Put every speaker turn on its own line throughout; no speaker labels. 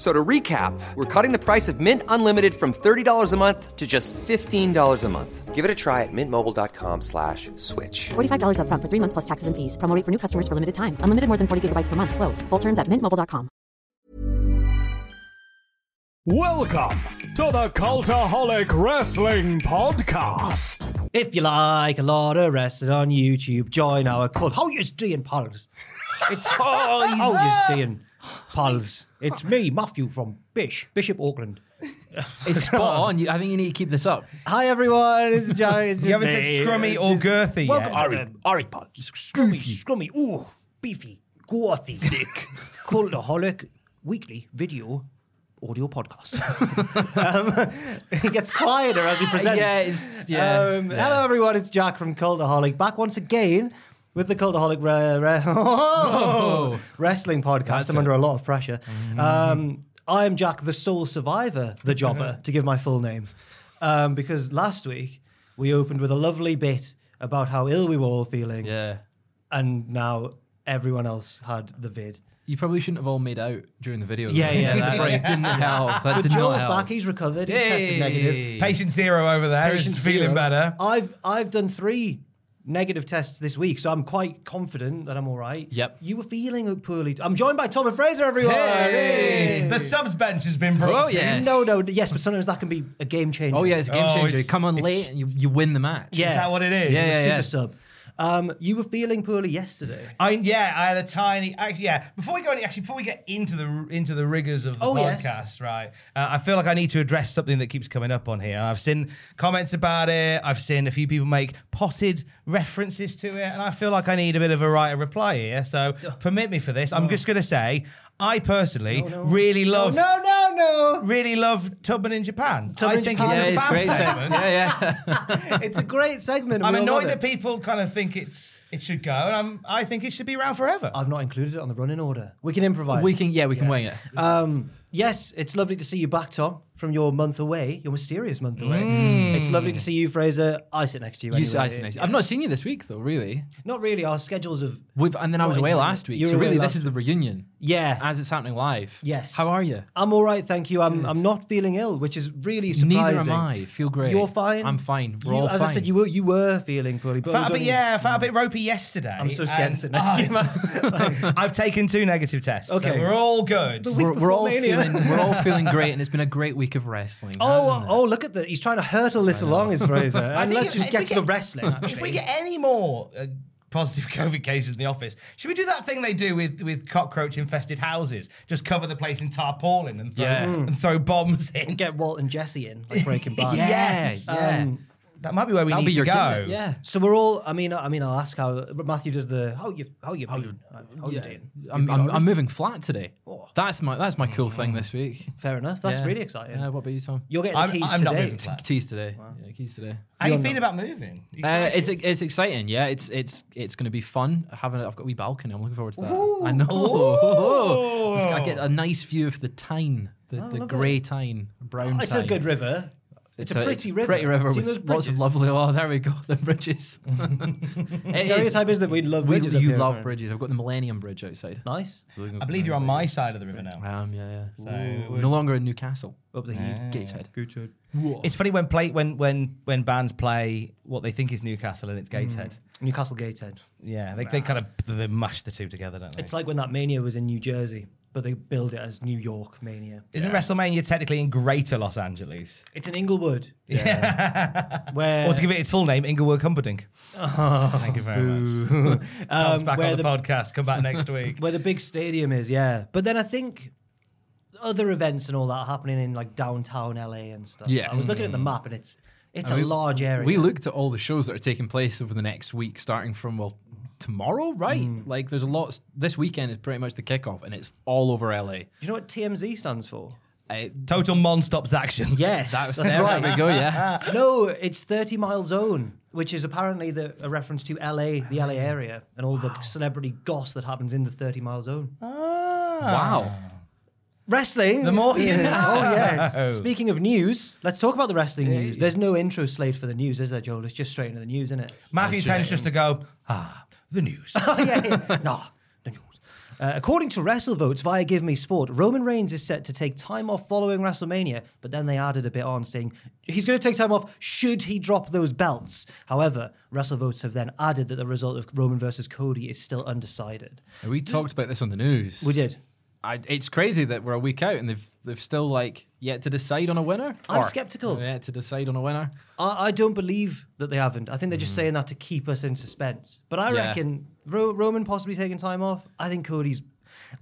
So to recap, we're cutting the price of Mint Unlimited from $30 a month to just $15 a month. Give it a try at mintmobile.com slash switch.
$45 up front for three months plus taxes and fees. Promo rate for new customers for limited time. Unlimited more than 40 gigabytes per month. Slows. Full terms at mintmobile.com.
Welcome to the Cultaholic Wrestling Podcast.
If you like a lot of wrestling on YouTube, join our cult. How you doing, pals? It's how
Oh,
you doing, pals? It's me, Matthew from Bish, Bishop Auckland.
It's spot on. You- I think you need to keep this up.
Hi everyone, it's Joe. It's
You haven't said scrummy or girthy
Welcome,
yet.
to the- Ari pals. Scrummy, scrummy, ooh, beefy, gothy, thick, cultaholic weekly video audio podcast. um, it gets quieter as he presents.
Yeah, it's, yeah.
Um, Hello, everyone. It's Jack from Cultaholic, back once again with the Cultaholic re- re- Wrestling Podcast. I'm under a lot of pressure.
Mm-hmm.
Um, I am Jack, the sole survivor, the jobber,
Mm-hmm.
to give my full name, um, because last week we opened with a lovely bit about how ill we were all feeling,
yeah.
and now everyone else had the vid.
You probably shouldn't have all made out during the video.
Yeah,
though.
yeah,
That
yeah.
didn't help. That
But
did not
Joel's
help.
back; he's recovered. He's tested
Yay.
negative.
Patient zero over there is
Patient
feeling
zero.
better.
I've I've done three negative tests this week, so I'm quite confident that I'm all right.
Yep.
You were feeling poorly. I'm joined by Tom and Fraser, everyone.
Hey, The subs bench has been brought.
Oh
to you.
yes.
No, no, yes, but sometimes that can be a game changer.
Oh yeah, it's a game
Oh,
changer.
it's-
you come on
it's-
late and you, you win the match.
yeah.
Is that what it is?
Yeah, yeah,
Super
yeah.
sub. Um, you were feeling poorly yesterday.
I, yeah, I had a tiny. Actually, yeah. Before we go, any- actually, before we get into the into the rigors of the
Oh, yes.
podcast, right? Uh, I feel like I need to address something that keeps coming up on here. I've seen comments about it. I've seen a few people make potted references to it, and I feel like I need a bit of a right of reply here. So permit me for this. I'm just going to say, I personally really
Oh.
love.
No, no, no.
Really love Tubman in Japan.
Tubman
I
in
think
Japan.
it's
Yeah,
a
it's
fab
great segment.
segment.
Yeah, yeah.
It's a great segment.
I'm
We all love
annoyed
it.
that people kind of think it's it should go, and I'm, I think it should be around forever.
I've not included it on the running order. We can improvise.
we can. Yeah, we can wing it.
Um, yes, it's lovely to see you back, Tom, from your month away, your mysterious month away. It's lovely to see you, Fraser. I sit next to you.
Mm. You
anyway.
ice next. I've not seen you this week though, really.
Not really. Our schedules have.
We've, and then I was
Not
away
internet.
last week.
You were
so
away
really,
last
this is the reunion
Yeah.
as it's happening live.
Yes.
How are you?
I'm all right, thank you. I'm, I'm not feeling ill, which is really surprising.
Neither am I. Feel great.
You're fine.
I'm fine. We're
You-
all
as
fine.
I said, you were you were feeling poorly, but it
I
was
felt a bit,
only- Mm.
yeah, I felt a bit ropey yesterday.
I'm so scared to
and
sit next to you,
I, I've taken two negative tests. Okay,
Okay.
we're all good.
we're, we're all
Mania.
feeling we're all feeling great, and it's been a great week of wrestling.
Oh,
hasn't it?
oh, look at that. He's trying to hurtle this along, is Fraser. And
think
let's
if
just get
we
to the wrestling.
if we
actually.
get any more uh, positive COVID cases in the office, should we do that thing they do with with cockroach infested houses? Just cover the place in tarpaulin and throw,
Yeah. Mm.
and throw bombs in.
get Walt and Jesse in, like Breaking Bad.
yeah,
yes.
yeah.
Um,
That might be where we
That'll
need
be your
to go.
gimmick, Yeah.
So we're all. I mean, I mean, I'll ask how Matthew does the how you how you how you how you doing.
I'm, I'm, I'm moving flat today.
Oh.
That's my that's my cool thing this week.
Fair enough. That's
Yeah.
really exciting.
Yeah, what about you, Tom?
Mm. You're getting
I'm-
the keys
I'm not
today.
moving flat.
Keys today. Yeah, keys today.
How you feeling about moving?
Uh, it's it's exciting. Yeah, it's it's it's going to be fun. Having I've got a wee balcony. I'm looking forward to that. I know. It's- I get a nice view of the Tyne, the, the grey Tyne, brown.
Oh, It's a
Tyne.
good river. It's, a pretty river.
Pretty river
See
with
those
lots of
bridges?
lovely. Oh, there we go. The bridges. It is-
Stereotype is that we love
We,
bridges. up
you
here,
love
right?
bridges. I've got the Millennium Bridge outside.
Nice
I believe you're on my side of the river now.
Um, yeah, yeah. no longer in Newcastle.
up the heat.
Gateshead.
It's funny when play when when when bands play what they think is Newcastle and
Hmm.
it's Gateshead.
Newcastle Gatehead.
Yeah, they, they kind of they mash the two together, don't they?
It's like when that mania was in New Jersey. but they build it as New York Mania.
Isn't WrestleMania technically in Greater Los Angeles?
It's in Inglewood. Yeah. where
Or to give it its full name, Inglewood Company. Thank you very much. Tell us
Oh, um,
back
where
on the,
the-
podcast. Come back next week.
where the big stadium is, yeah. But then I think other events and all that are happening in like downtown LA and stuff.
Yeah.
I was looking at the map and it's it's
I
a
mean,
large area.
We looked at all the shows that are taking place over the next week, starting from well tomorrow, right?
Mm.
Like there's a lot. This weekend is pretty much the kickoff, and it's all over LA.
Do you know what TMZ stands for?
I,
Total non-stops action.
Yes,
that was
that's
there
right.
we go. Yeah,
no, it's 30 mile zone, which is apparently the, a reference to LA, the LA area, and all the celebrity goss that happens in the 30 mile zone.
wow.
Wrestling.
The more you
Yeah.
know.
Oh, yes. Speaking of news, let's talk about the wrestling news. There's no intro slate for the news, is there, Joel? It's just straight into the news, isn't it?
Matthew tends just to go, ah, the news.
Oh, yeah, yeah. Nah, no news. Uh, according to WrestleVotes via Give Me Sport, Roman Reigns is set to take time off following WrestleMania, but then they added a bit on saying he's going to take time off should he drop those belts. However, WrestleVotes have then added that the result of Roman versus Cody is still undecided.
We talked about this on the news.
We did.
I, it's crazy that we're a week out and they've they've still like yet to decide on a winner.
I'm
Or
skeptical.
Yet to decide on a winner.
I, I don't believe that they haven't. I think they're just saying that to keep us in suspense. But I
Yeah.
reckon Ro- Roman possibly taking time off. I think Cody's.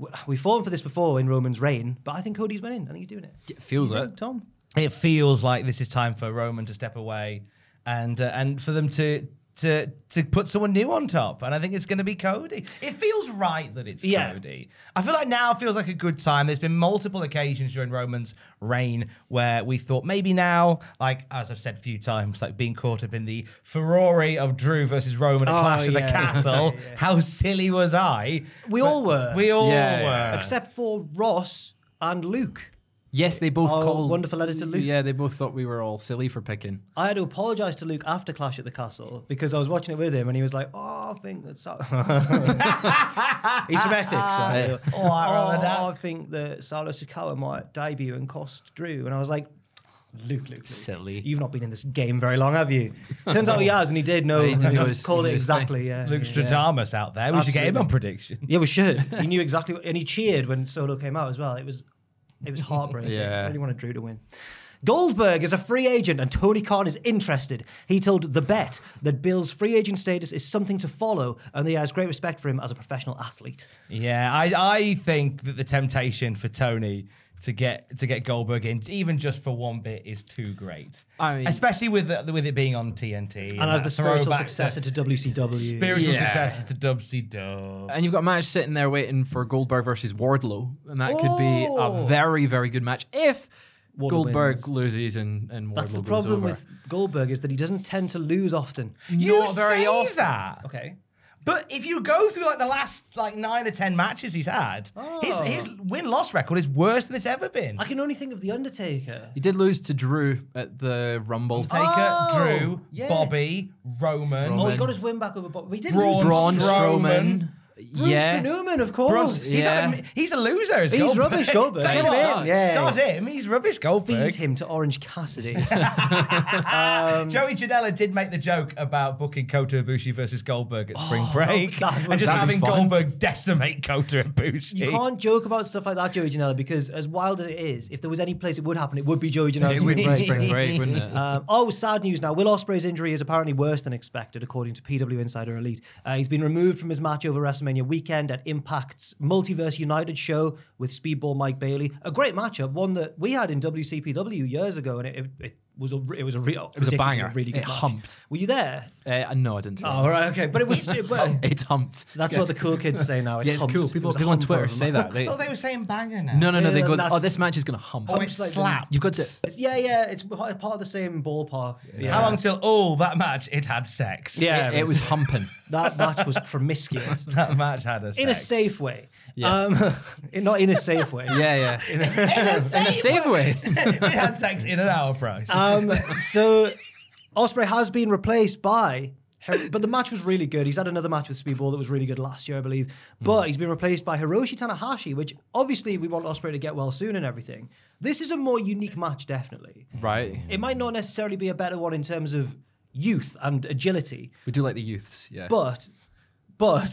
w- We've fallen for this before in Roman's reign, but I think Cody's winning. I think he's doing it.
It feels it.
Tom?
it feels like this is time for Roman to step away and uh, and for them to to to put someone new on top. And I think it's going to be Cody. It feels right that it's
Yeah.
Cody. I feel like now feels like a good time. There's been multiple occasions during Roman's reign where we thought maybe now, like as I've said a few times, like being caught up in the Ferrari of Drew versus Roman at
Oh,
Clash of the
yeah.
Castle. How silly was I?
We all were.
We all
Yeah, yeah.
were.
except for Ross and Luke.
Yes, they both
Oh,
called
wonderful letter to Luke.
Yeah, they both thought we were all silly for picking.
I had to apologise to Luke after Clash at the Castle because I was watching it with him and he was like, "Oh, I think that Sal-" he's from Essex." right?
Yeah.
Oh, I think that Salo Sakawa might debut and cost Drew, and I was like. Luke, Luke, Luke,
Silly.
You've not been in this game very long, have you? Turns out he has, and he did know.
He did know his-
called
he
it
knew his
exactly.
thing.
Yeah,
Luke
yeah.
Stradamus out there. We should get him
Absolutely.
on prediction.
Yeah, we should. He knew exactly, what, and he cheered when Solo came out as well. It was, it was heartbreaking.
Yeah.
I really wanted Drew to win. Goldberg is a free agent, and Tony Khan is interested. He told The Bet that Bill's free agent status is something to follow, and that he has great respect for him as a professional athlete.
Yeah, I, I think that the temptation for Tony to get to get Goldberg in, even just for one bit, is too great.
I mean-
especially with the, with it being on TNT
And as the
that
spiritual
throwback
successor to WCW.
spiritual
Yeah.
successor to WC Dub.
And you've got a match sitting there waiting for Goldberg versus Wardlow, and that could be
Oh.
a very, very good match if
Wardlow
Goldberg
wins.
loses and and Wardlow
That's the
goes
problem
over.
with Goldberg is that he doesn't tend to lose often.
You
Not very
say
often.
that, okay? But if you go through like the last like nine or ten matches he's had, his his win loss record is worse than it's ever been.
Oh. I can only think of the Undertaker.
He did lose to Drew at the Rumble.
Taker,
Oh,
Drew,
yeah.
Bobby, Roman,
Oh, he
Roman.
got his win back over Bob. We did
Braun
lose.
Braun
Strowman.
Strowman.
Braun
Yeah.
Strowman, of course.
Bruns- he's,
Yeah.
had a- he's a loser. Is
He's
Goldberg.
rubbish, Goldberg.
Take him
He
on.
sucks.
Yeah.
Sod him. He's rubbish, Goldberg.
Feed him Um, to Orange Cassidy.
Ah. Joey Janela did make the joke about booking Kota Ibushi versus Goldberg at spring break,
Oh, that would-
and just
that'd be
having
fun.
Goldberg decimate Kota Ibushi.
You can't joke about stuff like that, Joey Janela, because as wild as it is, if there was any place it would happen, it would be Joey Janela's
It would
spring
be
break.
spring break, wouldn't it?
Um, oh, sad news now. Will Ospreay's injury is apparently worse than expected, according to PW Insider Elite. Uh, he's been removed from his match over WrestleMania weekend at Impact's Multiverse United show with Speedball Mike Bailey. A great matchup, one that we had in WCPW years ago, and it, it, it was a it was a real it
was a banger.
really good
It
match.
humped.
Were you there?
Uh, no, I didn't. Say
Oh,
that.
all right, okay, but it was. It, well,
It's humped.
that's what the cool kids say now. It
Yeah, it's
humped.
cool.
It
People,
was a
people on
hump
Twitter
of a
say
match.
that. They,
I thought they were saying banger now.
no, no, no.
Yeah,
They go,
that's-
oh, this match is going to hump.
Oh, it's like-
slap.
You've got to.
Yeah, yeah, it's p- part of the same ballpark. Yeah.
How long till all that match it had sex?
Yeah,
it, it was humping.
that match was promiscuous
that match had a sex.
in a safe way.
Yeah.
Um, in- not in a safe way.
Yeah, yeah. In a, safe way.
it had sex in an hour price.
Um, so Osprey has been replaced by. Her- But the match was really good. He's had another match with Speedball that was really good last year, I believe.
Hmm.
But he's been replaced by Hiroshi Tanahashi, which obviously we want Osprey to get well soon and everything. This is a more unique match, definitely.
right.
It might not necessarily be a better one in terms of youth and agility,
We do like the youths. Yeah.
but, but,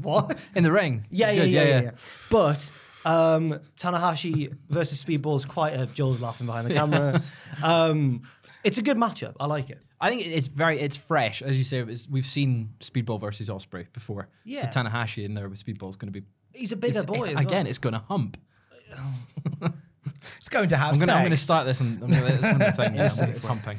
what?
in the ring.
Yeah, yeah,
Good,
yeah, yeah, yeah. But Um, Tanahashi versus Speedball's quite a Joel's laughing behind the camera. um, it's a good matchup. I like it.
I think it's very it's fresh, as you say. It's, we've seen Speedball versus Osprey before.
Yeah.
So Tanahashi in there with Speedball is going to be
He's a bigger
it's-
boy. as
again.
well.
It's going to hump.
It's going to have
I'm going to I'm
sex.
going to start this and I'm going to thing. yeah, it's humping.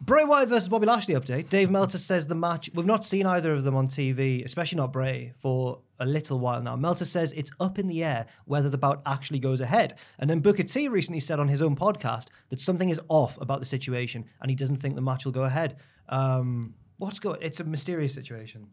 Bray Wyatt versus Bobby Lashley update. Dave Meltzer says the match. We've not seen either of them on TV, especially not Bray, for a little while now. Meltzer says it's up in the air whether the bout actually goes ahead. And then Booker T recently said on his own podcast that something is off about the situation and he doesn't think the match will go ahead. Um, what's going? It's a mysterious situation.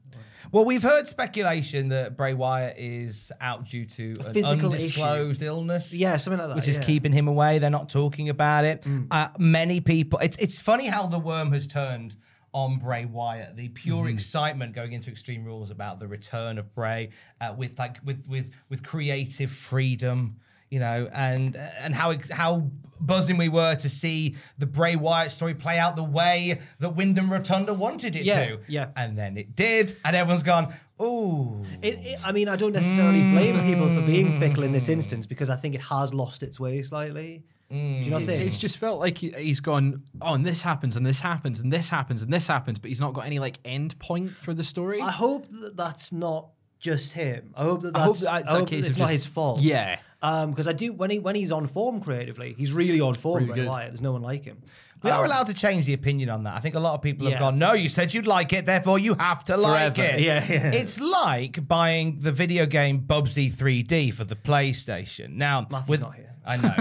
Well, we've heard speculation that Bray Wyatt is out due to an
physical issue.
undisclosed illness.
Yeah, something like that,
Which is
yeah.
keeping him away. They're not talking about it.
Mm.
Uh, many people. It's it's funny how the worm has turned on Bray Wyatt. The pure
Mm-hmm.
excitement going into Extreme Rules about the return of Bray uh, with like with with with creative freedom. You know, and and how ex- how buzzing we were to see the Bray Wyatt story play out the way that Wyndham Rotunda wanted it
Yeah,
to.
yeah.
And then it did, and everyone's gone, ooh.
It, it, I mean, I don't necessarily blame people for being fickle in this instance because I think it has lost its way slightly. Do you not think?
It's just felt like he- he's gone. Oh, and this happens, and this happens, and this happens, and this happens, but he's not got any like end point for the story.
I hope that that's not just him. I hope that that's,
I hope that's
I
a
hope
case
that it's
of
not his
just-
fault.
Yeah.
because I do when he when he's on form creatively, he's really on form.
Really
Bray
good.
Wyatt. There's no one like him.
We are
Um,
allowed to change the opinion on that. I think a lot of people
Yeah.
have gone, no, you said you'd like it, therefore you have to like
Forever.
it.
Yeah, yeah.
It's like buying the video game Bubsy 3D for the PlayStation. Now,
Matthew's
with-
not here.
I know.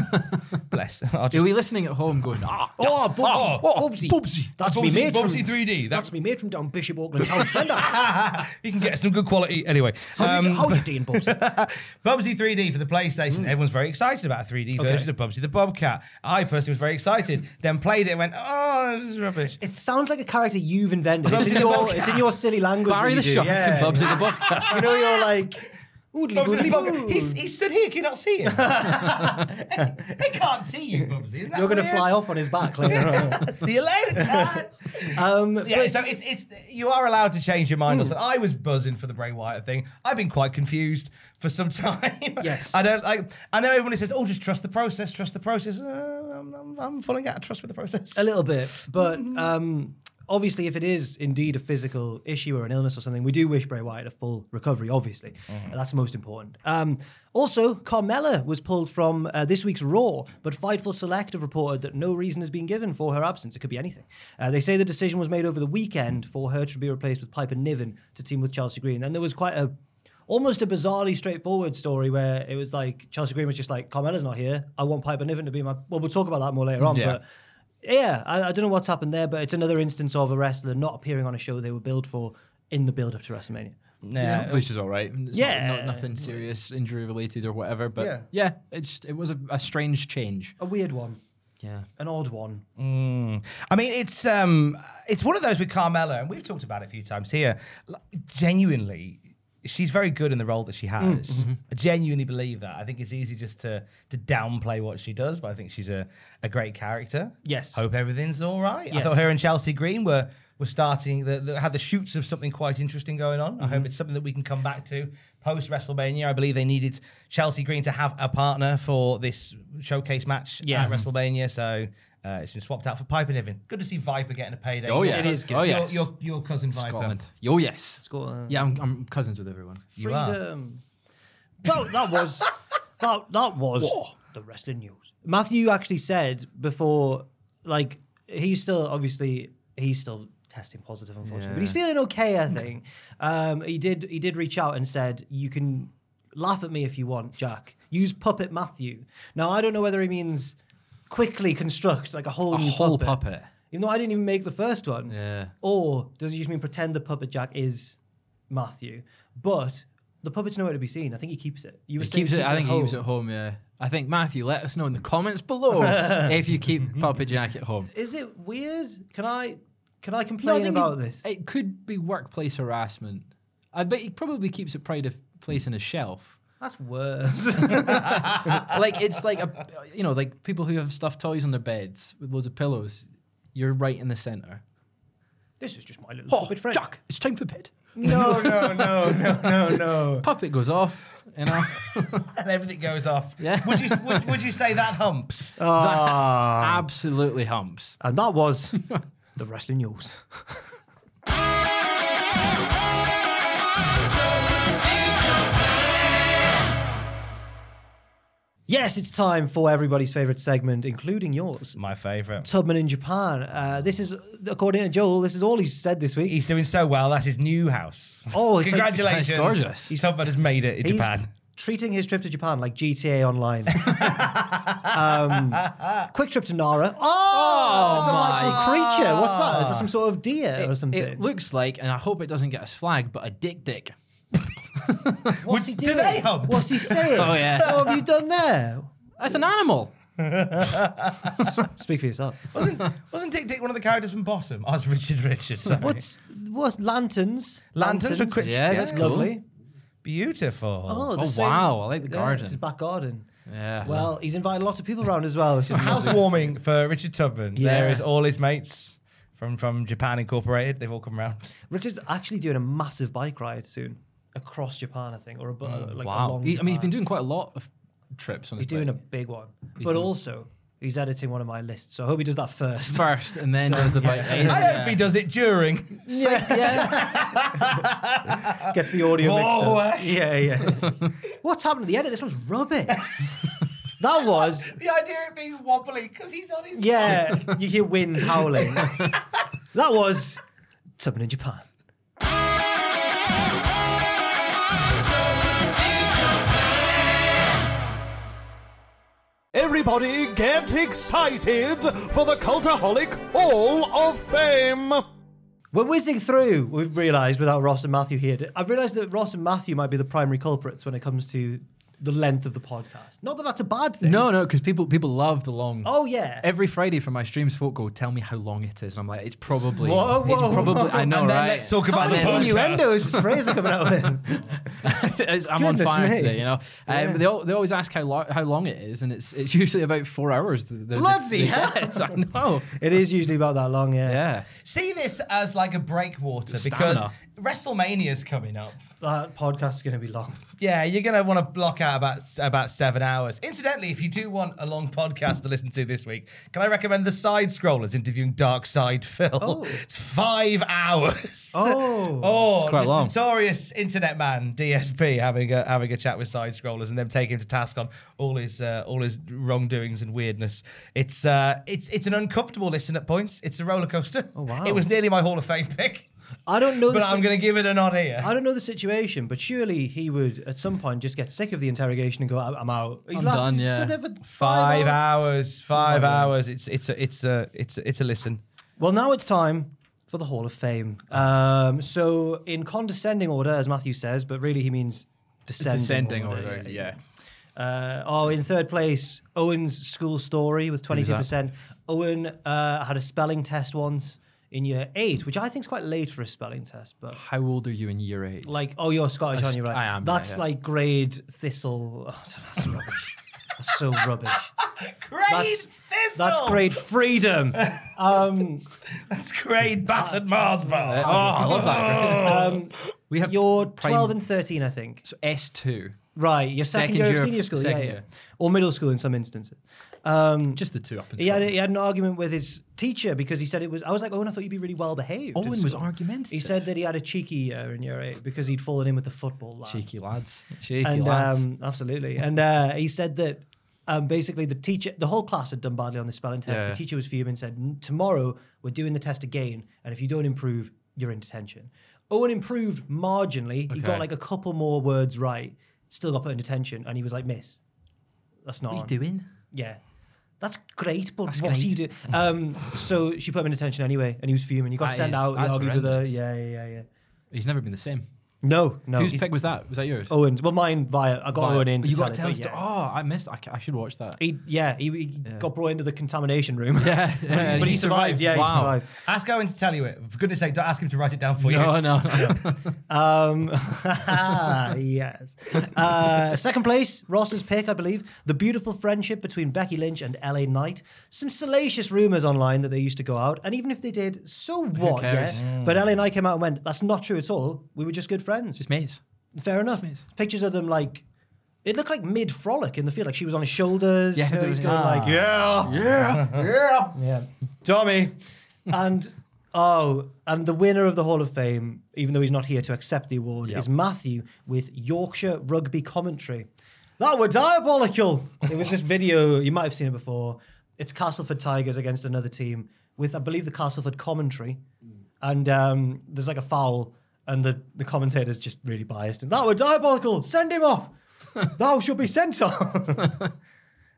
Bless. I'll
Are
just-
we listening at home going, ah,
Oh, Bubsy.
oh,
Bubsy.
Bubsy.
That's me
Bubsy-
made
Bubsy
from,
3D, that-
That's me made from down Bishop Auckland's house. Send that.
you can get some good quality. Anyway.
How
um,
you do- how you doing, Bubsy?
Bubsy 3D for the PlayStation.
Hmm.
Everyone's very excited about a 3D version of Bubsy the Bobcat. I personally was very excited. Then played it and went, oh, this is rubbish.
It sounds like a character you've invented. It's
Bubsy
in
the
your,
Bobcat.
it's in your silly language.
Barry
that
the
you do,
Shark
yeah.
and Bubsy the Bobcat.
You know, you're like. oodly
Bubsy the
boodly
Bobcat.
boo.
He's, he's stood here. Can you not see him? they can't see you, Bubsy. Isn't that
You're going to
weird?
fly off on his back later on.
See you later.
Um,
yeah, so it's it's you are allowed to change your mind. Also, I was buzzing for the Bray Wyatt thing. I've been quite confused for some time.
Yes.
I don't like. I know everyone says, "Oh, just trust the process, trust the process." Uh, I'm, I'm, I'm falling out of trust with the process.
A little bit, but um, obviously, if it is indeed a physical issue or an illness or something, we do wish Bray Wyatt a full recovery. Obviously, that's most important. Um, also, Carmella was pulled from uh, this week's Raw, but Fightful Select have reported that no reason has been given for her absence. It could be anything. Uh, they say the decision was made over the weekend for her to be replaced with Piper Niven to team with Chelsea Green, and there was quite a almost a bizarrely straightforward story where it was like Chelsea Green was just like, Carmella's not here. I want Piper Niven to be my. Well, we'll talk about that more later on,
Yeah.
but. Yeah, I, I don't know what's happened there, but it's another instance of a wrestler not appearing on a show they were billed for in the build up to WrestleMania.
no.
Hopefully she's all right. It's
Yeah.
Not, not- nothing serious, injury related or whatever. But
Yeah. Oh,
yeah, it's just, it was a, a strange change.
A weird one,
Yeah.
an odd one.
I mean, it's um, it's one of those with Carmella, and we've talked about it a few times here. Like, genuinely, she's very good in the role that she has. I genuinely believe that. I think it's easy just to to downplay what she does, but I think she's a, a great character.
Yes.
Hope everything's all right. I
Yes.
thought her and Chelsea Green were were starting the, the- had the shoots of something quite interesting going on. I
Mm-hmm.
hope it's something that we can come back to post WrestleMania. I believe they needed Chelsea Green to have a partner for this showcase match
Yeah.
at WrestleMania, so uh, it's been swapped out for Piper Niven. Good to see Viper getting a payday.
Oh, yeah.
It is good.
Oh,
Your,
yes.
your, your cousin Viper.
Scotland. Oh, yes.
Scotland.
Yeah, I'm, I'm cousins with everyone.
You are.
Freedom. Well, that was that that was the wrestling news. Matthew actually said before, like he's still obviously he's still testing positive, unfortunately, but he's feeling okay. I think um, he did he did reach out and said, "You can laugh at me if you want, Jack. Use puppet Matthew." Now I don't know whether he means quickly construct like a whole
A
new
whole
puppet.
puppet.
Even though I didn't even make the first one.
Yeah.
Or does it just mean pretend the puppet Jack is Matthew? But the puppet's nowhere to be seen. I think he keeps it. You were
He
saying
keeps it. I think he keeps it
at
at
home.
home. Yeah. I think Matthew, let us know in the comments below if you keep Papa Jack at home.
Is it weird? Can I can I
No, I
complain
think
about
it,
this?
It could be workplace harassment. I bet he probably keeps it pride of place in his shelf.
That's worse.
like it's like a you know like people who have stuffed toys on their beds with loads of pillows. You're right in the center.
This is just my little
Oh,
puppet friend.
Jack, it's time for bed.
No, no, no, no, no, no.
Puppet goes off, you know.
And everything goes off.
Yeah.
Would you would, would you say that humps?
Oh. Ah,
Absolutely humps.
and that was the wrestling news. Yes, it's time for everybody's favorite segment, including yours.
My favourite.
Tubman in Japan. Uh, this is, according to Joel, this is all he's said this week.
He's doing so well. That's his new house.
Oh, it's like-
congratulations!
That's gorgeous.
He's Tubman has made it in
He's
Japan.
treating his trip to Japan like GTA Online. um, quick trip to Nara. Oh, delightful creature. What's that? Is that some sort of deer or something?
It looks like, and I hope it doesn't get us flagged, but a dick dick.
What's he
do
doing?
they hump?
What's he saying?
Oh, yeah.
What have you done there?
That's an animal.
Speak for yourself.
wasn't wasn't Dick Dick one of the characters from Bottom? Oh, it's Richard Richards. sorry.
What's what lanterns?
Lanterns for quick-
Yeah, that's cool.
lovely.
beautiful?
Oh, the
Oh,
same-
wow. I like the
Yeah,
garden.
it's his back garden.
Yeah.
Well, he's invited lots of people around as well. It's just
housewarming for Richard Tubman. There
Yeah.
is all his mates from from Japan Incorporated. They've all come round.
Richard's actually doing a massive bike ride soon across Japan, I think, or a, bu- like
Mm, wow.
along
He- I mean, he's
Japan.
been doing quite a lot of trips on
He's
his
doing a
bike.
big one, but also he's editing one of my lists, so I hope he does that first.
first and then does the bike. Yeah.
I hope he does it during.
Gets the audio mixed
Whoa,
up. Yeah, yeah. What's happened at the edit? This one's rubbish. that was
The idea of it being wobbly because he's on his.
yeah. You hear wind howling. that was Tubman in Japan.
Everybody get excited for the Cultaholic Hall of Fame!
We're whizzing through. We've realised without Ross and Matthew here. I've realised that Ross and Matthew might be the primary culprits when it comes to the length of the podcast. Not that that's a bad thing.
No, no, because people people love the long.
Oh yeah.
Every Friday for my streams, folk go tell me how long it is, and I'm like, it's probably,
Whoa, whoa,
it's probably, I know,
And then
right?
let's talk
How
about the
many
podcast.
innuendos is Fraser coming out with?
It's- I'm on
Goodness
fire
me.
today, you know. Um, they, all, they always ask how, lo- how long it is, and it's it's usually about four hours. th- there's a-
Bloody hell.
Yes, I know.
It is usually about that long, yeah.
Yeah.
See this as like a breakwater because
Stamina.
WrestleMania's coming up.
That podcast is going to be long.
Yeah, you're gonna want to block out about about seven hours. Incidentally, if you do want a long podcast to listen to this week, can I recommend the Side Scrollers interviewing Dark Side Phil? It's five hours.
Oh.
oh,
quite
the
long.
Notorious internet man DSP having a having a chat with Side Scrollers and them taking him to task on all his uh, all his wrongdoings and weirdness. It's uh, it's it's an uncomfortable listen at points. It's a roller coaster. Oh
wow.
It was nearly my Hall of Fame pick,
I don't know.
but
the si-
I'm gonna give it a nod here.
I don't know the situation, but surely he would at some point just get sick of the interrogation and go, "I- "I'm out." He's
I'm
lasted
done, yeah.
stood there for hours.
Five hours, five hours. It's it's a it's a it's a, it's a listen.
Well, now it's time for the Hall of Fame. Um, so, in condescending order, as Matthew says, but really he means descending,
Descending
order.
order. Yeah.
Uh, oh, in third place, Owen's school story with 22%. Owen uh, had a spelling test once in year eight, which I think is quite late for a spelling test, but
How old are you in year eight?
like, oh, you're Scottish, aren't you? Right.
I am, yeah,
That's
yeah.
like grade thistle. Oh, that's rubbish. that's so rubbish.
Great
That's, that's grade freedom. Um,
That's great battered Mars
oh,
Uh,
bar.
I love that.
um,
we have
you're
prime-
12 and 13, I think.
so S2.
Right. Your second,
Second
year,
year
of
of-
senior school. Yeah,
second
yeah.
year.
Or middle school in some instances. Um,
Just the two up in
He had,
Scotland.
he had an argument with his teacher because he said it was. I was like, Owen, I thought you'd be really well behaved. at
Owen was
school."
argumentative.
He said that he had a cheeky year in year eight because he'd fallen in with the football lads.
Cheeky lads. Cheeky
And
lads.
um, absolutely. And uh, he said that um, basically the teacher, the whole class had done badly on the spelling test.
Yeah.
The teacher was fuming and said, "N- tomorrow we're doing the test again, and if you don't improve, you're in detention. Owen improved marginally. He got
Okay.
like a couple more words right. Still got put in detention, and he was like, "Miss, that's not."
what
on."
are you doing?
Yeah. That's great, but what do you do? Um, so she put him in detention anyway, and he was fuming. He got
That
sent
is-
out. He
that's
argued with her.
horrendous.
Yeah, yeah, yeah. yeah.
He's never been the same.
No, no. Oh,
Whose pick was that? Was that yours?
Owens. Well, mine via. I got Owen in. To
you
tell
got
it,
to Oh, tell
but
us. to-
yeah.
Oh, I missed. I, ca- I should watch that.
He, yeah, he, he got brought into the contamination room.
Yeah, yeah,
but he, survived. Yeah,
wow.
he survived.
Ask Owen to tell you it. For goodness sake, don't ask him to write it down for you.
No, no, no.
Um, yes. Uh, second place, Ross's pick, I believe. The beautiful friendship between Becky Lynch and LA Knight. Some salacious rumors online that they used to go out, and even if they did, so what? Yeah.
cares?
But LA Knight came out and went, "That's not true at all. We were just good friends."
Just mates.
Fair enough.
mates.
Pictures of them like. It looked like mid frolic in the field, like she was on his shoulders.
Yeah,
you know,
there
he's
was- Ah.
going like, yeah, yeah, Tommy. and oh, and the winner of the Hall of Fame, even though he's not here to accept the award, is Matthew with Yorkshire rugby commentary. That were diabolical. it was this video, you might have seen it before. It's Castleford Tigers against another team with, I believe, the Castleford commentary. And um, there's like a foul, and the, the commentator's just really biased. And that were diabolical. Send him off. Thou should be sent off.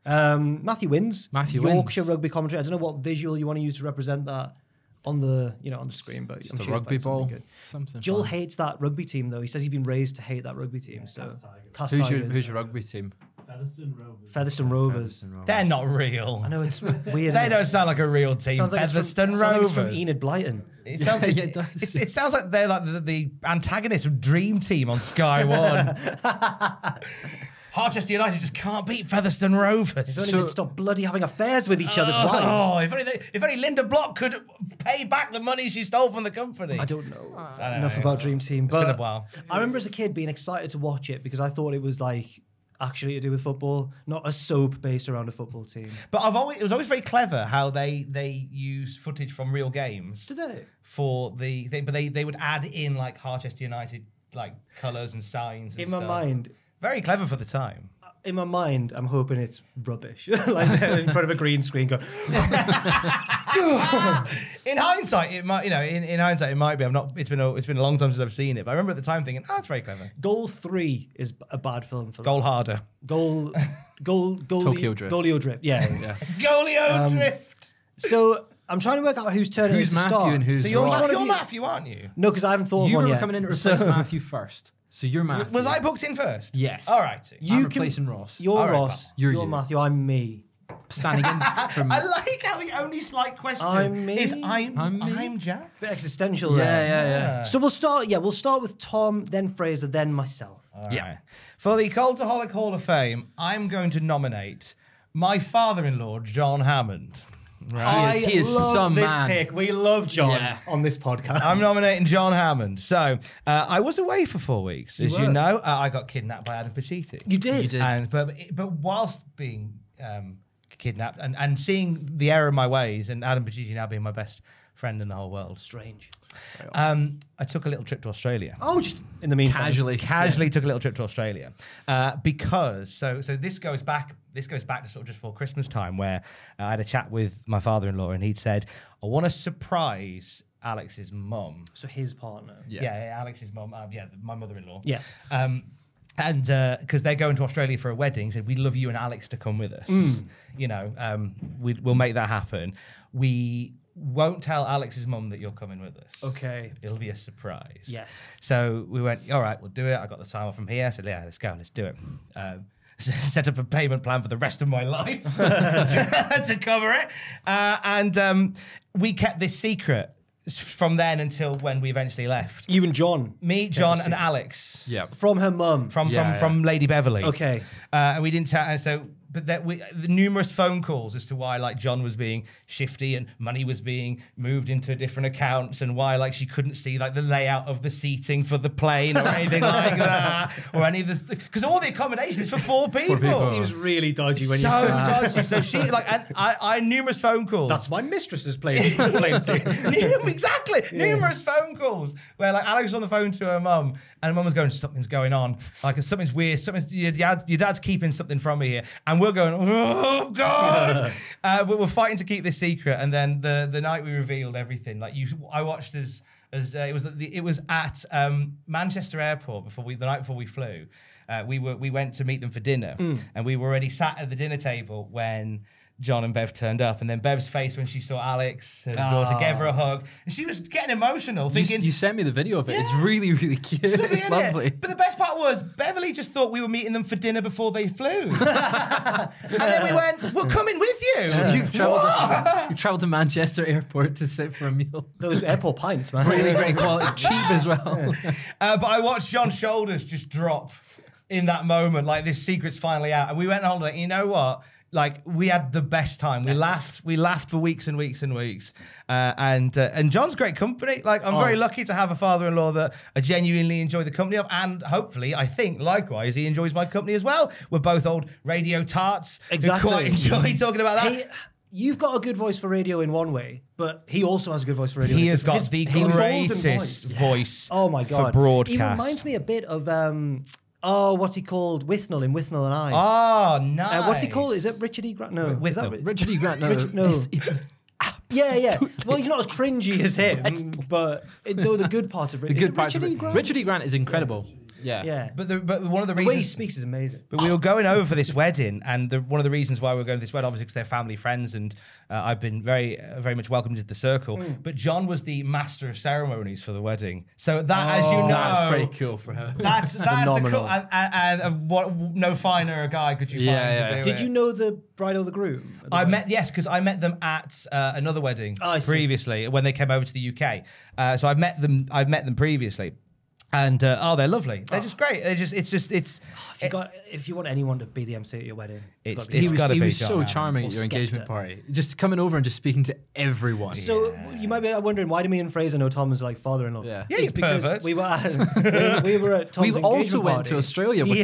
Um, Matthew wins.
Matthew wins.
Yorkshire rugby commentary. I don't know what visual you want to use to represent that on the you know on the screen, but I'm
Just a
sure you'll
rugby
find something
ball.
good.
Something.
Joel
fun.
hates that rugby team though. He says he's been raised to hate that rugby team. So Cast
Who's your
Tigers.
Who's your rugby team?
Featherstone Rovers?
They're not real.
I know it's weird.
They
isn't
don't
it?
sound like a real team.
Sounds like it's from-
Featherstone
sounds like
Rovers.
it's from Enid Blyton.
It sounds like
yeah, it does.
it's- it sounds like they're like the, the antagonist of Dream Team on Sky One. Harchester United just can't beat Featherstone Rovers.
If only they'd stop bloody having affairs with each other's
Oh,
wives.
if only, they, if only Linda Block could pay back the money she stole from the company.
I don't know
don't
enough
know.
about Dream Team. But
been a while.
I remember as a kid being excited to watch it because I thought it was like actually to do with football, not a soap based around a football team.
But I've always it was always very clever how they they used footage from real games
Did they?
for the thing, but they they would add in like Harchester United like colours and signs. And
In my
stuff.
mind,
very clever for the time.
in my mind, I'm hoping it's rubbish. like they're in front of a green screen going,
In hindsight, it might you know in, in hindsight it might be. I've not. It's been a, it's been a long time since I've seen it, but I remember at the time thinking, oh, it's very clever.
Goal 3 is b- a bad film for
Goal harder.
that. Goal. Goal. Goal.
Tokyo Drift.
Goalio Drift. Yeah. yeah.
Goalio
Um,
drift.
So I'm trying to work out whose turn it
Who's
is to
Matthew
start.
and who's
so you're
Ross?
each one
You're
of you-
Matthew, aren't you?
No, because I haven't thought
You
of
were
one yet.
coming in to
So
replace Matthew first, so you're Matthew.
Was I booked in first?
Yes.
All right.
I'm
you can-
replacing Ross.
You're
All right,
Ross.
pal.
You're,
You're you.
Matthew. I'm me.
standing in from.
I like how the only slight question
I'm me.
is I'm
I'm
I'm,
me.
Jack.
Bit existential
yeah,
there.
yeah, yeah.
So we'll start. Yeah, we'll start with Tom, then Fraser, then myself.
Yeah.
Right. Eh. For the Cultaholic Hall of Fame, I'm going to nominate my father-in-law, John Hammond.
He is, he is
love
some
this
man.
pick. We love John
Yeah.
on this podcast.
I'm nominating John Hammond. So uh, I was away for four weeks, as you know. Uh, I got kidnapped by Adam Pacitti.
you did.
You did.
And but but whilst being um, kidnapped and, and seeing the error in my ways, and Adam Pacitti now being my best friend in the whole world,
Strange.
um, I took a little trip to Australia.
Oh, just in the meantime.
Casually.
casually took a little trip to Australia uh, because so so this goes back this goes back to sort of just before Christmas time where uh, I had a chat with my father-in-law and he'd said I want to surprise Alex's mum.
So his partner.
Yeah. yeah, Alex's mum. Uh, yeah, my mother-in-law.
Yes.
Um, and because they're going to Australia for a wedding, said we'd love you and Alex to come with us. You know, um, we, we'll make that happen. We won't tell Alex's mum that you're coming with us.
Okay.
It'll be a surprise.
Yes.
So we went, all right, we'll do it. I got the time off from here. I said, yeah, let's go, let's do it. Um, set up a payment plan for the rest of my life to, to cover it. Uh, and um, we kept this secret from then until when we eventually left.
You and John.
Me, John, and Alex
Yeah.
From her mum.
from
Yeah,
from
yeah.
from Lady Beverly.
Okay.
uh, and we didn't tell. And so, but that we the numerous phone calls as to why like John was being shifty and money was being moved into different accounts and why like she couldn't see like the layout of the seating for the plane or anything like that or any of the because all the accommodation is for four people.
people.
Seems really dodgy
Oh. So
when you.
dodgy. So she like and I, I had numerous phone calls.
That's my mistress's place. plane scene.
Num- exactly. Numerous phone calls where like Alex was on the phone to her mum, and her mum was going, "Something's going on. Like something's weird. Something's your dad's, your dad's keeping something from me here." And we're going, "Oh God!" uh, we were fighting to keep this secret, and then the the night we revealed everything, like you, I watched as as uh, it was at the, it was at um, Manchester Airport before we the night before we flew. Uh, we were we went to meet them for dinner, and we were already sat at the dinner table when John and Bev turned up, and then Bev's face when she saw Alex her daughter gave her a hug, and she was getting emotional,
Ah. You,
thinking.
you sent me the video of it. It's
Yeah.
really, really cute. It's,
lovely, isn't it?"
lovely.
But the best part was Beverly just thought we were meeting them for dinner before they flew, and then we went, "We're coming with you."
You've traveled, you traveled to Manchester Airport to sit for a meal.
Those airport pints, man.
Really great quality, cheap as well.
Uh, but I watched John's shoulders just drop in that moment, like this secret's finally out. And we went on, like, you know what? Like we had the best time. We laughed. We laughed for weeks and weeks and weeks. Uh, and uh, and John's great company. Like I'm
Oh.
very lucky to have a father-in-law that I genuinely enjoy the company of, and hopefully, I think likewise, he enjoys my company as well. We're both old radio tarts. who
Exactly.
Quite enjoy talking about that.
He, you've got a good voice for radio in one way, but he also has a good voice for radio.
He
in
has
a different-
got the
his golden
greatest voice,
Oh my god!
for broadcast.
He reminds me a bit of um, oh, what's he called? Withnell in Withnell and I.
Oh, nice.
Uh, what's he called? Is it Richard E. Grant? No,
Withnell.
Is that Ri-
Richard E. Grant, no,
Richard- no.
this is-
Yeah, yeah. Well, he's not as cringy as him, but it, though the good part of
the
Richard,
good part.
Richard E. Grant.
Richard E. Grant is incredible. Yeah.
yeah. But
But the, but one of the,
the way he
reasons
speaks is amazing.
But we were going over for this wedding, and the, one of the reasons why we were going to this wedding, obviously, because they're family friends, and uh, I've been very, uh, very much welcomed into the circle.
Hmm.
But John was the master of ceremonies for the wedding, so that, as you
Oh,
know,
That's pretty cool for her.
That's that's a cool,
Phenomenal.
and, and, and uh, what no finer a guy could you
Yeah,
find
yeah.
to do
Did
it.
you know the bride or the groom?
I met yes, because I met them at uh, another wedding
Oh, I see.
previously when they came over to the UK. Uh, so I've met them. I've met them previously, and uh, oh, they're lovely.
Ah.
They're just great. They're just. It's just. It's.
If you, got, if you want anyone to be the MC at your wedding, it's
It's-
got to be.
it's
E.
he
him.
was,
gotta
he
be
was
John
so
Adams.
charming
Or
at your
Skepta.
engagement party. Just coming over and just speaking to everyone.
So you might be wondering why do me and Fraser know Tom is like father-in-law?
Yeah.
Yeah,
It's
he's
because
pervert.
we were at, we, we were at Tom's
we also
engagement
went
party.
to Australia with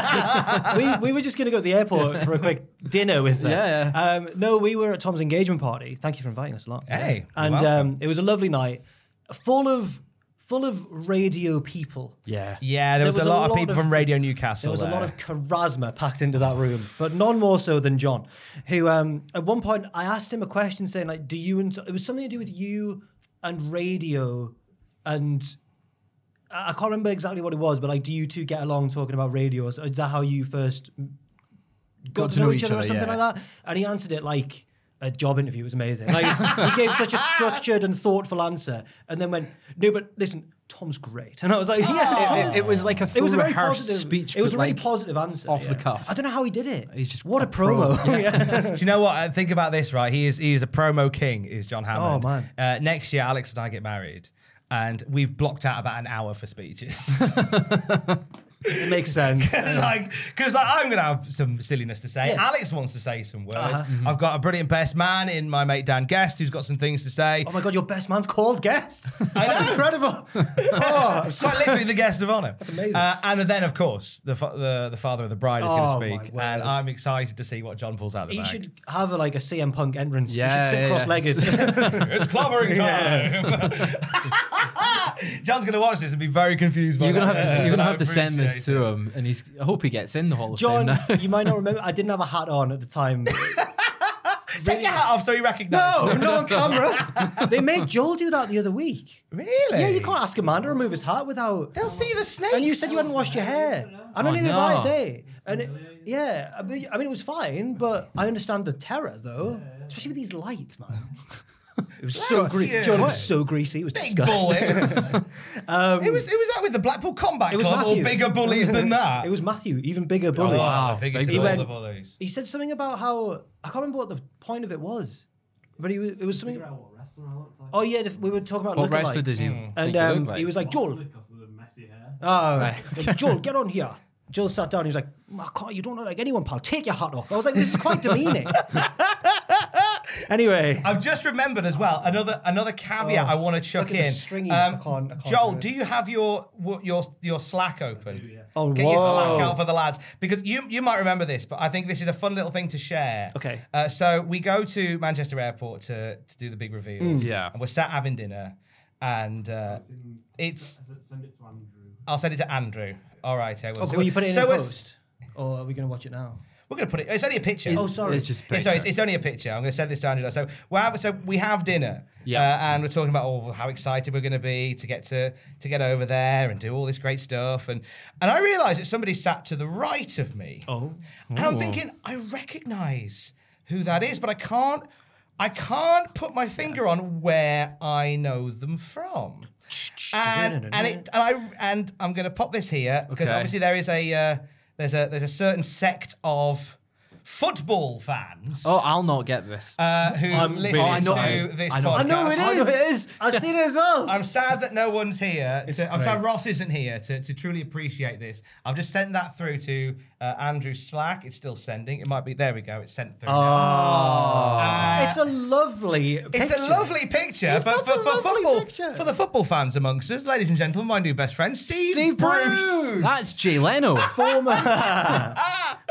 Yeah. we, we were just going to go to the airport for a quick dinner with them.
Yeah, yeah.
Um, no, we were at Tom's engagement party. Thank you for inviting us along.
Hey, you're
And
welcome.
um, it was a lovely night, full of full of radio people.
Yeah.
Yeah, there, was, a lot, of people from Radio Newcastle.
There was a lot
there.
of charisma packed into that room, but none more so than John, who um, at one point I asked him a question saying like, "Do you?" And it was something to do with you and radio, and I I can't remember exactly what it was, but like, do you two get along talking about radio? Or is that how you first got, to know, each other, or something
yeah.
like that? And he answered it like. A job interview It was amazing. Like it's- he gave such a structured and thoughtful answer, and then went, "No, but listen, Tom's great." And I was like, "Yeah, Tom
It, it was like a full
it was a very
rehearsed
positive
speech.
It was
but
a really
like,
positive answer,
off the
yeah.
cuff.
I don't know how he did it.
He's just
what a
a pro.
promo. Yeah.
Do you know what? Uh, Think about this, right? He is he is a promo king. Is John Hammond?
Oh, man.
Uh, next year, Alex and I get married, and we've blocked out about an hour for speeches.
it makes sense.
It's like, because like, I'm gonna have some silliness to say.
Yes. Uh-huh. Mm-hmm.
Alex wants to say some words. I've got a brilliant best man in my mate Dan Guest, who's got some things to say.
Oh my god, your best man's called guest. That's
know.
incredible. oh, I'm so-
Quite literally the guest of honor. That's
amazing.
Uh, and then, of course, the, fa- the the father of the bride is
Oh,
going
my
to speak,
word.
and I'm excited to see what John pulls out of the
he
bag.
should have a, like a CM Punk entrance. he
Yeah,
should sit
yeah, yeah.
cross-legged.
It's clobbering time. John's gonna watch this and be very confused. By
You're gonna
that.
have to you're gonna have to
I
send this
appreciate
to
it.
him, and he's. I hope he gets in the Hall of Fame
John,
now.
you might not remember. I didn't have a hat on at the time.
Take your hat off so he recognises.
no, no on camera. they made Joel do that the other week.
really?
Yeah, you can't ask a man to remove his hat without.
They'll see the snake.
And you said you hadn't washed your hair. And I
Oh,
only did it by
no.
a day. And it, yeah, I mean, I mean, it was fine, but I understand the terror though, especially with these lights, man. It was so
Bless you.
greasy. John, it was so greasy. It was
Big
disgusting.
bullets. Um, it was it was that with the Blackpool Combat
It was
Club
Matthew.
or bigger bullies than that.
It was Matthew, even bigger bully.
wow.
the biggest
Big
of all
bully.
the bullies.
He said something about how I can't remember what the point of it was, but he was, it was something. Oh yeah, if we were talking about
What wrestler
lookalikes.
did he? think
and
he
um,
looked like?
he was like, Joel, oh, like, Joel, get on here. Joel sat down. He was like, "Mm, I can't, you don't look like anyone, pal. Take your hat off. I was like, this is quite demeaning. anyway,
I've just remembered as well another another caveat
Oh,
I want to chuck
look at the
in. Um,
stringies. I can't- I can't
Joel,
do it.
do you have your what, your your Slack open?
Oh,
Get your
whoa.
Slack out for the lads because you you might remember this, but I think this is a fun little thing to share.
Okay.
Uh, so we go to Manchester Airport to to do the big reveal.
Mm.
Yeah.
And we're sat having dinner, and uh, it's. I'll send it to Andrew. All right. I will.
okay,
So
will you put it in
so
a
we're-
post? Or are we going to watch it now?
We're gonna put it. It's only a picture.
Oh, sorry.
It's just
Yeah, so it's, it's only a picture. I'm going to set this down. So we have, so we have dinner,
Yeah.
uh, and we're talking about oh, how excited we're going to be to get to to get over there and do all this great stuff. And and I
Oh.
realised that somebody sat to the right of me. Oh, and I'm thinking I recognise who that is, but I can't. I can't put my finger on where I know them from.
Uh,
And and it and I and I'm going to pop this here because
Okay.
obviously there is a uh, there's a there's a certain sect of football fans
Oh, I'll not get this.
uh, who listen
Oh, I know-
to this
I know-
podcast.
I
know it
I know
is.
it is.
I've seen it as well.
I'm sad that no one's here. to- I'm sad Ross isn't here to, to truly appreciate this. I've just sent that through to uh, Andrew Slack. It's still sending. It might be. There we go. It's sent through.
Oh.
now. Uh,
it's a lovely.
it's
picture.
a lovely picture,
It's
but
not
for,
a lovely
for football,
picture.
for the football fans amongst us, ladies and gentlemen, my new best friend, Steve,
Steve Bruce.
That's Jay Leno.
former,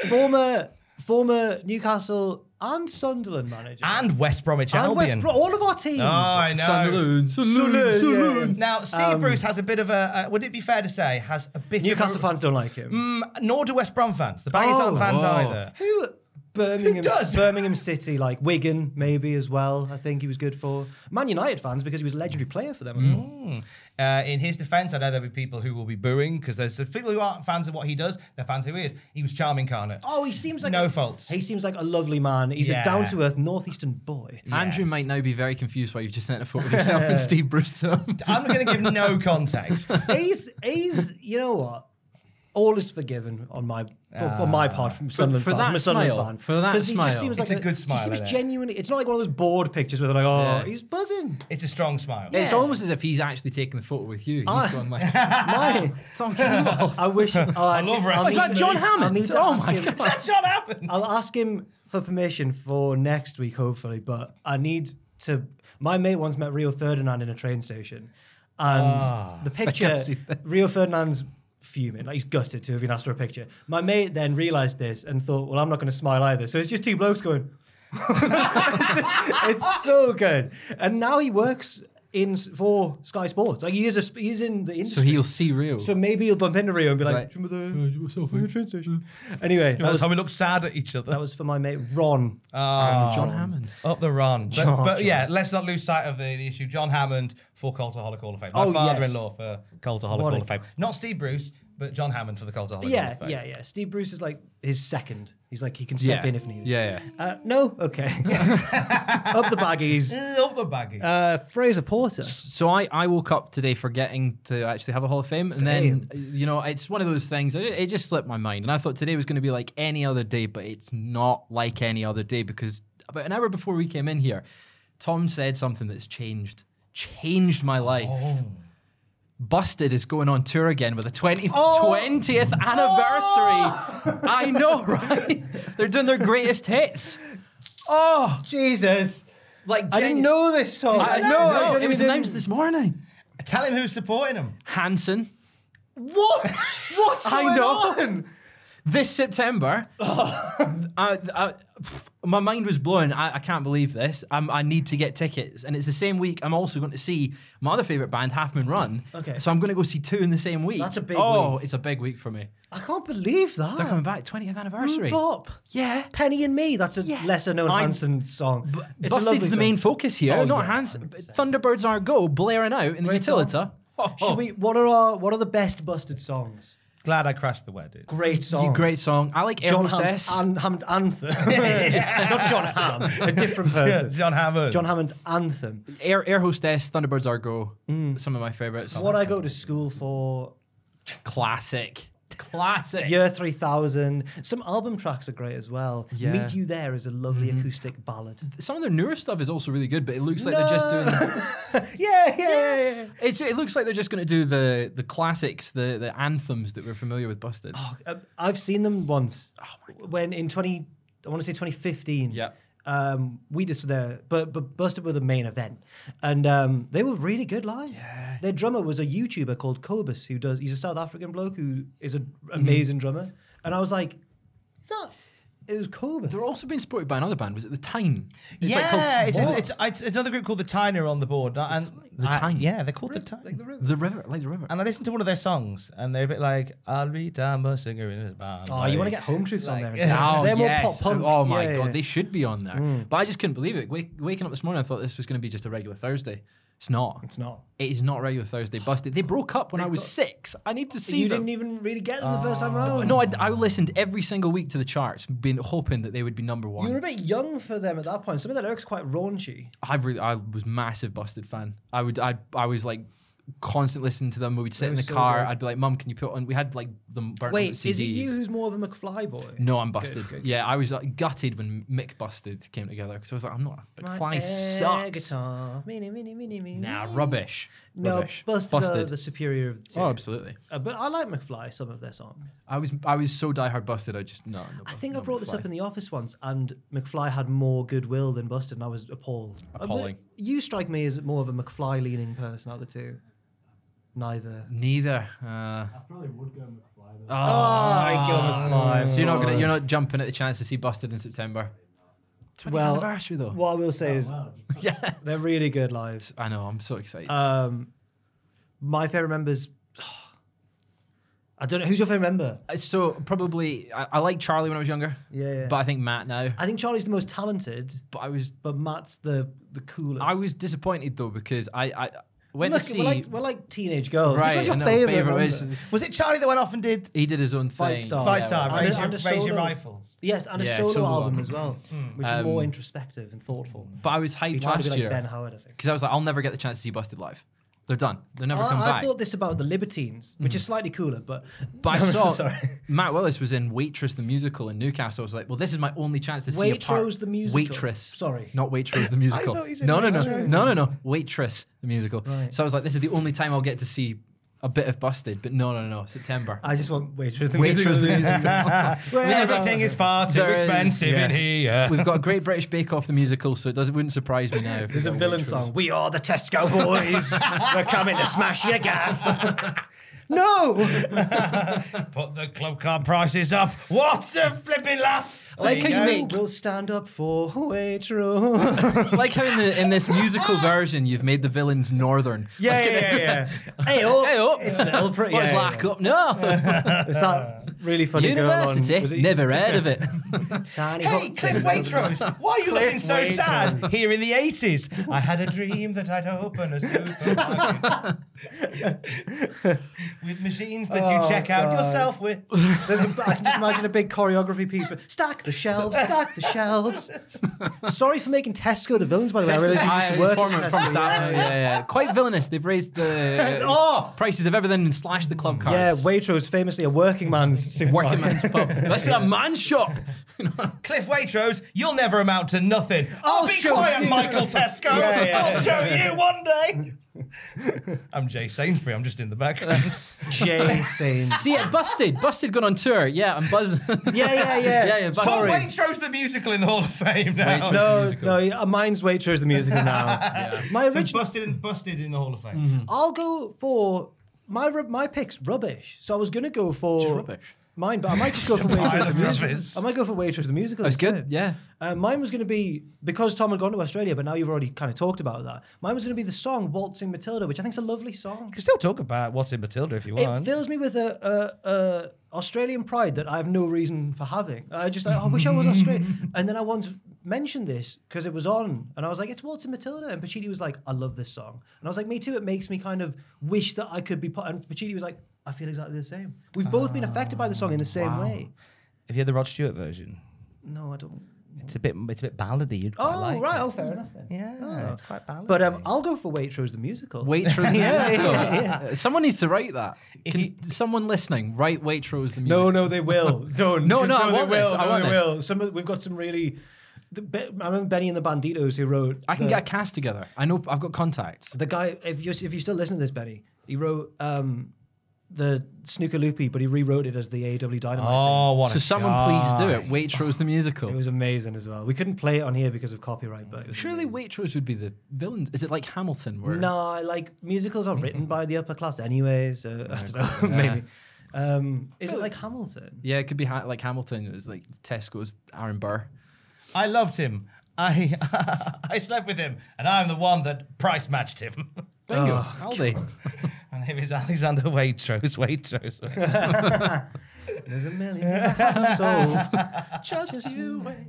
former, former Newcastle and Sunderland manager
and West Bromich
and West
Albion.
Brom. All of our teams.
oh, I know.
Sunderland.
Sunderland, Um,
Sunderland. Sunderland.
Now, Steve Bruce has a bit of a. Uh, would it be fair to say has a bit
Newcastle
of a,
fans don't like him.
Mm. nor do West Brom fans. The Bays aren't
Oh.
fans
Oh.
either.
Who? Birmingham,
does?
Birmingham City, like Wigan, maybe as well. I think he was good for Man United fans because he was a legendary player for them. I think.
Uh, in his defense, I know there'll be people who will be booing because there's there's people who aren't fans of what he does. They're fans of who he is. He was charming, Carnot.
Oh, he seems like
No
a,
faults.
He seems like a lovely man. He's
Yeah.
a down to earth northeastern boy.
Andrew
Yes.
might now be very confused why you've just sent a photo of yourself and Steve Brewster.
I'm going to give no context.
he's he's you know what. All is forgiven on my for, for my part from Sunderland
for
fan.
that
I'm a Sunderland
smile,
fan
for that
because he just
smile.
seems like
It's a good
he
smile,
seems
isn't it?
genuinely. It's not like one of those bored pictures where they're like, oh,
Yeah.
he's buzzing.
It's a strong smile.
It's almost as if he's actually taking the photo with you. He's
Ah.
going like,
My,
it's on camera.
I wish. oh, I
love
I'll
wrestling.
need
Is that
to-
John
I'll
Hammond?
need to
Oh
ask
my
him-
God.
That's what happened.
I'll ask him for permission for next week, hopefully. But I need to. My mate once met Rio Ferdinand in a train station, and the picture
Ah, see that.
Rio Ferdinand's fuming, like he's gutted to have been asked for a picture. My mate then realised this and thought, "Well, I'm not going to smile either." So it's just two blokes going. it's so good, and now he works in for Sky Sports. Like he is, a, sp- he's in the
so
industry.
he'll see real.
So maybe he'll bump into Rio and be like,
Right.
"Do you remember the, the train station?" Anyway, that was,
how we look sad at each other.
that was for my mate Ron.
John Hammond.
Up the run. But,
John-
but
John.
yeah, let's not lose sight of the, the issue. John Hammond for Cultaholic Hall of Fame. My
Oh, yes.
father-in-law for
What
Cultaholic
a-
Hall of Fame. Not Steve Bruce, but John Hammond for the Cultaholic Hall
Yeah,
of Fame.
yeah, yeah. Steve Bruce is like his second. He's like he can step in if needed.
Yeah, yeah.
Uh, no, okay. Up the baggies.
yeah. Up the baggy.
Uh, Fraser Porter.
So I, I woke up today forgetting to actually have a Hall of Fame, and then you know it's one of those things. It, it just slipped my mind, and I thought today was going to be like any other day, but it's not like any other day because about an hour before we came in here, Tom said something that's changed, changed my life.
Oh.
Busted is going on tour again with a 20,
Oh,
20th anniversary. I know, right? They're doing their greatest hits. Oh,
Jesus.
like
I didn't
genu-
know this song.
I
didn't
know.
I
it
didn't
was
even-
announced this morning.
Tell him who's supporting him.
Hanson.
What? What's
I
going I
know.
know. on?
this September, I, I, pff, my mind was blown. I, I can't believe this. I'm, I need to get tickets, and it's the same week. I'm also going to see my other favorite band, Half Moon Run.
Okay.
so I'm going to go see two in the same week.
That's a big
Oh, it's a big week for me.
I can't believe
They're
that.
coming back 20th anniversary.
Bop.
Yeah.
Penny and Me. That's a
Yeah.
lesser known
I'm-
Hanson song. It's a lovely
Busted's the
song.
main focus here,
Oh,
not
yeah,
Hanson. Thunderbirds are go blaring out in the
Great song.
utilita. Oh,
Should we? What are our? What are the best busted songs?
Glad I crashed the wedding.
Great song.
Great song. I like
John
Air
Hammond's
Hostess.
an, Hammond's anthem. Not John Ham, a different person.
John Hammond.
John Hammond's anthem.
Air, Air Hostess, Thunderbirds are go. Some of my favorites.
Mm. What I go to school for,
Classic. Classic.
Year 3000. Some album tracks are great as well.
Yeah.
Meet You There is a lovely acoustic ballad.
Some of their newer stuff is also really good, but it looks like they're just doing.
Yeah, yeah, yeah, yeah.
It's, it looks like they're just going to do the the classics, the the anthems that we're familiar with. Busted.
Um, I've seen them once. When in 20, I want to say 2015.
Yeah.
Um, we just were there, but but Busted were the main event, and um, they were really good live. Yeah. Their drummer was a YouTuber called Cobus, who does. He's a South African bloke who is an
Mm-hmm.
amazing drummer, and I was like, that it was Cobus.
They're also being supported by another band. Was it the Tyne? It's like called
yeah, it's, it's, it's, it's, it's another group called the Tyne are on the board. And
The
I-
Tyne?
yeah, they're called the Tyne.
the river, like the river.
And I listened to one of their songs, and they're a bit like, "I'll be damn a singer in his band."
Oh, you want to get Home Truths on there? and stuff.
Oh,
They're
yes.
more pop punk.
Oh
Yeah,
my
Hmm. yeah,
god,
yeah.
they should be on there. But I just couldn't believe it. Wake, waking up this morning, I thought this was going to be just a regular Thursday. It's not.
It's not.
It is not regular Thursday Busted. They broke up when I was six. I need to see Oh,
you
them.
didn't e- even really get them the first time around.
No, I, I listened every single week to the charts, been hoping that they would be number one.
you were a bit young for them at that point. Some of their lyrics are quite raunchy.
I really, I was massive Busted fan. I would, I, I was like constant listening to them. We would sit in the
so
car.
good.
I'd be like, "Mum, can you put on?" We had like them burnt
Wait,
out
is
CDs.
it you who's more of a McFly boy?
No, I'm busted.
good.
Yeah, I was like, gutted when Mick Busted came together because I was like, I'm not. McFly sucks.
Guitar. Mini, mini, mini, mini.
Nah, rubbish.
No,
rubbish.
Busted, are the superior of the two.
oh, absolutely.
Uh, but I like McFly, some of their songs.
I was I was so diehard busted. I just no. no
I think I brought this up in the office once, and McFly had more goodwill than Busted, and I was appalled. Uh, but
Appalling.
You strike me as more of a McFly leaning person out of the two. Neither.
Neither. Uh, Oh,
I
"Oh,
go McFly.
so you're not gonna you're not jumping at the chance to see Busted in September. 20th
Well,
anniversary though.
What I will say is,
Yeah.
they're really good lives.
I know. I'm so excited.
Um, my favorite members. I don't know who's your favorite member.
so probably I, I liked Charlie when I was younger.
Yeah, yeah.
But I think Matt now.
I think Charlie's the most talented,
But I was
but Matt's the the coolest.
I was disappointed though because I I went
Look,
to see
we're like we're like teenage girls.
Right,
Which
I
one's
know,
your favorite,
favourite
member?
is-
Was it Charlie that went off and did
he did his own
Fight
thing.
Star.
Five Star?
And
raise
a-
your,
and a
raise your
solo.
rifles.
Yes, and a
Yeah,
solo,
solo
album,
album.
as well, hmm, which is more introspective and thoughtful.
But I was hyped
He tried
last
to be like
year.
Ben Howard, I think.
because I was like, I'll never get the chance to see Busted live. They're done. They're never come
I, I
back. Hmm.
thought this about the Libertines, which is slightly cooler, but
but I saw
sorry.
Matt Willis was in Waitress the musical in Newcastle. I was like, well, this is my only chance to see a part.
Waitrose the musical.
Waitress.
Sorry.
not Waitrose the musical.
thought he said
no, no, no,
Waitrose.
no, no, no. Waitress the musical.
Right.
So I was like, this is the only time I'll get to see a bit of Busted. But no, no, no, September.
I just want Waitress. the musical.
Waitrose the musical.
Everything is far too
There is-
expensive in here.
We've got Great British Bake Off the musical, so it doesn't wouldn't surprise me now. if we
There's a
got
villain
Waitrose.
song. We are the Tesco boys. We're coming to smash your gaff. no.
Put the club card prices up. What's a flipping laugh?
I like how you
go.
make
We'll stand up for Waitrose.
like how in the in this musical version you've made the villains northern.
Yeah, yeah, yeah. hey, up.
Hey up.
It's little pretty.
What's
yeah,
lack up? No.
yeah. It's that really funny girl on. was
University.
it-
Never heard of it.
Tiny
Hey,
Hudson.
Cliff Waitrose, why are you looking so
Waitrose.
sad here in the 80s? I had a dream that I'd open a supermarket with machines that you
Oh,
check out
God.
yourself with.
There's a, I can just imagine a big choreography piece. with, Stack the shelves, stack the shelves. Sorry for making Tesco the villains, by the way. I realised you used to work
former-
at
former
Tesco.
staff, yeah, yeah, yeah. Quite villainous. They've raised the
Oh!
prices of everything and slashed the club
Yeah,
cards.
Waitrose, famously a working man's supermarket.
Working man's pub. That's a man's shop.
Cliff Waitrose, you'll never amount to nothing. I'll,
I'll
be
show
quiet,
you.
Michael Tesco.
Yeah, yeah,
I'll show you one day. I'm Jay Sainsbury. I'm just in the background.
Jay Sains.
See, yeah, busted. Busted going on tour. Yeah, I'm buzzing.
Yeah, yeah, yeah.
yeah, yeah. Busted.
Put Waitrose the musical in the Hall of Fame now.
Waitrose.
No,
Musical.
no, yeah, mine's Waitrose the musical now. My original,
Busted and busted in the Hall of Fame.
Mm.
I'll go for my ru- my pick's rubbish. So I was gonna go for
Just rubbish.
Mine, but I might just go for
a pile
Waitrose the
of
musical.
rubbish.
I might go for Waitrose the musical.
That's good.
instead.
Yeah.
Uh, mine was going to be because Tom had gone to Australia, but now you've already kind of talked about that. Mine was going to be the song "Waltzing Matilda," which I think is a lovely song.
You can still talk about what's in Matilda if you
It
want.
fills me with a, a, a Australian pride that I have no reason for having. I just like, "Oh, I wish I was Australian. and then I once mentioned this because it was on, and I was like, "It's Waltzing Matilda," and Pacini was like, "I love this song," and I was like, "Me too." It makes me kind of wish that I could be part. And Pacini was like, "I feel exactly the same. We've both been affected by the song in the same way."
If you had the Rod Stewart version,
No, I don't.
it's a bit it's a bit ballady. You'd
Oh
quite like
right,
it.
oh fair enough then.
Yeah,
Oh.
it's quite ballady.
But um, I'll go for Waitrose the musical.
Waitrose. the
Yeah,
musical.
yeah, yeah.
Uh, Someone needs to write that.
If
Can
you-
someone listening write Waitrose the musical?
No, no, they will. Don't.
No,
Just know
no, I
they
want
will.
this. I
know
want
they
this.
will. Some of, we've got some really. The, Be- I remember Benny and the Banditos who wrote.
I can
the,
get a cast together. I know I've got contacts.
the guy. If you if you still listen to this, Benny, he wrote um, the Snooker Loopy, but he rewrote it as the AW Dynamite.
oh, what
So
a
someone please do it. Waitrose the musical.
thing. It was amazing as well. We couldn't play it on here because of copyright, but it was
Surely Waitrose would be the villain. Is it like Hamilton? Where
No, like musicals are written by the upper class anyway, so I don't know. maybe. Um, is it like Hamilton?
Yeah, it could be ha- like Hamilton. It was like Tesco's Aaron Burr.
I loved him. I I slept with him, and I'm the one that price matched him.
Bingo. Aldi.
My name is Alexander Waitrose. Waitrose.
There's a million souls.
Just you wait.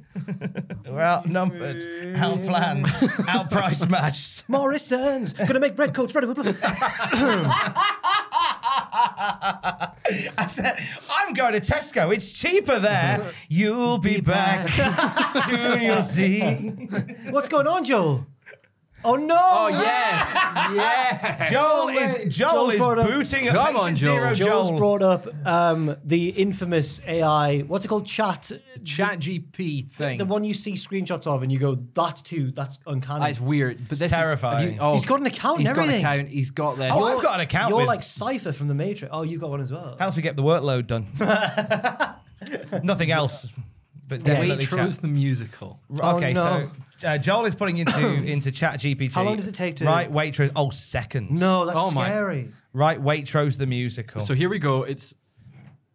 We're outnumbered, outplanned, outprice matched.
Morrison's gonna make red coats red. and blue.
I said, I'm going to Tesco. It's cheaper there. You'll be, back. Soon you'll see.
What's going on, Joel? Oh no!
Oh yes, yeah.
Joel is Joel
Joel's brought
is
up-
booting up.
Come
Patient
on, Joel.
Zero
Joel's
Joel.
brought up um, the infamous AI. What's it called? Chat.
Chat GP thing.
The one you see screenshots of, and you go, "That's too. That's uncanny."
That's weird. But this is- have
terrifying.
you- oh,
He's got an account and
He's got an
everything.
account. He's got this.
Oh, I've got an account.
You're
with-
like Cipher from the Matrix. Oh, you got one as well.
How else we get the workload done? Nothing else, but definitely
Waitrose
chat.
the musical.
Oh,
Okay,
no.
so uh, Joel is putting into into Chat GPT.
How long does it take to-
right Waitrose? Oh, seconds.
no, that's
Oh, my.
scary.
right Waitrose the musical.
So here we go. It's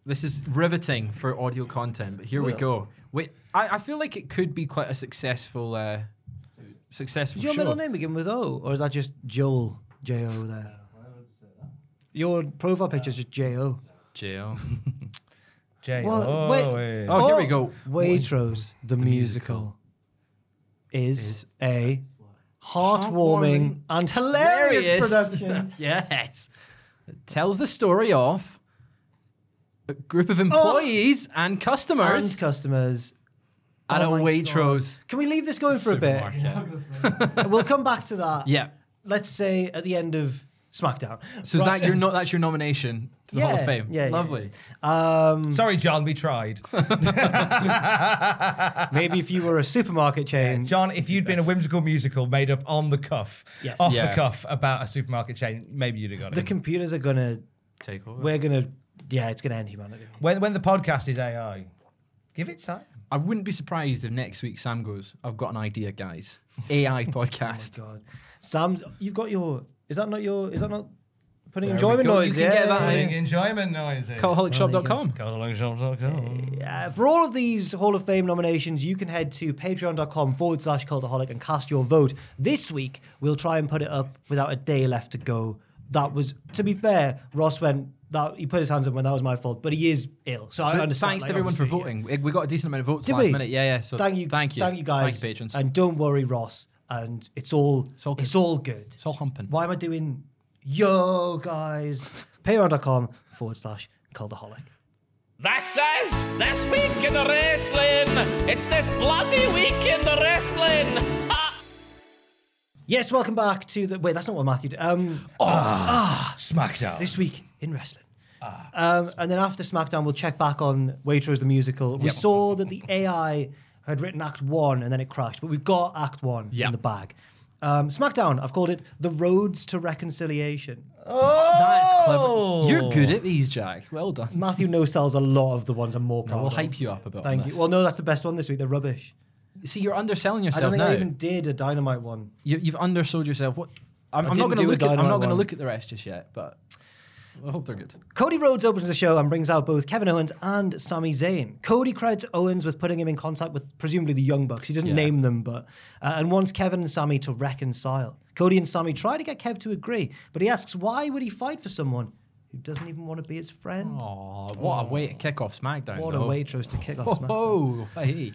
this is riveting for audio content, but here we go. Wait, I, I feel like it could be quite a successful, uh, successful
Did your
show.
middle name begin with O, or is that just Joel J O there? Your profile picture is just J O.
Jail.
J-
Well,
oh,
wait.
Oh, here we go.
Waitrose the, musical, is, a heartwarming
Heartwarming
and hilarious,
Hilarious.
production.
yes. It tells the story of a group of employees and customers
Oh. and customers.
at
Oh
a
my
Waitrose
God. Can we leave this going for a bit?
supermarket.
We'll come back to that.
Yeah.
Let's say at the end of SmackDown.
So is that your no, that's your nomination to the Hall
Yeah,
of Fame?
yeah, yeah,
Lovely.
Um,
Sorry, John, we tried.
maybe if you were a supermarket chain,
John, if you'd been a whimsical musical made up on the cuff,
Yes.
off
Yeah.
the cuff about a supermarket chain, maybe you'd have got
the
it.
computers are gonna.
Take over.
We're gonna. Yeah, it's gonna end humanity.
when, when the podcast is AI, give it time.
I wouldn't be surprised if next week Sam goes, I've got an idea, guys. AI podcast.
Oh God, Sam, you've got your. Is that not your? Is that not putting
There we
enjoyment
go. You
noise?
can get that
Yeah.
in.
Big enjoyment noises.
Cultaholicshow.com.
Cultaholicshow.com.
Uh, for all of these Hall of Fame nominations, you can head to patreon.com forward slash cultaholic and cast your vote. This week, we'll try and put it up without a day left to go. That was, to be fair, Ross went, that he put his hands up when that was my fault, but he is ill. So I
But
understand.
Thanks
like,
to everyone for
obviously,
voting. We- We got a decent amount of votes
Did
last
we?
minute. Yeah, yeah. So
Thank you.
Thank you.
Thank you guys.
Thank you, patrons.
And don't worry, Ross. And it's all it's all
all
good.
good.
It's all, good.
it's all humping.
Why am I doing yo guys? Patreon.com forward slash cultaholic.
That's us. This week in the wrestling. It's this bloody week in the wrestling. Ah.
Yes, welcome back to the wait, that's not what Matthew did. Um
Smackdown.
this week in wrestling.
Ah.
Um, and then after SmackDown, we'll check back on Waitrose the musical. We saw that the AI had written Act One and then it crashed, but we've got Act One in
Yep.
the bag. Um, SmackDown, I've called it the roads to reconciliation.
That's clever. You're good at these, Jack. Well done.
Matthew no sells a lot of the ones I'm more proud
We'll
of.
hype you up a bit.
Thank
on
you.
this.
Well, no, that's the best one this week. They're rubbish.
See, you're underselling
I don't
yourself
think
now.
I even did a dynamite one.
you, you've undersold yourself. What? I'm, I'm
didn't
not
do a
going to look. At, I'm
dynamite
not going to
one.
look at the rest just yet, but I hope they're good.
Cody Rhodes opens the show and brings out both Kevin Owens and Sami Zayn. Cody credits Owens with putting him in contact with presumably the Young Bucks. He doesn't
Yeah.
name them, but uh, and wants Kevin and Sami to reconcile. Cody and Sami try to get Kev to agree, but he asks why would he fight for someone who doesn't even want to be his friend?
Oh, what a way to kick off SmackDown.
what
though.
a waitress to kick off! SmackDown.
Oh, hey.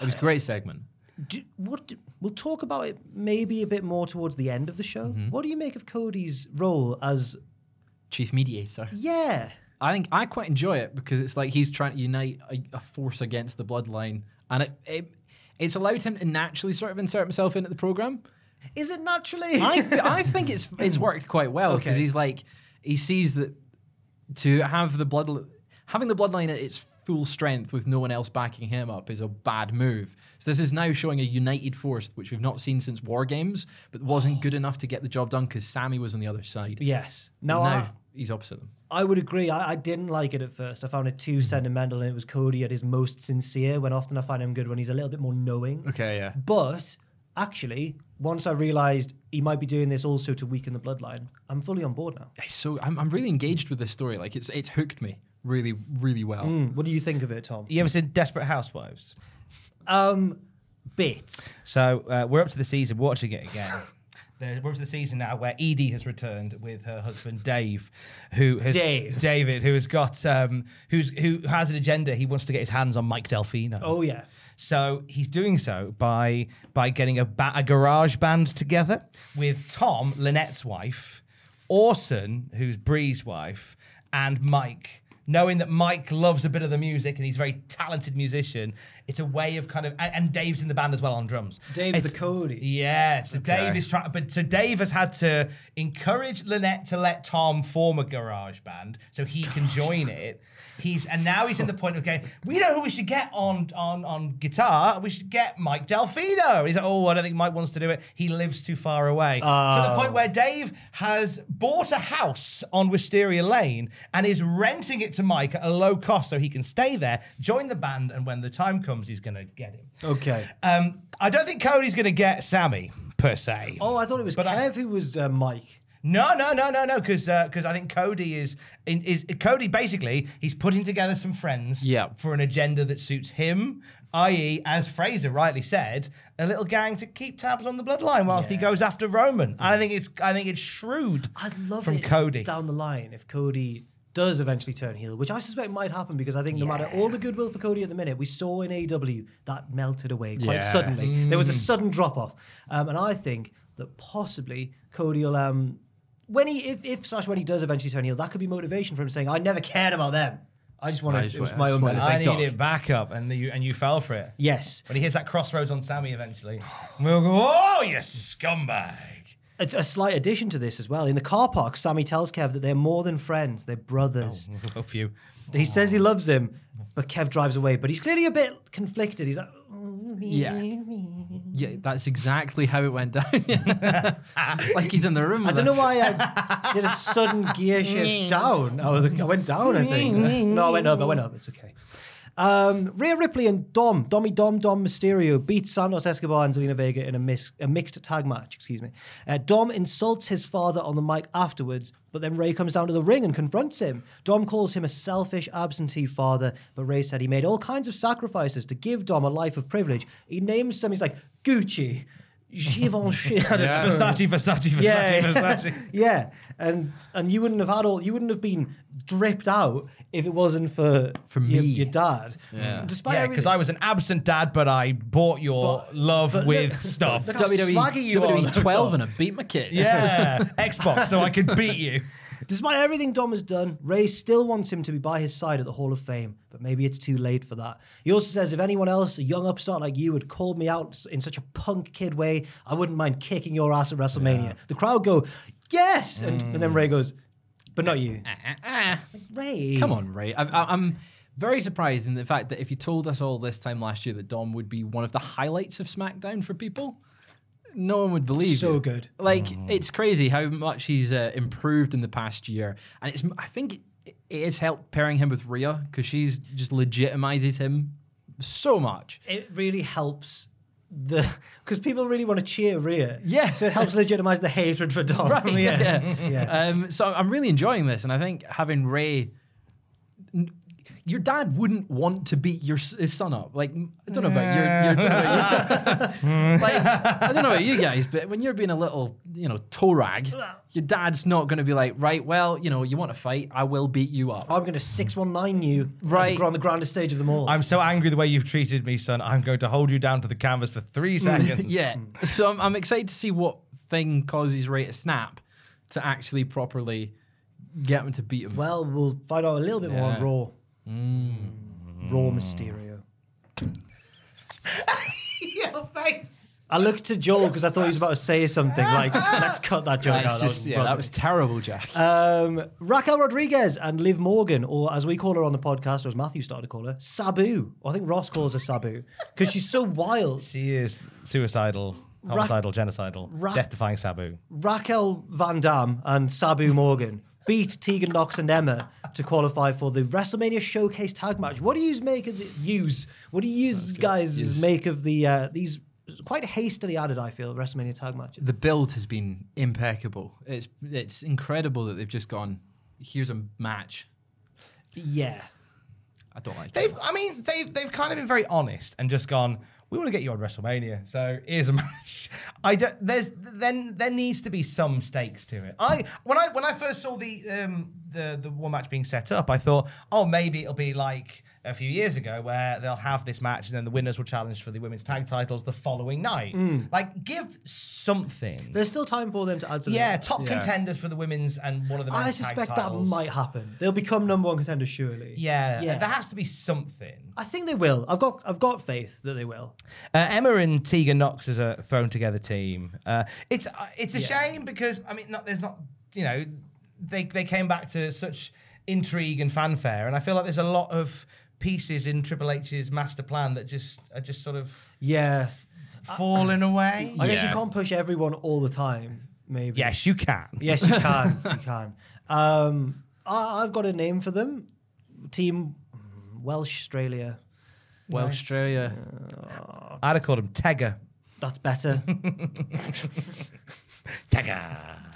It was a great segment.
Do, what do- we'll talk about it maybe a bit more towards the end of the show.
Mm-hmm.
What do you make of Cody's role as
Chief mediator.
yeah?
I think I quite enjoy it because it's like he's trying to unite a, a force against the bloodline, and it, it it's allowed him to naturally sort of insert himself into the program.
Is it naturally?
I, th- I think it's it's worked quite well because
Okay.
he's like he sees that to have the blood having the bloodline at its full strength with no one else backing him up is a bad move. So this is now showing a united force which we've not seen since War Games, but wasn't good enough to get the job done because Sammy was on the other side.
yes.
now
Now, I,
he's opposite them.
I would agree. I, I didn't like it at first. I found it too sentimental, and it was Cody at his most sincere. When often I find him good when he's a little bit more knowing.
Okay, yeah.
But actually, once I realised he might be doing this also to weaken the bloodline, I'm fully on board now.
It's so I'm, I'm really engaged with this story. Like it's it's hooked me really really well.
Hmm, What do you think of it, Tom?
You ever seen Desperate Housewives?
Um, bits.
So uh, we're up to the season, we're watching it again. There- We're up to the season now where Edie has returned with her husband Dave, who has
Dave.
David, who has got um, who's who has an agenda. He wants to get his hands on Mike Delfino.
Oh yeah.
So he's doing so by by getting a, ba- a garage band together with Tom, Lynette's wife, Orson, who's Bree's wife, and Mike. Knowing that Mike loves a bit of the music and he's a very talented musician, it's a way of kind of and, and Dave's in the band as well on drums.
Dave's
It's-
the Cody.
yeah, so Dave is trying, but so Dave has had to encourage Lynette to let Tom form a garage band so he can join it. He's and now he's in the point of going. We know who we should get on on on guitar. We should get Mike Delfino. And he's like, oh, I don't think Mike wants to do it. He lives too far away. To the point where Dave has bought a house on Wisteria Lane and is renting it to Mike at a low cost so he can stay there, join the band, and when the time comes, he's going to get him.
Okay.
Um, I don't think Cody's going to get Sammy per se.
Oh, I thought it was
But I-
Kev who was uh, Mike.
No, no, no, no, no, because because I think Cody is in, is Cody basically he's putting together some friends
Yeah.
for an agenda that suits him, i.e., as Fraser rightly said, a little gang to keep tabs on the bloodline whilst he goes after Roman. And I think it's I think it's shrewd
I'd love
from
it
Cody.
down the line if Cody does eventually turn heel, which I suspect might happen because I think no matter all the goodwill for Cody at the minute, we saw in AEW that melted away quite
Yeah. Hmm.
suddenly. There was a sudden drop off, um, and I think that possibly Cody will. Um, when he, if, if slash when he does eventually turn heel, that could be motivation for him saying, "I never cared about them. I just
I
wanted
just
it was
wa- I
my
just
own
wanted
benefit."
I
Big dog.
needed backup, and you and you fell for it.
Yes,
When he hits that crossroads on Sammy eventually, we'll go, oh, you scumbag.
It's a slight addition to this as well. In the car park, Sammy tells Kev that they're more than friends; they're brothers.
A few.
He says he loves him, but Kev drives away. But he's clearly a bit conflicted. He's like,
Yeah. Yeah, that's exactly how it went down. like he's in the room.
I don't know why I did a sudden gear shift down. I, was- I went down, I think. no, I went up. I went up. It's okay. Um, Rhea Ripley and Dom, Dommy Dom Dom Mysterio beat Santos Escobar and Zelina Vega in a, mis- a mixed tag match. Excuse me. Uh, Dom insults his father on the mic afterwards, but then Ray comes down to the ring and confronts him. Dom calls him a selfish, absentee father, but Ray said he made all kinds of sacrifices to give Dom a life of privilege. He names some. He's like Gucci, Givenchy. I don't know.
Versace, Versace, Versace,
Yeah.
Versace.
Yeah, and and you wouldn't have had all you wouldn't have been dripped out if it wasn't for
For
your,
me.
your dad.
Yeah.
Despite
yeah, because I was an absent dad, but I bought your
But-
love
but
with
look-
stuff.
look how
WWE,
swaggy you are,
WWE
though,
12
Dom.
E and I beat my kid.
yeah, Xbox, so I could beat you.
Despite everything Dom has done, Ray still wants him to be by his side at the Hall of Fame, but maybe it's too late for that. He also says if anyone else, a young upstart like you, had called me out in such a punk kid way, I wouldn't mind kicking your ass at WrestleMania. The crowd go, yes! And,
Mm.
and then Ray goes, but not you. Ray.
Come on, Ray. I, I, I'm very surprised in the fact that if you told us all this time last year that Dom would be one of the highlights of SmackDown for people, no one would believe.
So
you.
good.
Like it's crazy how much he's uh, improved in the past year, and it's I think it, it has helped pairing him with Rhea because she's just legitimizes him so much.
it really helps the because people really want to cheer Rhea.
Yeah.
So it helps legitimize the hatred for Dom.
yeah. Um, so I'm really enjoying this, and I think having Ray. n- Your dad wouldn't want to beat your s- his son up. Like I don't know about your, your, don't know about you. like I don't know about you guys, but when you're being a little, you know, toe rag, your dad's not going to be like, right, well, you know, you want to fight, I will beat you up.
I'm gonna six one nine you
Right.
right on the grandest stage of them all.
I'm so angry the way you've treated me, son. I'm going to hold you down to the canvas for
Mm.
three seconds.
Yeah. So I'm, I'm excited to see what thing causes Ray to snap to actually properly get him to beat him.
well, we'll find out a little bit more on Raw.
Mm.
Raw Mysterio.
Your face.
I looked to Joel because I thought he was about to say something like, "Let's cut that joke
That's
out."
just- yeah, oh that
rubbish.
was terrible, Jack.
Um, Raquel Rodriguez and Liv Morgan, or as we call her on the podcast, or as Matthew started to call her, Sabu. Or I think Ross calls her Sabu because she's so wild.
She is suicidal, homicidal, genocidal,
Ra-
death-defying Sabu.
Raquel Van Dam and Sabu Morgan beat Tegan Knox and Emma to qualify for the WrestleMania Showcase Tag Match. What do you make of the use? What do you guys make of the uh, these quite hastily added? I feel WrestleMania Tag Match.
the build has been impeccable. It's it's incredible that they've just gone. Here's a match.
Yeah,
I don't like
They've,
it.
I mean, they've they've kind of been very honest and just gone. We want to get you on WrestleMania, so here's a match. I don't. There's then there needs to be some stakes to it. I when I when I first saw the um the the one match being set up, I thought, oh, maybe it'll be like a few years ago where they'll have this match and then the winners will challenge for the women's tag titles the following night. Like, give something.
Hmm. There's still time for them to add something.
yeah, top contenders for the women's and one of the men's
I
tag
suspect that
titles.
might happen. They'll become number one contenders surely.
Yeah,
Yeah.
there has to be something.
I think they will. I've got I've got faith that they will.
Uh, Emma and Tegan Knox as a thrown together team. Uh, it's uh, it's a shame because I mean, not, there's not you know they they came back to such intrigue and fanfare, and I feel like there's a lot of pieces in Triple H's master plan that just are just sort of
Yeah.
falling away.
Uh, I guess you can't push everyone all the time, maybe.
Yes, you can.
Yes, you can. you can. Um, I, I've got a name for them. Team Welsh Australia.
Well, Australia.
I'd have called him Tega.
That's better.
Tega.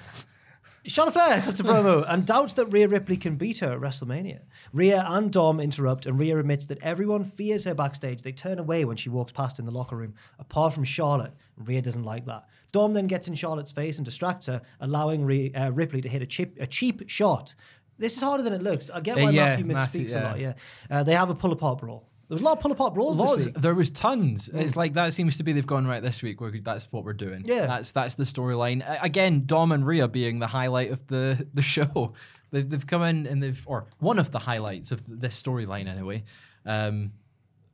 Charlotte Flair cuts a promo and doubts that Rhea Ripley can beat her at WrestleMania. Rhea and Dom interrupt, and Rhea admits that everyone fears her backstage. They turn away when she walks past in the locker room, apart from Charlotte. Rhea doesn't like that. Dom then gets in Charlotte's face and distracts her, allowing Rhea, uh, Ripley to hit a, chip, a cheap shot. This is harder than it looks. I get
Uh,
why
yeah,
Matthew
Matthew,
misspeaks
yeah.
a lot. Yeah, uh, they have a pull apart brawl. There was a lot of pull apart brawls
Lots.
this week.
There was tons. It's like that seems to be they've gone right this week. Where that's what we're doing.
Yeah.
that's that's the storyline. A- Again, Dom and Rhea being the highlight of the the show. They've, they've come in and they've or one of the highlights of this storyline anyway. Um,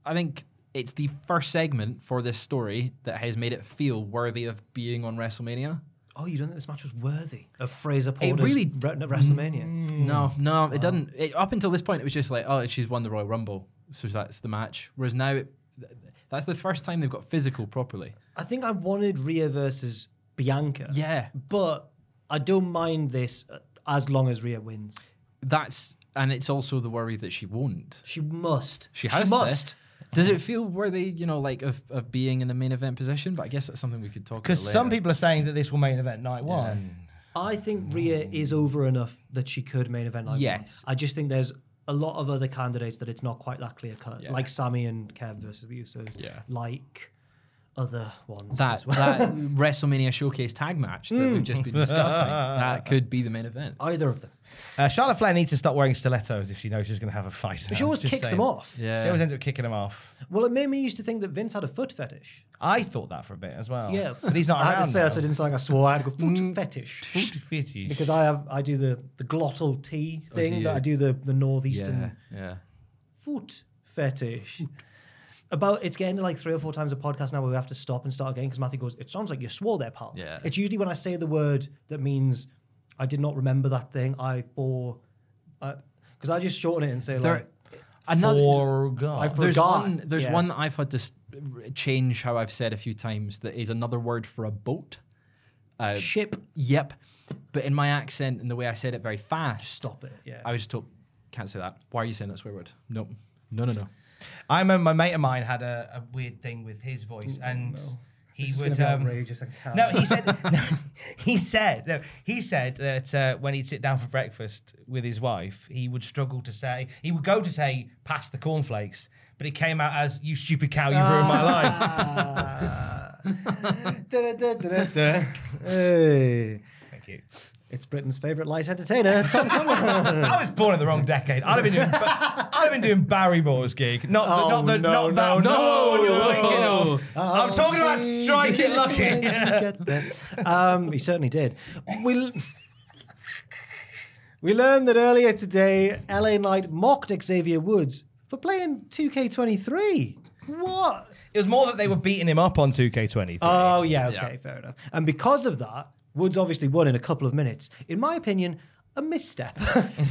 I think it's the first segment for this story that has made it feel worthy of being on WrestleMania.
Oh, you don't think this match was worthy of Fraser Porter's
really- Mm.
re- WrestleMania?
No, no, it doesn't. It, up until this point, it was just like, oh, she's won the Royal Rumble, so that's the match. Whereas now, it, th- that's the first time they've got physical properly.
I think I wanted Rhea versus Bianca.
Yeah.
But I don't mind this uh, as long as Rhea wins.
That's and it's also the worry that she won't.
She must.
She has to.
must.
Does it feel worthy, you know, like of, of being in the main event position? But I guess that's something we could talk about.
Because some
later.
people are saying that this will main event night one.
I think Rhea is over enough that she could main event like
Yes.
I just think there's a lot of other candidates that it's not quite that clear cut,
Yeah.
like Sammy and Kev versus the Usos.
Yeah.
Like other ones.
that
as well.
that WrestleMania showcase tag match that we've just been discussing that could be the main event.
Either of them.
Uh, Charlotte Flair needs to stop wearing stilettos if she knows she's going to have a fight.
But she always
Just
kicks them
saying.
off.
She
Yeah.
always ends up kicking them off.
Well, it made me used to think that Vince had a foot fetish.
I thought that for a bit as
Oh.
well.
Yes.
But he's not
I
around.
had to say that
now.
so it didn't sound like I swore. I had to go foot
Mm.
fetish.
Food fetish.
because I have I do the the glottal T thing
Oh, do
that
you?
I do the the northeastern
yeah, yeah.
foot fetish. About it's getting to like three or four times a podcast now where we have to stop and start again because Matthew goes, "It sounds like you swore there, pal."
Yeah.
It's usually when I say the word that means I did not remember that thing. I for because I just shorten it and say like I
Forgot.
There's
forgot.
one. There's
Yeah.
one that I've had to s- r- change how I've said a few times. That is another word for a boat.
ship.
Yep, but in my accent and the way I said it very fast.
Stop it. Yeah.
I was just told, can't say that. Why are you saying that swear word? No, no, no, no.
I remember my mate of mine had a, a weird thing with his voice, and he
This is
would.
gonna be
um,
outrageous, I can't.
No, he said. no, he said. No, he said that uh, when he'd sit down for breakfast with his wife, he would struggle to say. He would go to say, "Pass the cornflakes," but it came out as "You stupid cow, you've ruined my
Ah.
life."
Da-da-da-da-da. hey.
Thank you.
It's Britain's favourite light entertainer, Tom Cameron.
I was born in the wrong decade. I'd have been doing, I'd have been doing Barrymore's gig. Not, the,
Oh,
not, the,
no,
not that.
no,
no, one you're
no.
thinking of. I'm talking about Strike It Lucky.
Get that. um, he certainly did. We, l- we learned that earlier today, LA Knight mocked Xavier Woods for playing 2K23. What?
it was more that they were beating him up on 2K20.
Oh, yeah, okay, fair enough. And because of that, Woods obviously won in a couple of minutes. In my opinion, a misstep.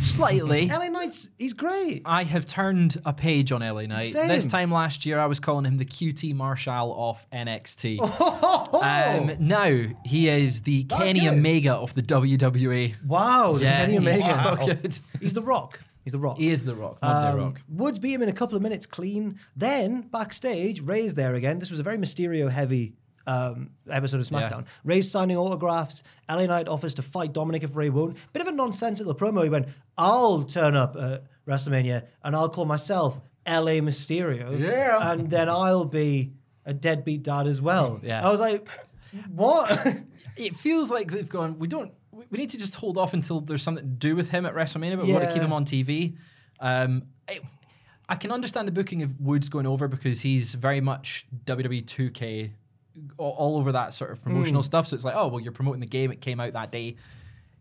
Slightly.
LA Knight's, he's great.
I have turned a page on LA Knight.
Same.
This time last year, I was calling him the QT Marshall off NXT. Um, now he is the Kenny
Oh. good.
Omega of the WWE.
Wow, the Kenny
he's
Omega.
so good.
He's the rock. He's the rock.
He is the Rock, not
Um,
the Rock.
Woods beat him in a couple of minutes clean. Then backstage, Ray's there again. This was a very Mysterio heavy um, episode of SmackDown. Ray's signing autographs. LA Knight offers to fight Dominic if Ray won't. Bit of a nonsensical promo. He went, I'll turn up at WrestleMania and I'll call myself LA Mysterio.
Yeah.
And then I'll be a deadbeat dad as well.
Yeah.
I was like, what?
It feels like they've gone. We don't. We, we need to just hold off until there's something to do with him at WrestleMania, but we want to keep
Yeah.
him on TV. Um, I, I can understand the booking of Woods going over because he's very much E WWE 2K all, all over that sort of
Hmm.
promotional stuff. So it's like, oh, well, you're promoting the game. It came out that day.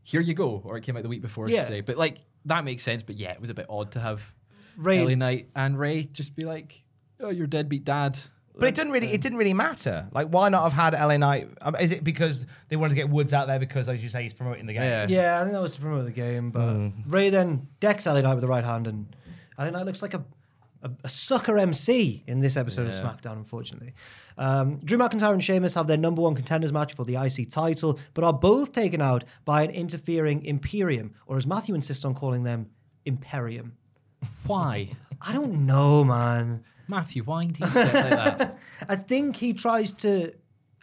Here you go. Or it came out the week before,
Yeah.
say. But like, that makes sense. But yeah, it was a bit odd to have
Ray-
Ellie Knight and Ray just be like, oh, you're deadbeat dad.
But it didn't really. It didn't really matter. Like, why not have had LA Knight? Um, is it because they wanted to get Woods out there because, as you say, he's promoting the game?
Yeah.
Yeah, I think that was to promote the game. But Ray then decks Ali Knight with the right hand, and Ali Knight looks like a, a, a sucker MC in this episode of SmackDown, unfortunately. Um, Drew McIntyre and Sheamus have their number one contenders match for the IC title, but are both taken out by an interfering Imperium, or as Matthew insists on calling them, Imperium.
Why?
I don't know, man.
Matthew, why do you say it like that?
I think he tries to.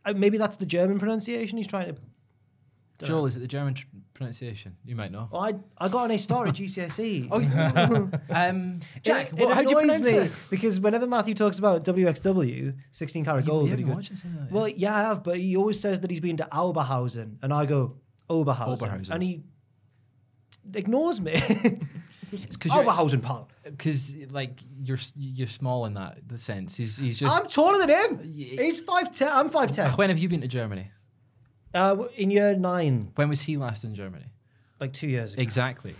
uh, Maybe that's the German pronunciation. He's trying to.
Joel, is it the German tr- pronunciation? You might know.
Oh, I, I got an A star at GCSE.
Oh, um, Jack,
It-
what,
it
how do you
annoys
pronounce
me
it?
Because whenever Matthew talks about WXW, 16 karat gold,
you
and he
haven't
goes,
watched it, have you?
well, yeah, I have, but he always says that he's been to Oberhausen, and I go Oberhausen,
Oberhausen.
and he ignores me.
It's
Oberhausen, pal.
because like you're s- you're small in that the sense. He's he's just.
I'm taller than him. He's five ten. I'm five ten.
when have you been to Germany?
Uh, in year nine,
When was he last in Germany?
like two years ago,
Exactly.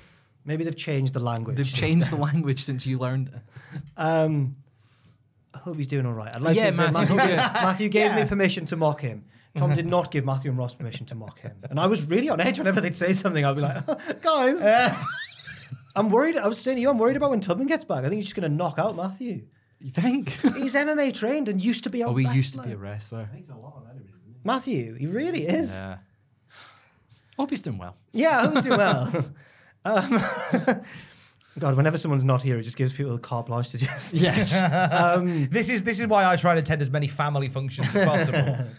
maybe they've changed the language.
They've changed the language since you learned. it.
Um, I hope he's doing all right. I'd like to
Yeah,
say
Matthew,
Matthew,
yeah.
Matthew gave me permission to mock him. Tom did not give Matthew and Ross permission to mock him. And I was really on edge whenever they'd say something. I'd be like, guys, I'm worried. I was saying to you, I'm worried about when Tubman gets back. I think he's just going to knock out Matthew.
You think?
He's MMA trained and used to be out
oh, he
back,
used to be a
like-
wrestler.
Matthew, he really is.
Yeah. Hope he's doing well.
Yeah, I hope he's doing well. um, God, whenever someone's not here, it just gives people carte blanche to just um,
Yeah.
This is this is why I try to attend as many family functions as possible.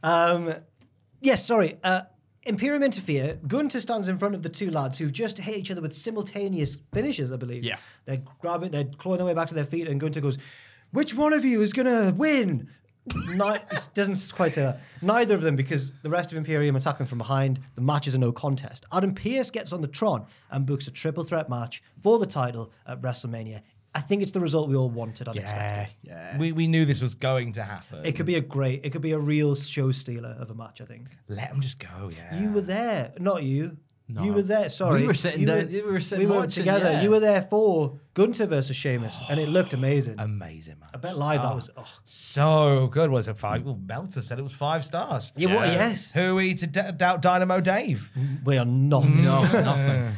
Um, yes, sorry. Uh, Imperium interfere. Gunter stands in front of the two lads who've just hit each other with simultaneous finishes, I believe.
Yeah.
They're grabbing, they're clawing their way back to their feet, and Gunter goes, Which one of you is going to win? Ni- it doesn't quite say that. Neither of them, because the rest of Imperium attack them from behind. The match is a no contest. Adam Pierce gets on the Tron and books a triple threat match for the title at WrestleMania. I think it's the result we all wanted, unexpected.
we, we knew this was going to happen.
It could be a great, it could be a real show stealer of a match, I think.
Let them just go. Yeah.
You were there. Not you.
No.
You were there. Sorry.
We were sitting
You
down- we were sitting
we were
watching,
together.
yeah.
You were there for Gunter versus Sheamus, and it looked amazing.
amazing, man.
I bet live
Ah.
that was. Oh.
So good. Was it five? Well, Meltzer said it was five stars.
Yeah, what- yes.
Who we to d- doubt Dynamo Dave?
We are not.
no, nothing.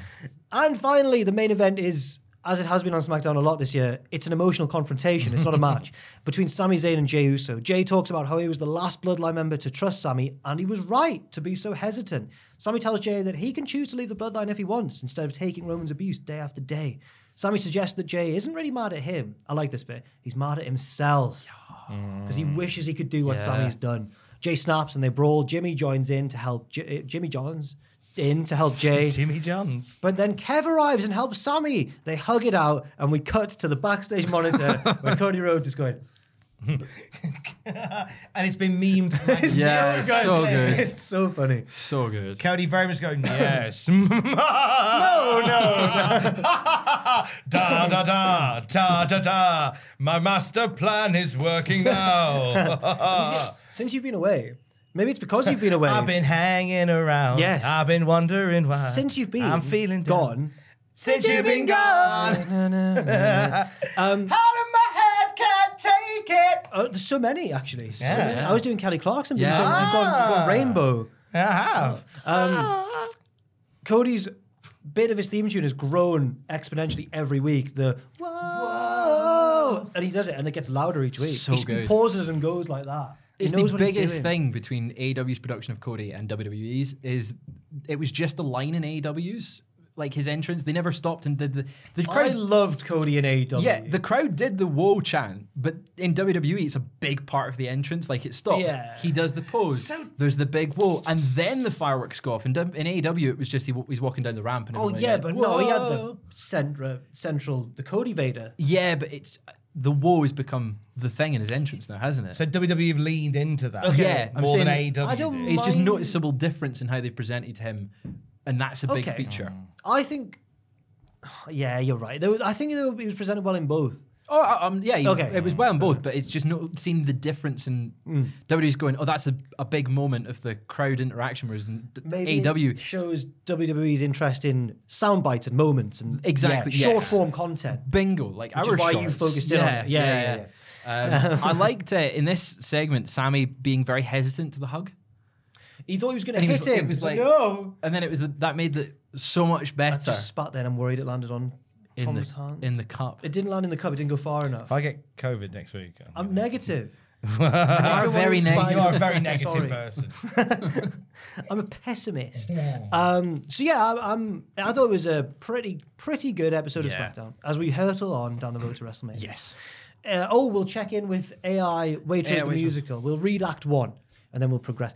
And finally, the main event is, as it has been on SmackDown a lot this year, it's an emotional confrontation. It's not a match between Sami Zayn and Jey Uso. Jey talks about how he was the last Bloodline member to trust Sami, and he was right to be so hesitant. Sami tells Jey that he can choose to leave the Bloodline if he wants, instead of taking Roman's abuse day after day. Sammy suggests that Jay isn't really mad at him. I like this bit. He's mad at himself because he wishes he could do what Sammy's done. Jay snaps and they brawl. Jimmy joins in to help. J- uh, Jimmy Johns in to help Jay.
Jimmy Johns.
But then Kev arrives and helps Sammy. They hug it out, and we cut to the backstage monitor where Cody Rhodes is going,
and it's been memed.
Yeah, it's so good.
It's so funny.
So good.
Cody very much going, yes. no, no, no. da, da, da, da, da, da. My master plan is working now.
Since you've been away, maybe it's because you've been away.
I've been hanging around.
Yes.
I've been wondering why.
uh,
since you've been
I'm feeling down.
gone.
Since you've been gone. Out of my head, can't take it.
Uh, there's so many actually. So
Yeah.
many. I was doing Kelly Clarkson. but
Yeah.
You've, got, you've got- you've got Rainbow.
I have. Um,
Cody's bit of his theme tune has grown exponentially every week. The whoa, and he does it, and it gets louder each week.
So
he
good.
pauses and goes like that. He
It's the
knows what he's
biggest
doing.
thing between AEW's production of Cody and WWE's is it was just a line in AEW's like his entrance. They never stopped and did the the
I
crowd.
loved Cody in E AEW.
yeah, the crowd did the whoa chant, but in WWE it's a big part of the entrance. Like it stops.
Yeah.
He does the pose. There's the big whoa, and then the fireworks go off. In, W- in AEW it was just he, w- he's walking down the ramp and
Oh
everyone
yeah,
went,
but no, he had the
"Whoa."
centra, central, the Cody Vader.
yeah, but it's the whoa has become the thing in his entrance now, hasn't it?
So WWE have leaned into that.
Okay. Yeah, I'm
more than
saying-
AEW.
I don't
E do.
It's just
Mine-
noticeable difference in how they presented him and that's a big
Okay.
feature.
I think, yeah, you're right. There was, I think it was presented well in both.
Oh, I- um, yeah, you-
Okay. Mm.
it was well in both, but it's just not seeing the difference in WWE's going. Oh, that's a, a big moment of the crowd interaction, whereas in d-
Maybe
AW,
it shows WWE's interest in sound bites and moments and
Exactly,
yeah, short
yes.
form content.
bingo, like
Which
our
is why you
shorts.
focused in on it. Yeah, yeah, yeah.
Um, I liked uh, in this segment Sammy being very hesitant to the hug,
He thought he was going to
And he
hit
was-
him.
it was like-
no.
and then it was the, that made it so much
I
better
just spat then. I'm worried it landed on
in
Thomas
the
Hunt.
in the cup.
it didn't land in the cup. It didn't go far enough.
If I get COVID next week, I'm
I'm negative.
You
I
are
don't want
very
to inspire
negative.
you are a very negative
Sorry.
person.
I'm a pessimist. Um, so yeah, I, I'm. I thought it was a pretty, pretty good episode
Yeah.
of SmackDown as we hurtle on down the road to WrestleMania.
Yes.
Uh, oh, we'll check in with AI Waitress
AI
the
Waitrose.
musical. We'll read Act One, and then we'll progress.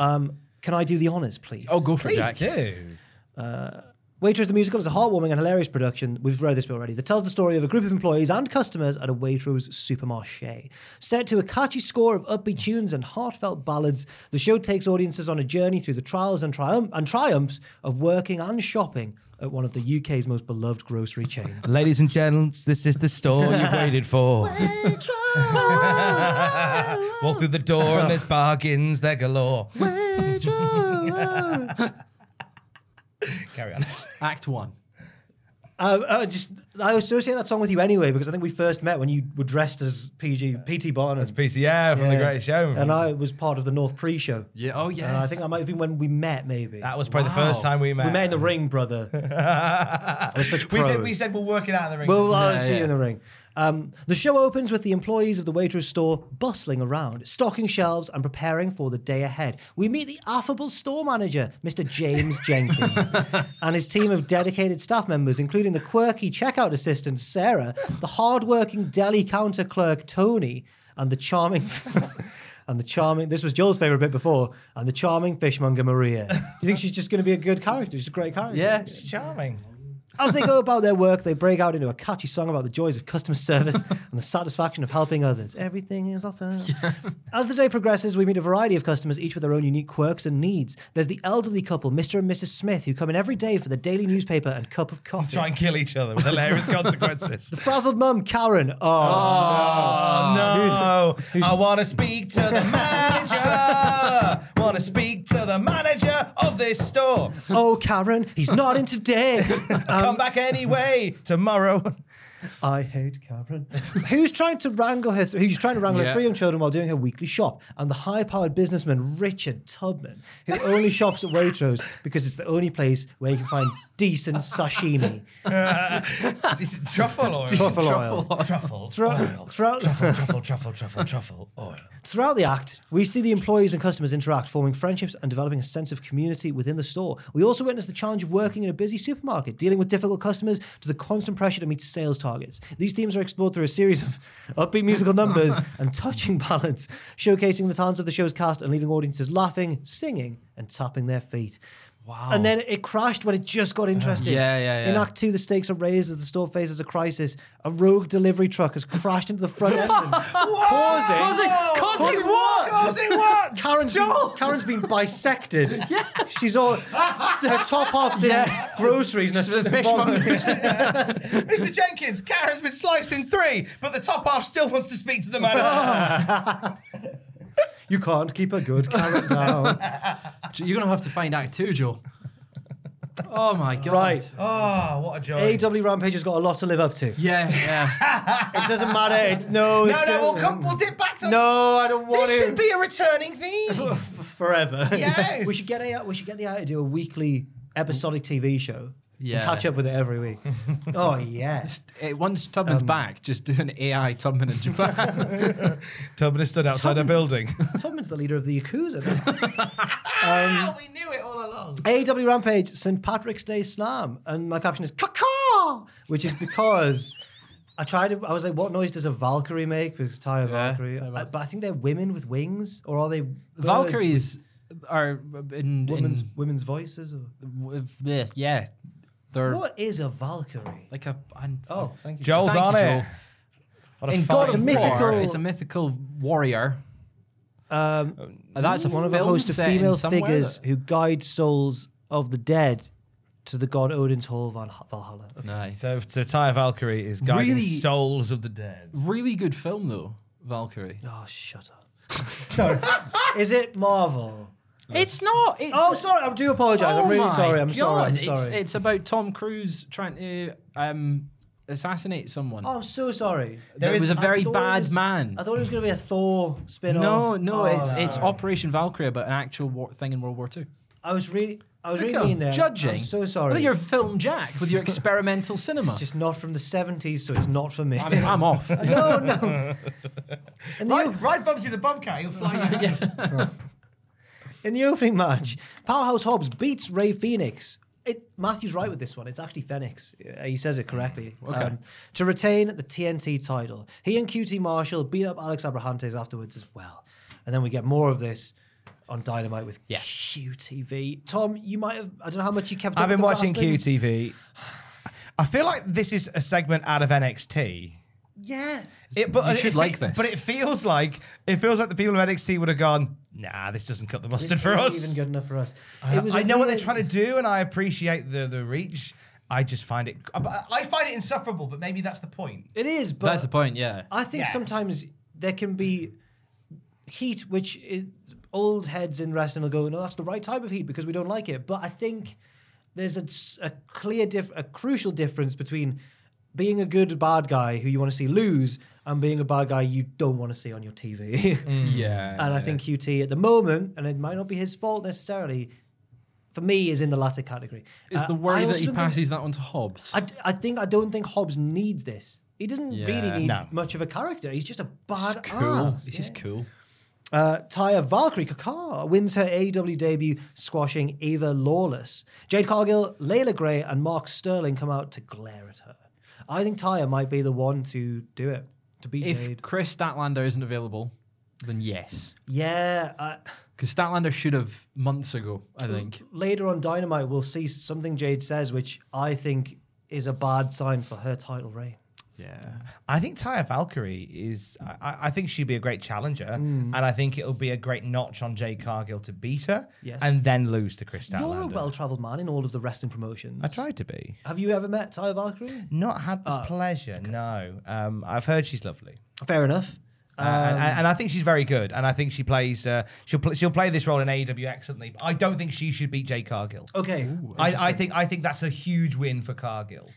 Um, can I do the honors, please?
Oh, go for it,
Please
Jack.
do.
Waitrose the Musical is a heartwarming and hilarious production. We've read this bit already. That tells the story of a group of employees and customers at a Waitrose supermarché. Set to a catchy score of upbeat tunes and heartfelt ballads, the show takes audiences on a journey through the trials and, trium- and triumphs of working and shopping at one of the UK's most beloved grocery chains.
Ladies and gents, this is the store you've waited for. Walk through the door and there's bargains, they're galore. Carry on.
Act one.
Uh, uh, just I associate that song with you anyway because I think we first met when you were dressed as PG PT Barnum.
It's PCR from The
Yeah.
Greatest Show.
and I was part of the North pre-show.
Yeah. Oh,
and Uh, I
yes.
think that might have been when we met. Maybe
that was probably the
Wow.
first time we met.
we met in the ring, brother. We're such
we said
pros.
we said we'll work it out in the ring.
Well, I'll
Yeah,
see you
yeah.
in the ring. Um, the show opens with the employees of the waitress store bustling around, stocking shelves and preparing for the day ahead. We meet the affable store manager, Mr. James Jenkins, and his team of dedicated staff members, including the quirky checkout assistant, Sarah, the hardworking deli counter clerk, Tony, and the charming. And the charming, this was Joel's favorite bit before, and the charming fishmonger Maria. Do you think she's just going to be a good character? She's a great character.
Yeah.
it's charming.
As they go about their work, they break out into a catchy song about the joys of customer service and the satisfaction of helping others. Everything is awesome. As the day progresses, we meet a variety of customers, each with their own unique quirks and needs. There's the elderly couple, Mr. and Mrs. Smith, who come in every day for the daily newspaper and cup of coffee.
Try and kill each other with hilarious consequences.
The frazzled mum, Karen. Oh,
Oh, no. I want to speak to the manager. want to speak to the manager of this store.
oh, Karen, he's not in today.
Come back anyway tomorrow.
I hate Karen. who's trying to wrangle her? Th- who's trying to wrangle her
Yeah.
three young children while doing her weekly shop? And the high-powered businessman Richard Tubman, who only shops at Waitrose because it's the only place where you can find decent sashimi.
Is it truffle oil?
Truffle oil.
Truffle.
Thro-
oil.
throughout-
Truffle, truffle, truffle, truffle, truffle oil.
Throughout the act, we see the employees and customers interact, forming friendships and developing a sense of community within the store. We also witness the challenge of working in a busy supermarket, dealing with difficult customers to the constant pressure to meet sales targets. These themes are explored through a series of upbeat musical numbers and touching ballads, showcasing the talents of the show's cast and leaving audiences laughing, singing, and tapping their feet. Wow.
Oh,
And then it crashed when it just got interesting.
Uh, Yeah, yeah, yeah.
In Act Two, the stakes are raised as the store faces a crisis. A rogue delivery truck has crashed into the front entrance, causing
Causing, causing what?
Does it work?
Karen's been, Karen's been bisected. She's all her top half's in
Yeah.
groceries and her
Fishmongers.
Mr. Jenkins, Karen's been sliced in three, but the top half still wants to speak to the manager.
You can't keep a good Karen down.
You're gonna have to find Act two, Joel. Oh my god.
right.
oh, what a joy.
AW Rampage has got a lot to live up to. It
Yeah, yeah.
doesn't matter. It's, no,
no,
it's
no,
good.
we'll come. We'll dip back to
No, I don't want
This
to.
should be a returning theme.
forever.
Yes.
we should get a, we should get the out to do a weekly episodic TV show. and
Yeah.
catch up with it every week. oh yes.
Eh, Once Tubman's
Um,
back, just do an AI Tubman in Japan.
Tubman has stood outside a building.
Tubman's the leader of the Yakuza. now.
Ah, we knew it all along.
AW Rampage, St. Patrick's Day Slam. And my caption is caw which is because I tried to, I was like, what noise does a Valkyrie make? Because Tyre
Yeah,
Valkyrie.
Tyre
I-
Valkyrie.
but I think they're women with wings, or are they birds with
Valkyries are in,
Women's,
in
women's voices? Or...
w- w- yeah, they're
What is a Valkyrie?
like a an-
Oh, thank you.
Joel's
Thank
on
you,
it. What a
in
fun-
God
It's
of
a
War.
mythical-
It's a mythical warrior.
Joel. Um,
Uh, That's a
one of a
film
host of
set in
female
somewhere
figures
that-
who guide souls of the dead to the god Odin's Hall Val- Valhalla.
Nice.
So, so Tyre Valkyrie is guiding
Really-
souls of the dead.
really good film though, Valkyrie.
Oh, shut up. Is it Marvel?
It's not. It's,
Oh, sorry. I do apologize.
Oh
I'm really
my
sorry. I'm sorry. I'm
God,
sorry.
It's, it's about Tom Cruise trying to um, assassinate someone.
oh, I'm so sorry.
there was a
I
very
thought it
bad
was-
man.
I thought it was going to be a Thor spin off. Oh,
No, no, it's it's Operation Valkyrie, but an actual war thing in World War II.
I was really, I was
Look
really
at him,
mean there.
judging.
I'm so
Look at
sorry.
your film Jack with your experimental cinema.
It's just not from the 70s, so it's not for me.
I mean, I'm off.
no, no. In the,
Right,
op-
right, Bubsy the Bobcat. He'll fly you. home.
in the opening match, Powerhouse Hobbs beats Ray Phoenix. It, Matthew's right with this one. It's actually Phoenix. Uh, He says it correctly.
Mm,
Um,
Okay.
to retain the TNT title, he and QT Marshall beat up Alex Abrahantes afterwards as well. And then we get more of this on Dynamite with
Yeah.
QTV. Tom, you might have, I don't know how much you kept up
I've been
with the
watching
wrestling.
QTV. I feel like this is a segment out of NXT.
Yeah.
It, but
You
it
should
fe-
like this.
But it feels like it feels like the people of NXT would have gone, nah, this doesn't cut the mustard
It's
for
not
us.
even good enough for us.
I
was
I
a
know what they're
really-
trying to do, and I appreciate the the reach. I just find it. I I find it insufferable, but maybe that's the point.
It is, but
That's the point. Yeah.
I think
Yeah.
sometimes there can be heat, which is, old heads in wrestling will go, no, that's the right type of heat because we don't like it. But I think there's a, s- a clear, diff- a crucial difference between being a good bad guy who you want to see lose and being a bad guy you don't want to see on your TV.
Mm. Hmm. yeah.
and I think QT at the moment, and it might not be his fault necessarily, for me, is in the latter category.
It's
Uh,
the
I
worry that
also
he
think-
passes that on to Hobbs.
I, d- I think I don't think Hobbs needs this. He doesn't
Yeah.
really need
No.
much of a character. He's just a bad
cool.
ass.
It's just cool.
Uh, Taya Valkyrie Kakar wins her AEW debut, squashing Ava Lawless. Jade Cargill, Layla Gray, and Mark Sterling come out to glare at her. I think Taya might be the one to do it, to beat
If
Jade.
Chris Statlander isn't available, then yes.
Yeah. Uh,
Because Statlander should have months ago, I think.
later on Dynamite, we'll see something Jade says, which I think is a bad sign for her title reign.
Yeah.
I think Taya Valkyrie is. I- I, I think she'd be a great challenger, and I think it'll be a great notch on Jay Cargill to beat her,
Yes.
and then lose to Chris
You're a
Statlander.
well traveled man in all of the wrestling promotions.
I tried to be. Uh,
Have you ever met Taya Valkyrie?
Not had the pleasure. No. Um, I've heard she's lovely.
Fair enough.
Uh, and, and I think she's very good, and I think she plays. Uh, she'll pl- she'll play this role in AEW excellently. But I don't think she should beat Jay Cargill.
Okay.
I, I think I think that's a huge win for Cargill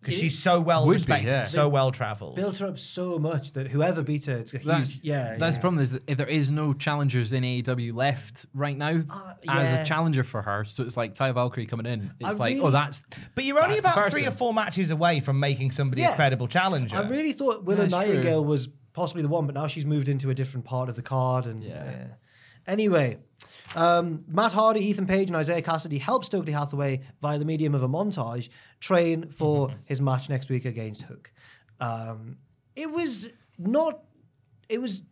because she's so well
Would be,
respected,
yeah.
so well travelled.
Built her up so much that whoever beat her, it's a huge.
That's,
yeah.
that's
yeah.
the problem is that if there is no challengers in AEW left right now as
Uh, yeah.
a challenger for her. So it's like Ty Valkyrie coming in. It's
I
like,
really-
oh, that's
But you're only
That's the
about three or
person.
four matches away from making somebody
Yeah.
a credible challenger.
I really thought Willow
That's true.
Nightingale was possibly the one, but now she's moved into a different part of the card. And
Yeah.
Anyway, um, Matt Hardy, Ethan Page, and Isaiah Cassidy help Stokely Hathaway via the medium of a montage train for his match next week against Hook. Um, it was not. It was.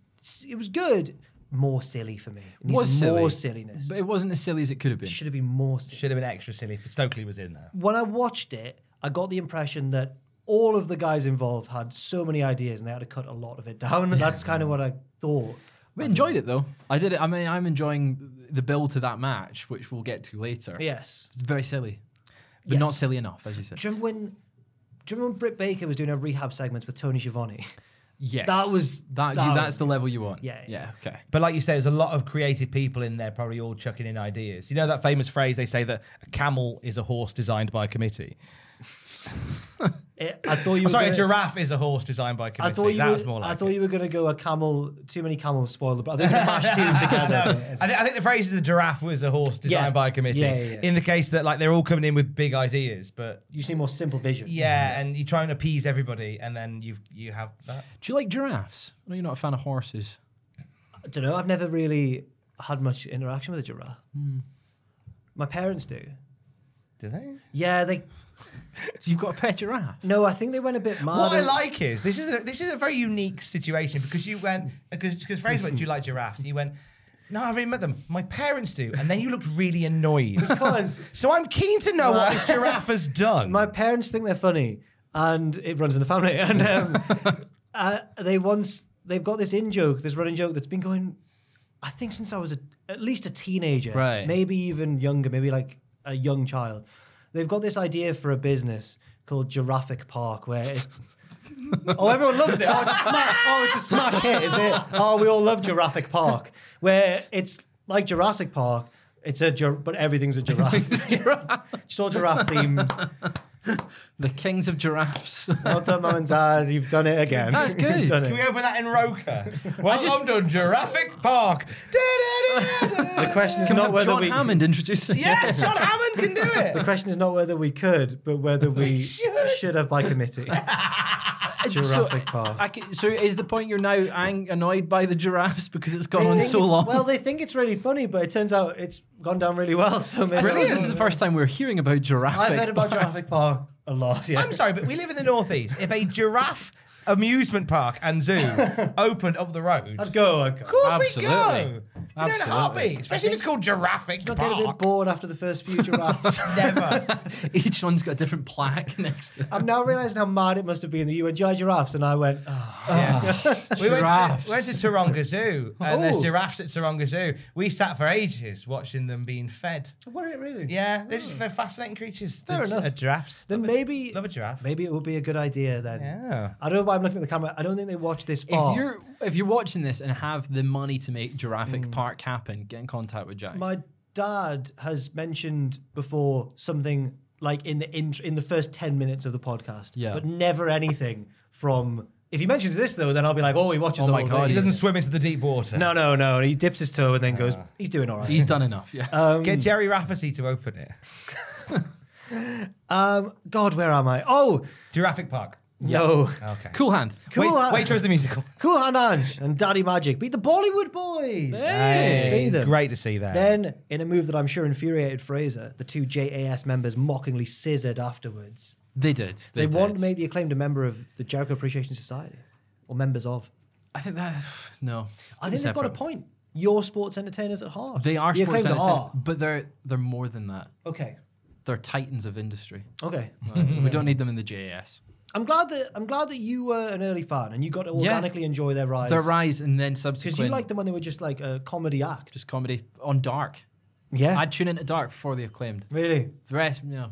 It was good. More silly for me. It needs
was
more
silly.
silliness.
But it wasn't as silly as it could have been.
should have been more silly.
should have been extra silly if Stokely was in there.
when I watched it, I got the impression that all of the guys involved had so many ideas and they had to cut a lot of it down. That's kind of what I thought.
We enjoyed it though. I did it. I mean, I'm enjoying the build to that match, which we'll get to later.
Yes.
It's very silly, but not
Yes.
silly enough, as you said.
Do you remember when? Do you remember when Britt Baker was doing her rehab segments with Tony Schiavone?
Yes,
that was- that
that. you,
was-
that's the level you want.
Yeah, yeah.
yeah. Okay.
But like you say, there's a lot of creative people in there, probably all chucking in ideas. You know that famous phrase they say that a camel is a horse designed by committee.
It- I thought you.
I'm
were
Oh, sorry,
gonna-
a giraffe is a horse designed by
I
committee.
thought you.
that
were,
was more like.
I thought
it.
you were going to go a camel. Too many camels spoil the. bro- I think they mashed two together.
I, thi- I think the phrase is a giraffe was a horse designed
Yeah.
by committee.
Yeah, yeah, yeah.
In the case that like they're all coming in with big ideas, but
You just need more simple vision.
yeah, and you try and appease everybody, and then you you have that.
Do you like giraffes? I know you're not a fan of horses.
I don't know. I've never really had much interaction with a giraffe.
Hmm.
My parents do.
Do they?
Yeah, they.
You've got a pet giraffe.
No, I think they went a bit mad.
What I
and-
like is this is a, this is a very unique situation because you went because because Fraser went, do you like giraffes? And you went, no, I really met them. My parents do, and then you looked really annoyed.
Because
so I'm keen to know what this giraffe has done.
my parents think they're funny, and it runs in the family. And um, uh, they once they've got this in joke, this running joke that's been going, I think since I was a, at least a teenager,
Right.
maybe even younger, maybe like a young child. They've got this idea for a business called Jurassic Park, where it, oh, everyone loves it. Oh, it's a smash! Oh, it's a smash hit, is it? Oh, we all love Jurassic Park, where it's like Jurassic Park. It's a jur- but everything's a giraffe. It's all giraffe themed.
The kings of giraffes.
Well done, mum and dad. You've done it again.
That's
You've
good.
done it.
Can we open that in Roca? Welcome to Jurassic Park.
The question is
Can we
not
have
whether
John
we.
Hammond introducing?
yes, John Hammond can do it.
The question is not whether we could, but whether we
Should.
should have by committee. Jurassic Park.
I c- so is the point you're now ang- annoyed by the giraffes because it's gone
They
on
think
so
it's-
long?
Well, they think it's really funny, but it turns out it's gone down really well. So maybe
I suppose this is the first time we're hearing about giraffes.
I've heard about Jurassic Park a lot. Yeah.
I'm sorry, but we live in the northeast. If a giraffe amusement park and zoo opened up the road,
I'd
of
go. I'd go.
course
Absolutely.
we go. You know, in a
Absolutely.
heartbeat, especially if it's called Jurassic
I'd get a bit
Park.
bored after the first few giraffes.
Never.
Each one's got a different plaque next to it.
I'm now realizing how mad it must have been that you enjoy giraffes, and I went. Oh,
we went to,
Giraffes.
went to Taronga Zoo, and there's
Oh.
giraffes at Taronga Zoo. We sat for ages watching them being fed.
were it really?
Yeah, they're just fascinating creatures.
Hmm. Fair
the,
enough.
uh, giraffes.
Then maybe
love a giraffe. Oh.
Maybe it would be a good idea then.
Yeah.
I don't know why I'm looking at the camera. I don't think they watched this
If
far.
you're if you're watching this and have the money to make Jurassic Park happen, get in contact with Jack.
Mm. My dad has mentioned before something like in the int- in the first ten minutes of the podcast,
Yeah.
but never anything from. If he mentions this though, then I'll be like, oh, he watches.
Oh
the
my
whole
God,
thing.
he
He doesn't
Yes.
swim into the deep water.
No, no, no. He dips his toe and then goes. He's doing all right.
He's done enough. Yeah.
Uh,
Get Jerry Rafferty to open it.
um, God, where am I? Oh
Jurassic Park.
no,
Okay.
cool hand.
Cool uh,
Wait,
Hand-
Waitrose the musical.
Cool Hanange and Daddy Magic beat the Bollywood boys. Good to see them.
Great to see that.
Then, in a move that I'm sure infuriated Fraser, the two JAS members mockingly scissored afterwards.
They did. They,
They,
did.
want made the acclaimed a member of the Jericho Appreciation Society or members of.
I think that no.
I think they've got a
Separate.
point. You're sports entertainers at heart.
They are
the
sports
acclaimed
entertainers, but they're they're more than that.
are. Okay.
They're titans of industry.
Okay. Mm-hmm.
we don't need them in the JAS.
I'm glad that I'm glad that you were an early fan and you got to organically enjoy their rise.
Their rise and then
Because
subsequent
you liked them when they were just like a comedy act.
just comedy on Dark.
Yeah.
I'd tune into Dark before they acclaimed.
really.
The rest, you know,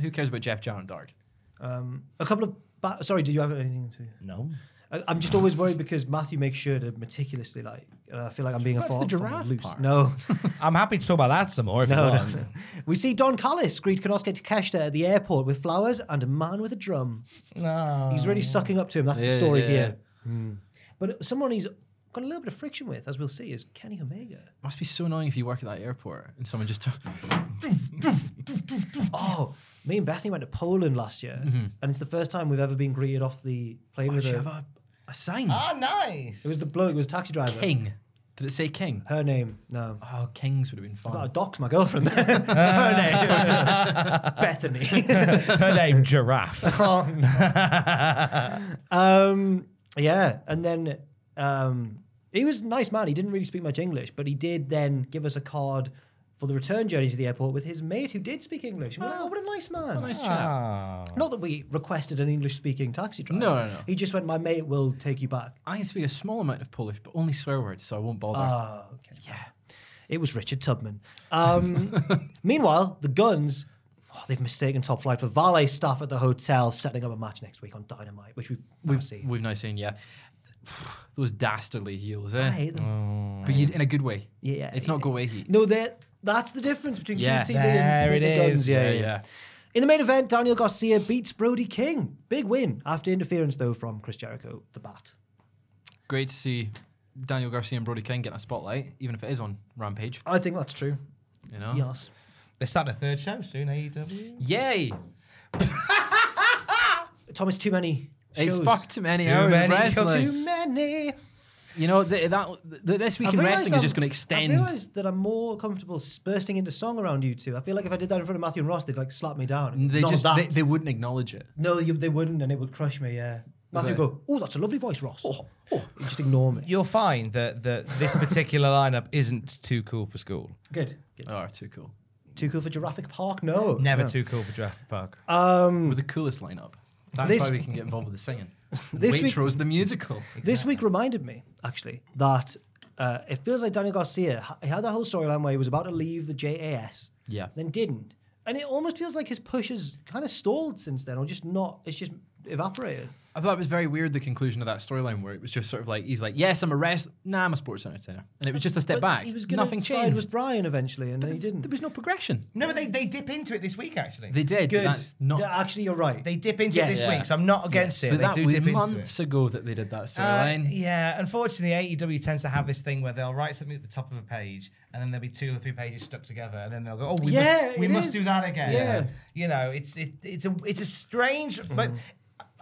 who cares about Jeff Jarrett and Dark?
Um, a couple of. Ba- Sorry, did you have anything to?
no.
I, I'm just always worried because Matthew makes sure to meticulously like, and I feel like I'm being a
What's the
fart-
giraffe
loose.
part?
No,
I'm happy to talk about that some more if you
no,
want.
no. Oh. We see Don Callis greet Konosuke Takeshita at the airport with flowers and a man with a drum. He's really sucking up to him. That's the
Yeah,
story
yeah,
here. But someone he's got a little bit of friction with, as we'll see, is Kenny Omega.
Must be so annoying if you work at that airport and someone just
Oh, me and Bethany went to Poland last year,
Mm-hmm.
and it's the first time we've ever been greeted off the plane with
Should
a.
have a, a sign.
Ah, nice.
It was the bloke. It was a taxi driver.
King. Did it say King?
Her name? No.
Oh, Kings would have been
Oh,
fun.
Doc's my girlfriend. Her name. Bethany.
Her name, Giraffe.
Um, yeah, and then um, he was a nice man. He didn't really speak much English, but he did then give us a card for the return journey to the airport with his mate who did speak English. And we're like, oh, what a nice man.
nice chap.
Ah.
Not that we requested an English speaking taxi driver.
No, no, no.
He just went, my mate will take you back.
I can speak a small amount of Polish, but only swear words, so I won't bother.
Oh, okay. Yeah. It was Richard Tubman. Um, meanwhile, the Guns, oh, they've mistaken Top Flight for valet staff at the hotel setting up a match next week on Dynamite, which we've, we've seen.
We've now seen, yeah. Those dastardly heels, eh?
I hate them.
But you, in a good way.
Yeah,
It's
yeah.
not go away heat.
No, that that's the difference between
Yeah.
QTV and
There
Meet
it
the Guns.
is.
Yeah,
Yeah,
yeah.
yeah.
In the main event, Daniel Garcia beats Brody King. Big win after interference though from Chris Jericho, the bat.
Great to see Daniel Garcia and Brody King getting a spotlight, even if it is on Rampage.
I think that's true.
You know?
Yes.
They start a E third show soon, AEW.
Yay!
Thomas, too many.
It's
shows.
fucked too many
Too
hours
many
of
kills.
Too
wrestling.
many.
You know, th- that, th- this week
I've
in
realised
wrestling
I'm-
is just going to
I've
extend.
realised that I'm more comfortable s- bursting into song around you two. I feel like if I did that in front of Matthew and Ross, they'd like slap me down.
They
Not
just
that.
they, they wouldn't acknowledge it.
No, you, they wouldn't, and it would crush me. Yeah. Matthew would go, oh, that's a lovely voice, Ross. Oh, You just ignore me.
You'll find that, that this particular lineup isn't too cool for school.
Good. Good.
Oh, too cool.
Too cool for Jurassic Park? No.
Never
No. Uh,
too cool for Giraffe Park.
With the coolest lineup.
Hmm.
That's
This-
why we can get involved with the singing. And
This week-
Waitrose the musical.
This week reminded me, actually, that uh, it feels like Daniel Garcia ha- he had that whole storyline where he was about to leave the JAS,
Yeah.
then didn't, and it almost feels like his push has kind of stalled since then, or just not. It's just evaporated.
I thought it was very weird the conclusion of that storyline where it was just sort of like he's like, yes, I'm a wrestler. Nah, I'm a sports entertainer, and it was just a step
But
back.
He was going
Nothing
to side
changed.
with Brian eventually, and then he didn't.
There was no progression.
No, but they, they dip into it this week, actually.
They did.
Good.
But that's not.
Yeah, Actually, you're right.
They dip into it this
Yes.
week, so I'm not against
but
it. They
that
do
was
dip into it.
months ago that they did that
Uh,
storyline.
yeah, unfortunately, AEW tends to have this thing where they'll write something at the top of a page, and then there'll be two or three pages stuck together, and then they'll go, "Oh, we
Yeah,
must, we
it
must
is.
do that again."
Yeah. Mm-hmm.
you know, it's it, it's a it's a strange, but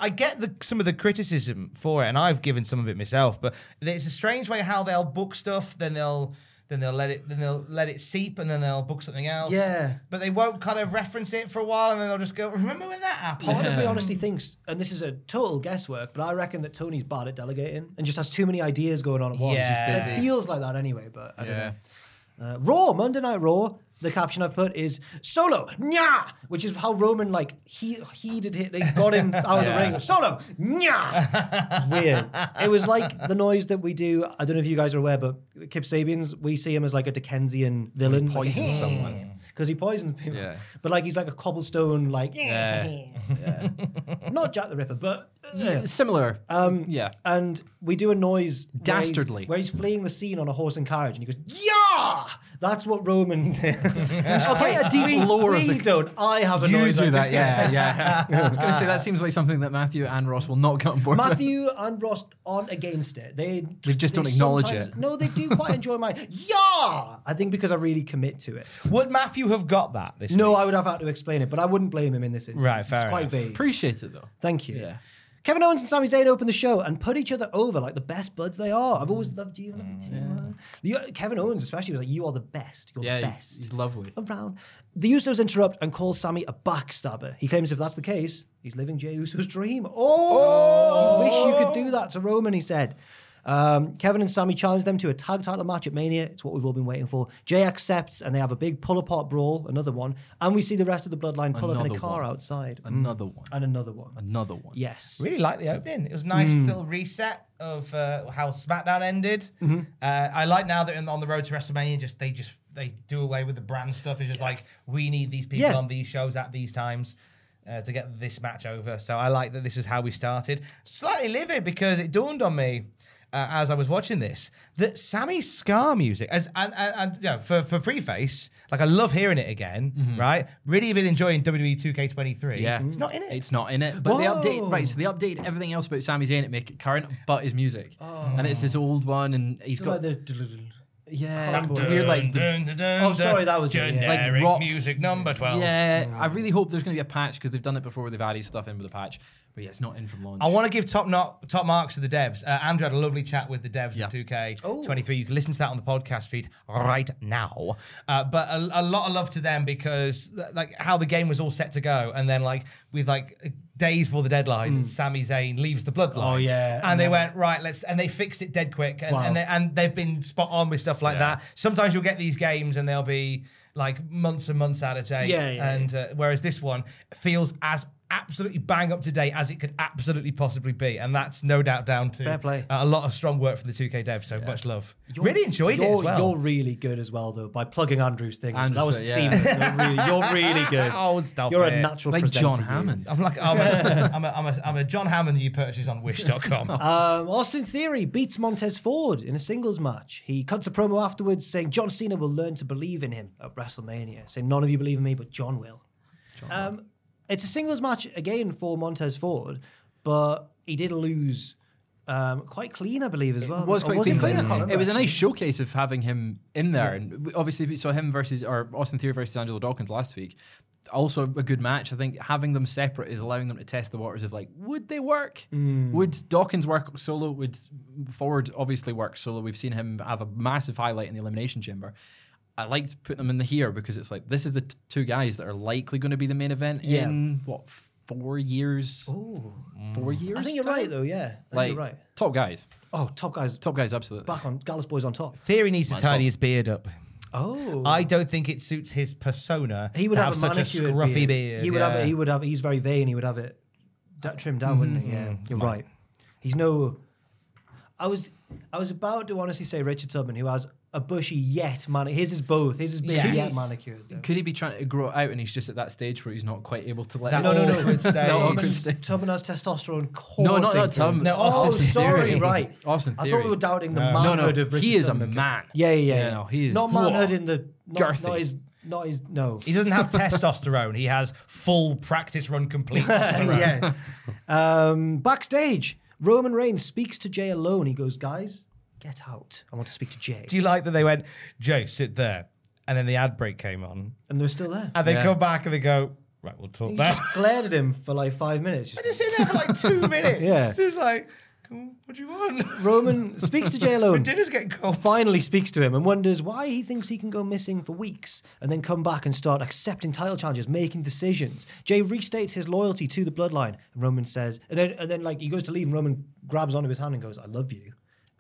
I get the some of the criticism for it, and I've given some of it myself. But it's a strange way how they'll book stuff, then they'll. Then they'll let it. Then they'll let it seep, and then they'll book something else.
Yeah.
but they won't kind of reference it for a while, and then they'll just go, "Remember when that happened?"
Part of me honestly thinks, and this is a total guesswork, but I reckon that Tony's bad at delegating and just has too many ideas going on at once.
Yeah.
It feels like that anyway, but I
Yeah.
don't know. Uh, Raw, Monday Night Raw, the caption I've put is solo, nya, which is how Roman like he heated it, they got him out of the
Yeah.
ring. Solo, nya. Weird. It was like the noise that we do. I don't know if you guys are aware, but Kip Sabian's, we see him as like a Dickensian villain. Like,
Poison someone.
because he poisons people.
Yeah.
But like he's like a cobblestone, like
Yeah.
not Jack the Ripper, but
Yeah, Similar. Um, yeah.
and we do a noise where he's-
Dastardly.
where he's, fleeing the scene on a horse and carriage, and he goes yeah. That's what Roman did. okay,
quite a deep
we,
lore of
we
the-
don't. I have a
You
noise. I
do
can-
that, yeah, yeah. I was going to say that seems like something that Matthew and Ross will not get on board with.
Matthew and Ross aren't against it. They just,
just don't acknowledge
sometimes-
it.
No, they do quite enjoy my yeah. I think because I really commit to it.
Would Matthew have got that? This
No,
week?
I would have had to explain it, but I wouldn't blame him in this instance.
Right,
it's
fair
quite
enough.
vague.
Appreciate it though.
Thank you.
Yeah.
Kevin Owens and Sami Zayn opened the show and put each other over like the best buds they are. I've always loved you. and loved you. The- Kevin Owens especially was like, "You are the best. You're
Mm, Yeah,
the
he's,
best." Mm.
he's lovely.
Around the Usos interrupt and call Sammy a backstabber. He claims if that's the case, he's living Jey Uso's dream. Oh, you wish you could do that to Roman. He said. Um, Kevin and Sammy challenge them to a tag title match at Mania. It's what we've all been waiting for. Jay accepts, and they have a big pull apart brawl, another one, and we see the rest of the bloodline pull up in a
Another
car
one.
outside,
Another one.
and another one.
Another one.
Yes. Hmm.
Really liked the opening. It was a nice little reset of uh, how SmackDown ended.
Mm-hmm.
Uh, I like now that in, on the road to WrestleMania, just they just they do away with the brand stuff. It's just like we need these people
Yeah.
on these shows at these times uh, to get this match over. So I like that this was how we started. Slightly livid because it dawned on me. Uh, as I was watching this, that Sammy Scar music, as and and, and you know, for for preface, like I love hearing it again,
Mm-hmm.
right? Really been enjoying E WWE 2K23.
Yeah.
it's not in it.
It's not in it. But they update
Whoa.
right, so they update everything else about Sami Zayn to make it current, but his music. And it's this old one and he's
Oh. It's
got
like the-
yeah,
That
that weird like the-
Oh, sorry, that was it, yeah.
Like
generic
rock-
music number twelve.
Mm.
Yeah, I really hope there's going to be a patch because they've done it before. They've added stuff in with a patch, but yeah, it's not in from launch.
I want to give top knock, top marks to the devs. Uh, Andrew had a lovely chat with the devs
Yeah.
at
Oh.
2K23. You can listen to that on the podcast feed right now. Uh, but a, a lot of love to them because th- like how the game was all set to go, and then like with like days before the deadline, Sami Zayn leaves the bloodline.
Mm. Oh, yeah.
and, they went right. Let's and they fixed it dead quick, and
Wow.
and, they, and they've been spot on with stuff like that. Sometimes you'll get these games and they'll be like months and months out of date.
Yeah, yeah,
and uh, whereas this one feels as absolutely bang up to date as it could absolutely possibly be, and that's no doubt down to
Fair play.
uh, a lot of strong work from the 2K devs. So much love. really enjoyed it
you're,
as well.
You're really good as well, though, by plugging Andrew's thing. that
Andrew's
was
it, yeah.
seamless. You're really, you're really good.
Oh, stop
you're
it.
a natural
like
presenter,
John
dude.
Hammond.
I'm like I'm a, I'm, a, I'm, a, I'm a John Hammond you purchase on Wish.com.
Um, Austin Theory beats Montez Ford in a singles match. He cuts a promo afterwards saying John Cena will learn to believe in him at WrestleMania, saying, None of you believe in me, but John will. um, it's a singles match again for Montez Ford, but he did lose um, quite clean, I believe, as well.
It was
Um, Or
quite
it
clean.
clean? I can't remember,
It was a
actually.
nice showcase of having him in there, and we- obviously we saw him versus or Austin Theory versus Angelo Dawkins last week. Also a good match. I think having them separate is allowing them to test the waters of like, would they work?
Mm.
Would Dawkins work solo? Would Forward obviously work solo? We've seen him have a massive highlight in the Elimination Chamber. I liked putting them in the here because it's like this is the t- two guys that are likely going to be the main event
Yeah. Oh.
in what four years? Four years?
I think you're
time?
right, though, yeah. I
Like
think you're right.
top guys,
Oh, top guys.
top guys, absolutely.
Back on Gallus Boys on top.
Theory needs to tidy his beard up.
Oh,
I don't think it suits his persona.
he would
to
have, a
such a
manicured
scruffy beard.
He would
yeah.
have. He would have. He's very vain. He would have it da- trimmed down, wouldn't
Mm-hmm.
he? Yeah, you're right. He's no. I was. I was about to honestly say Richard Tubman, who has a bushy yet manicure. His is both. His is bushy
Yeah.
yet
Yes.
manicured. though.
Could he be trying to grow it out and he's just at that stage where he's not quite able to let it
That no, no, no,
sit?
it's stage.
That awkward
Tubman's-
stage.
Tubman has testosterone coursing.
No, not, not
through him.
Tubman.
No,
Oh,
Austin
sorry,
Theory.
right.
Austin
I thought
Theory.
we were doubting the
No,
manhood
no,
of Richard
he is a
Tubman.
man.
Yeah, yeah, yeah.
Yeah, no, he is
not
raw.
manhood in the not, not
Girthy.
his not his no.
He doesn't have testosterone. He has full practice run complete testosterone.
yes. Um, backstage, Roman Reigns speaks to Jay alone. He goes, "Guys, get out. I want to speak to Jay."
Do you like that they went, Joe, sit there? And then the ad break came on.
and they're still there.
And they
Yeah.
come back and they go, right, we'll talk
He
now.
just glared at him for like five minutes.
I just sit there for like two minutes.
Yeah.
Just like, "Cool, what do you want?
Roman speaks to Jay alone.
Dinner's getting cold.
finally speaks to him and wonders why he thinks he can go missing for weeks and then come back and start accepting title challenges, making decisions. Jay restates his loyalty to the bloodline, and Roman says, and then and then like he goes to leave, and Roman grabs onto his hand and goes, "I love you,"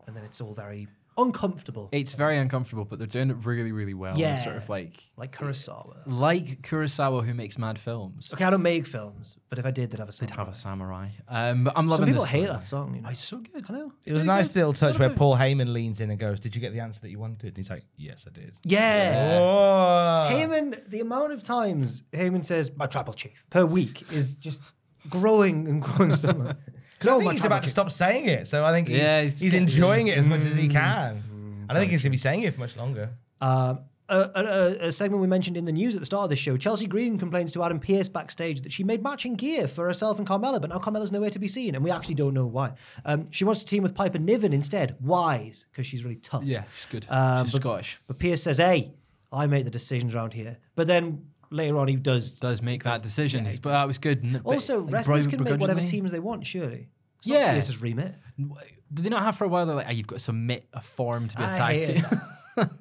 and then it's all very uncomfortable,
It's very uncomfortable, but they're doing it really, really well.
Yeah.
It's Sort of like
like Kurosawa.
like Kurosawa who makes mad films.
Okay, I don't make films, but if I did, they'd have a song.
They'd have a samurai. Um, but I'm loving
Some people
this
hate
one.
that song. You know?
Oh, it's so good.
I know.
It was a nice little touch where Paul Heyman leans in and goes, Did you get the answer that you wanted? And he's like, Yes, I did.
Yeah.
Oh.
Heyman, the amount of times Heyman says my tribal chief per week is just growing and growing so much.
Because I
Oh,
think
my
he's
tribal
about to
chief.
stop saying it. So I think he's,
Yeah,
he's, Mm.
he's getting-
enjoying it as much as he can. I don't think he's going to be saying it for much longer.
Um, a, a, a- a segment we mentioned in the news at the start of this show. Chelsea Green complains to Adam Pearce backstage that she made matching gear for herself and Carmella, but now Carmella's nowhere to be seen, and we actually don't know why. Um, she wants to team with Piper Niven instead. Why's? Because she's really tough.
Yeah, she's good.
Um,
she's
but-
Scottish.
But Pearce says, "Hey, I make the decisions around here." But then later on, he does.
Does make that decision. It's- but that was good. N- but,
also,
like,
wrestlers
brib-
can make whatever
begrudgingly.
teams they want, surely. It's
Yeah.
not Pearce's remit.
Did they not have for a while? They're like, oh, you've got to submit a form to be
I
a tag
hated
team.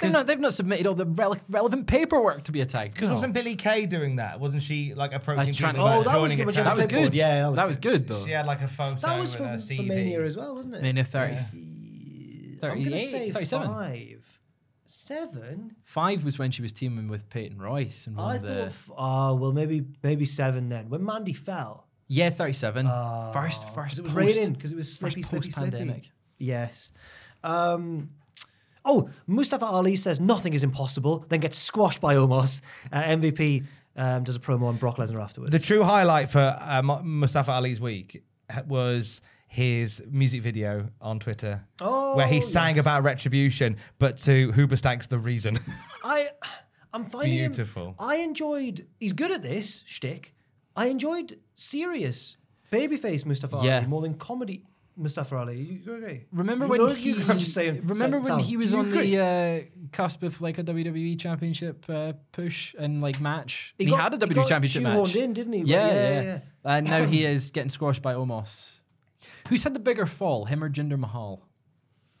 they've, not, they've not submitted all the rele- relevant paperwork to be a tag
Because
no.
wasn't Billy Kay doing that? Wasn't she like approaching
Like, trying
people
to-
about
Oh, that
was
joining
good
a
with Jim
tag
That was
team?
good.
Yeah, that was
that was good, though.
She had like a photo.
That was
with
for,
her
for
CV.
Mania as well, wasn't it?
Mania 30,
I'm gonna
38,
say
37.
five, seven.
Five was when she was teaming with Peyton Royce and won
I
the
thought, f- oh well, maybe maybe seven then. When Mandy fell,
yeah thirty-seven. first,
Ah, because
first,
it was
post-
raining, because it was slippy,
first
slippy, slippy.
post-pandemic.
Yes. Um, oh, Mustafa Ali says nothing is impossible, then gets squashed by Omos. Uh, MVP um, does a promo on Brock Lesnar afterwards.
The true highlight for uh, Mu- Mustafa Ali's week ha- was his music video on Twitter,
Oh,
where he sang
yes.
about retribution, but to Hoobastank's the reason.
I, I'm finding him-
Beautiful.
I enjoyed. He's good at this shtick. I enjoyed serious babyface Mustafa
Yeah.
Ali more than comedy Mustafa Ali. You you agree?
Remember
You
when
know,
he?
you- I'm just saying.
remember
saying-
when
Sal,
he was
do you
on
agree?
the uh, cusp of like a WWE Championship uh, push and like match.
He
And He,
got-
had a
he
WWE
got
Championship match,
shoehorned in, didn't he?
Yeah,
Yeah,
yeah.
yeah.
And now he is getting squashed by Omos. Who's had the bigger fall, him or Jinder Mahal?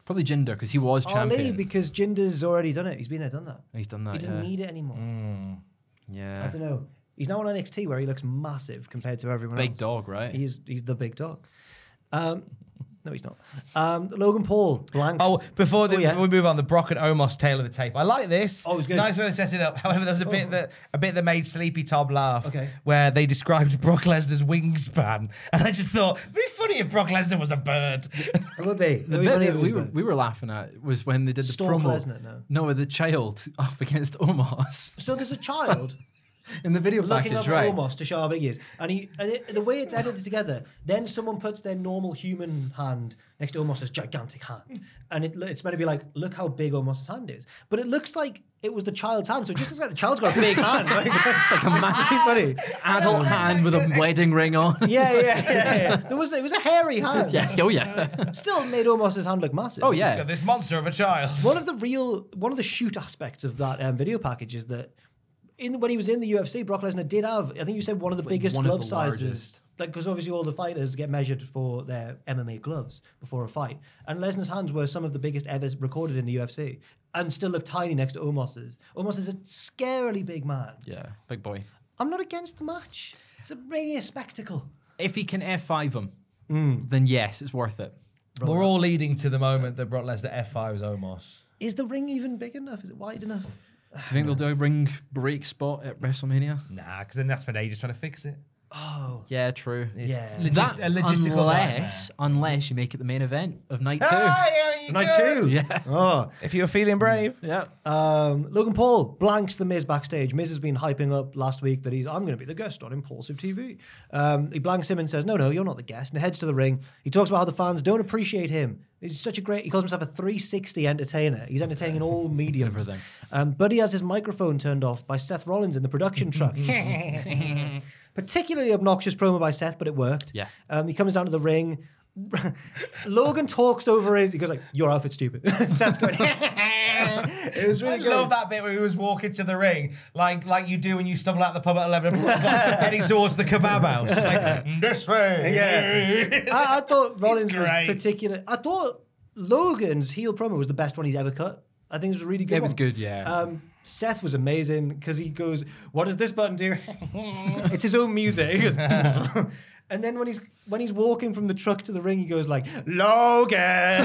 Probably Jinder because he was champion.
Ali because Jinder's already done it. He's been there, done that.
He's done that.
He doesn't
yeah. Mm.
need it anymore. I
yeah.
don't know. He's now on NXT where he looks massive compared to everyone
Big
else.
dog, right?
He's he's the big dog. Um, no, he's not. Um, Logan Paul blanks.
oh, before the,
Oh, yeah.
we move on, the Brock and Omos tale of the tape. I like this.
Oh, it was good. Oh.
Nice way to set it up. However, there was a bit that a bit that made Sleepy Tom laugh.
Okay.
where they described Brock Lesnar's wingspan, and I just thought it'd be funny if Brock Lesnar was a bird.
it would be.
The
It would be
bit
funny
that
if it was
we, were,
bad.
we were laughing at was when they did the
Storm
promo.
Lesnar, no.
no, with the child up against Omos
So there's a child
in the video
looking
package,
up
right?
at Omos to show how big he is, and he and it, the way it's edited together. Then someone puts their normal human hand next to Omos's gigantic hand, and it, lo- it's meant to be like, look how big Omos's hand is, but it looks like it was the child's hand, so it just looks like the child's got a big hand. Like,
Like a massive funny adult hand with a wedding ring on.
yeah, yeah, yeah, yeah. There was it was a hairy hand.
yeah. Oh yeah.
Still made Omos's hand look massive.
Oh yeah.
this monster of a child.
One of the real, one of the shoot aspects of that um, video package is that in when he was in the UFC, Brock Lesnar did have, I think you said one of the biggest
one of
glove
the
sizes.
largest.
Like, because obviously all the fighters get measured for their MMA gloves before a fight, and Lesnar's hands were some of the biggest ever recorded in the UFC, and still look tiny next to Omos's. Omos is a scarily big man.
Yeah. Big boy.
I'm not against the match. It's a mania spectacle.
If he can F5 him,
Hmm.
then yes, it's worth it.
We're all leading to the moment that Brock Lesnar F5s Omos.
Is the ring even big enough? Is it wide enough?
Do you think they'll do a ring break spot at WrestleMania?
Nah, because then that's when Age is trying to fix it.
Yeah, true.
It's
Yeah.
logis-
That,
a logistical
unless, unless you make it the main event of night two.
nightmare. Ah, yeah, you
Night
could.
two.
Yeah.
Oh,
If you're feeling brave.
Yeah.
um, Logan Paul blanks the Miz backstage. Miz has been hyping up last week that he's I'm going to be the guest on Impulsive TV. Um, he blanks him and says, "No, no, you're not the guest." And heads to the ring. He talks about how the fans don't appreciate him. He's such a great. He calls himself a 360 entertainer. He's entertaining in all mediums.
Everything.
Um, but he has his microphone turned off by Seth Rollins in the production truck. Particularly obnoxious promo by Seth, but it worked.
Yeah.
Um, he comes down to the ring. Logan talks over his. He goes like, "Your outfit's stupid." Seth's going. it was really
I
good.
love that bit where he was walking to the ring, like like you do when you stumble out of the pub at 11 o'clock, heading towards the kebab house. It's like, "Mm, this way. Yeah.
I, I thought Rollins was
great.
particular. I thought Logan's heel promo was the best one he's ever cut. I think it was a really good.
It was
one.
good, yeah.
Um, Seth was amazing because he goes, "What does this button do?" it's his own music. He goes, and then when he's when he's walking from the truck to the ring, he goes like, "Logan."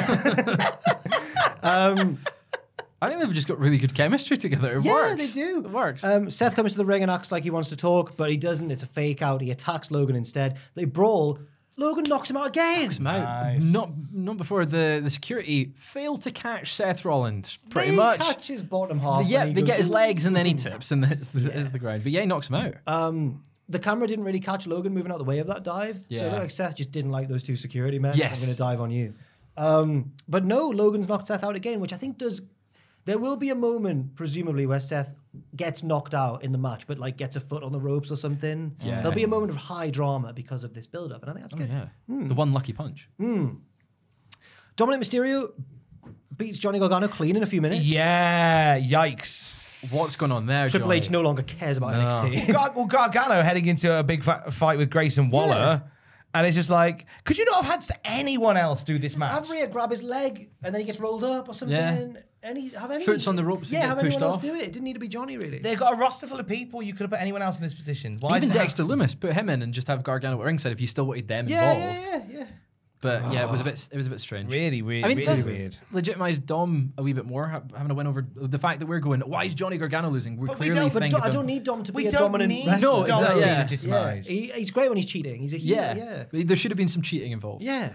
I think they've just got really good chemistry together. It
yeah,
works.
they do.
It works.
Um, Seth comes to the ring and acts like he wants to talk, but he doesn't. It's a fake out. He attacks Logan instead. They brawl. Logan knocks him out again.
Now, not not before the, the security failed to catch Seth Rollins, pretty
They
much.
Catch his bottom half.
yeah,
and he
they
goes,
get his
"Ooh."
legs and then he tips and it's the, it's the ground. But yeah, he knocks him out.
Uh, the camera didn't really catch Logan moving out the way of that dive. So it
Yeah.
looked like Seth just didn't like those two security men.
Yes.
I'm going to dive on you. Um, but no, Logan's knocked Seth out again, which I think does. There will be a moment, presumably, where Seth gets knocked out in the match, but like gets a foot on the ropes or something.
Yeah. Oh,
There'll be a moment of high drama because of this build up. And I think that's good.
yeah. The one lucky punch.
Dominic Mysterio beats Johnny Gargano clean in a few minutes.
Yeah, yikes.
What's going on there,
Triple
Johnny?
H no longer cares about NXT.
Gar- well, Gargano heading into a big fa- fight with Grayson Waller. And it's just like, could you not have had s- anyone else do this match?
Have Rhea grab his leg and then he gets rolled up or something.
Yeah.
Any have any
Foot's on the ropes and
Yeah,
gets
have
pushed
anyone else
off.
do it? It didn't need to be Johnny really.
They've got a roster full of people. You could have put anyone else in this position. Why
Even
did it have-
Dexter Loomis, put him in and just have Gargano at ringside if you still wanted them
yeah,
involved.
yeah, yeah, yeah.
But yeah, it
Ah.
was a bit it was a bit strange.
Really weird.
I mean, it
really
does
weird.
legitimize Dom a wee bit more, ha- having a win over the fact that we're going, why is Johnny Gargano losing? We're
But we
clearly
don't-
But
think
Do-
of
I
him-
don't need Dom to
We
be a
don't
dominant
need
wrestler.
No,
Dom to
exactly,
be
yeah.
Yeah,
legitimised.
he, he's great when he's cheating. He's a heel.
Yeah.
yeah,
There should have been some cheating involved.
yeah.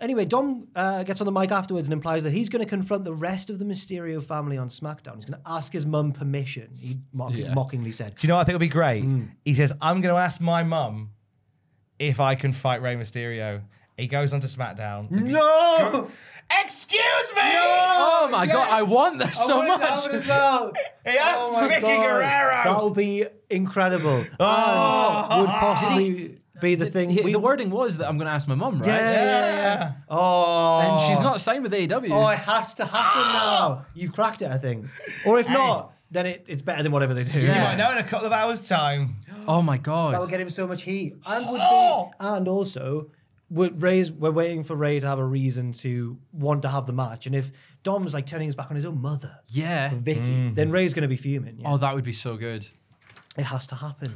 Anyway, Dom uh, gets on the mic afterwards and implies that he's going to confront the rest of the Mysterio family on SmackDown. He's going to ask his mum permission. He mock-
Yeah.
mockingly said,
Do you know what I think would be great?
Hmm.
He says, I'm going to ask my mum if I can fight Rey Mysterio. He goes onto SmackDown.
"No,
Excuse me!
Oh my god, I want this so
wouldn't- I
much.
wouldn't-
as well."
He asked
Oh my
Vicky
God. That
Guerrero.
would be incredible. And would possibly be the thing.
He-
we-
the wording was that I'm going to ask my mum, right?
Yeah, yeah, yeah. Oh,
And she's not signed with E AEW.
Oh, it has to happen now. Oh. You've cracked it, I think. Or if not, then it, it's better than whatever they do.
You
Yeah.
might know in a couple of hours' time.
Oh my
That would
god.
get him so much heat. And would
Oh.
be, and also, would Ray's, we're waiting for Ray to have a reason to want to have the match. And if Dom's like turning his back on his own mother,
Yeah.
Vicky, then Ray's going to be fuming. yeah.
Oh, that would be so good.
It has to happen.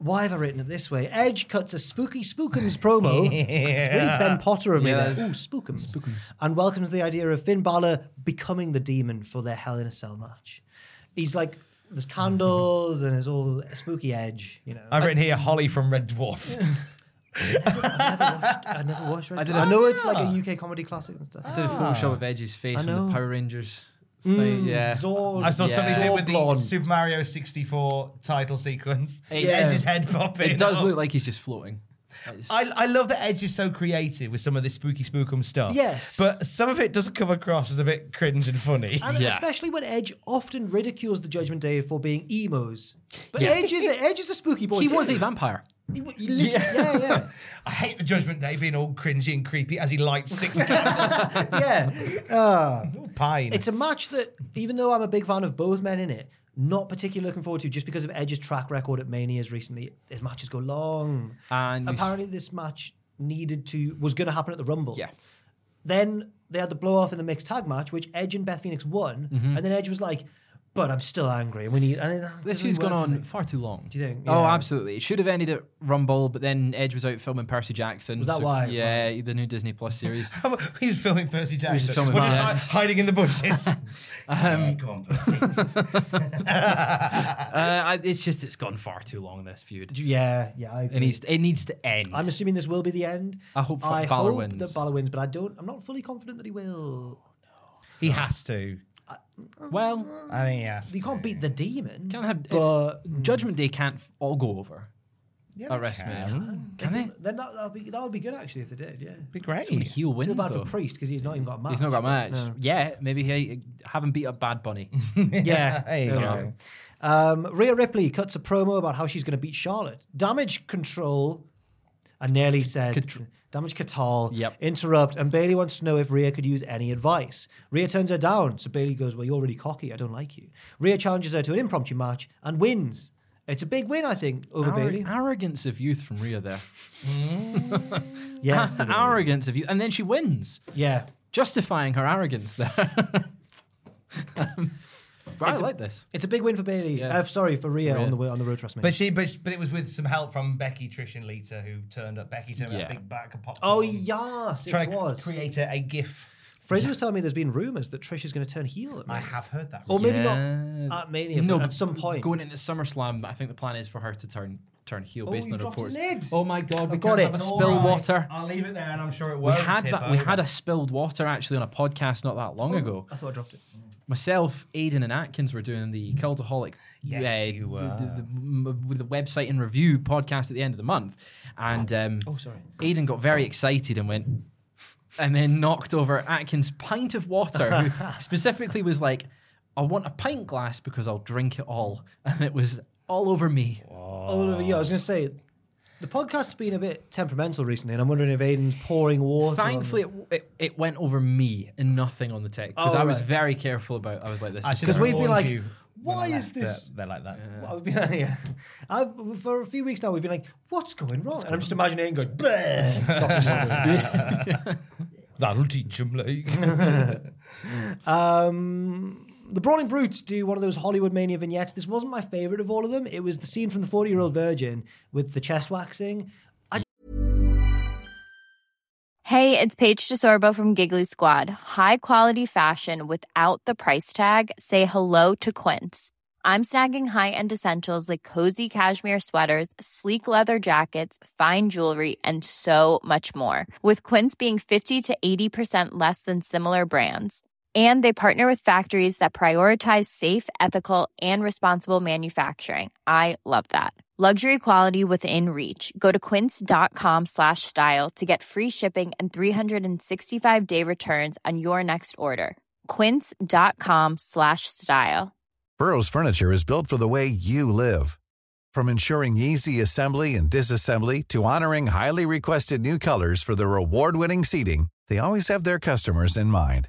Why have I written it this way? Edge cuts a spooky spookums promo. It's really Ben Potter of me
Yeah,
there. Ooh,
that
spookums. And welcomes the idea of Finn Balor becoming the demon for their Hell in a Cell match. He's like, there's candles and it's all spooky edge, you know.
I've written here Holly from Red Dwarf.
I never watched Red
I did
Dawn.
it.
I know it's like a UK comedy classic and stuff.
Did a Photoshop of Edge's face
Ah. I
in the
know. Mm.
Power Rangers thing. Yeah.
Zord.
I saw
Yeah.
somebody do it with the
Blonde.
Super Mario 64 title sequence.
It's-
Edge's head popping.
It does
up.
look like he's just floating. It's-
I, I love that Edge is so creative with some of this spooky spookum stuff.
Yes.
But some of it does come across as a bit cringe and funny.
And
Yeah.
especially when Edge often ridicules the Judgment Day for being emos. But Edge, is a, Edge is a spooky boy.
he
too.
was a vampire.
He wa- he lit- yeah, yeah.
I hate the Judgment Day being all cringy and creepy as he lights six candles.
yeah.
Pine.
It's a match that, even though I'm a big fan of both men in it, not particularly looking forward to just because of Edge's track record at Mania's recently. His matches go long.
And we-
Apparently, this match needed to was going to happen at the Rumble.
Yeah. Mm-hmm.
Then they had the blow off in the mixed tag match, which Edge and Beth Phoenix won, and then Edge was like. "Bah, but I'm still angry. And we need. And it
This
doesn't
feud's
work
gone
for me.
on far too long.
Do you think?
Oh,
Yeah.
absolutely. It should have ended at Rumble, but then Edge was out filming Percy Jackson.
Was that why?
Yeah, the new Disney Plus series.
he was filming Percy Jackson.
filming
We're
Percy
just hi-
Jackson. Um,
hiding in the bushes. Yeah, go on, Percy.
uh, I, it's just it's gone far too long. This feud.
Yeah, yeah. I agree.
It needs it needs to end.
I'm assuming this will be the end.
I hope
I
Balor
hope
wins.
that Balor wins, but I don't. I'm not fully confident that he will.
he has to.
well,
I mean, yes.
You can't beat the demon.
can't have uh,
But mm.
Judgment Day can't f- all go over
Yeah,
at
they
WrestleMania. Can they?
then that that'll be that would be good actually if they did. Yeah.
Be great.
So many heel
Feel
wins
bad
though.
for Priest because he's not even got a match.
He's not got a match. Yeah, maybe he haven't beat up Bad Bunny.
Yeah.
There you
there we go.
go.
Um, Rhea Ripley cuts a promo about how she's going to beat Charlotte. Damage control. I nearly said damage control.
Yep.
Interrupt. And Bailey wants to know if Rhea could use any advice. Rhea turns her down. So Bailey goes, "Well, you're really cocky. I don't like you." Rhea challenges her to an impromptu match and wins. It's a big win, I think, over
Arro-
Bailey.
arrogance of youth from Rhea there.
Yes. it is.
arrogance of youth, and then she wins,
yeah.
justifying her arrogance there. Um, I like this.
It's a big win for Bailey.
Yeah.
Uh, sorry for Rhea,
Rhea.
on the way- on the road to WrestleMania.
But she, but, but it was with some help from Becky, Trish, and Lita, who turned up. Becky turned up
Yeah.
a big back of popcorn.
oh yes, it
trying
was.
to create a, a GIF.
Fraser was telling me there's been rumors that Trish is going to turn heel. At
I
Mania.
have heard that.
Or maybe
Yeah.
not at Mania, but
but
at some point.
Going into SummerSlam, I think the plan is for her to turn turn heel based
Oh, you
on
dropped
reports.
the lid.
Oh my god, we
got
can't
it.
have a
It's
spill water.
I'll leave it there, and I'm sure it
We
won't.
had
tip
that. We
over.
had a spilled water actually on a podcast not that long ago.
I thought I dropped it.
myself, Aidan, and Atkins were doing the Cultaholic.
Yes,
uh,
you were.
The, the- m- with the website and review podcast at the end of the month, and um,
Oh, sorry.
Aidan got very excited and went, and then knocked over Atkins' pint of water, who specifically was like, "I want a pint glass because I'll drink it all," and it was all over me.
All over you. I was going to say, the podcast's been a bit temperamental recently, and I'm wondering if Aiden's pouring water.
Thankfully, it, it, it went over me and nothing on the tech because
Oh,
I was
right.
very careful about. I was like, "This
I
is
should
Because
have
we've been
warned
like,
you when
why
I
is
left
this-
that They're like that.
Well, I've been, yeah. I've, for a few weeks now, we've been like, what's going wrong? and I'm just imagining Aiden going, bleh.
That'll teach them, like.
um, the Brawling Brutes do one of those Hollywood Mania vignettes. This wasn't my favorite of all of them. It was the scene from The 40 Year Old Virgin with the chest waxing.
Hey, it's Paige DeSorbo from Giggly Squad. High quality fashion without the price tag. Say hello to Quince. I'm snagging high-end essentials like cozy cashmere sweaters, sleek leather jackets, fine jewelry, and so much more. With Quince being 50 to 80% less than similar brands. And they partner with factories that prioritize safe, ethical, and responsible manufacturing. I love that. Luxury quality within reach. Go to quince.com slash style to get free shipping and 365 day returns on your next order. Quince.com slash style.
Burrow's furniture is built for the way you live. From ensuring easy assembly and disassembly to honoring highly requested new colors for their award-winning seating, they always have their customers in mind.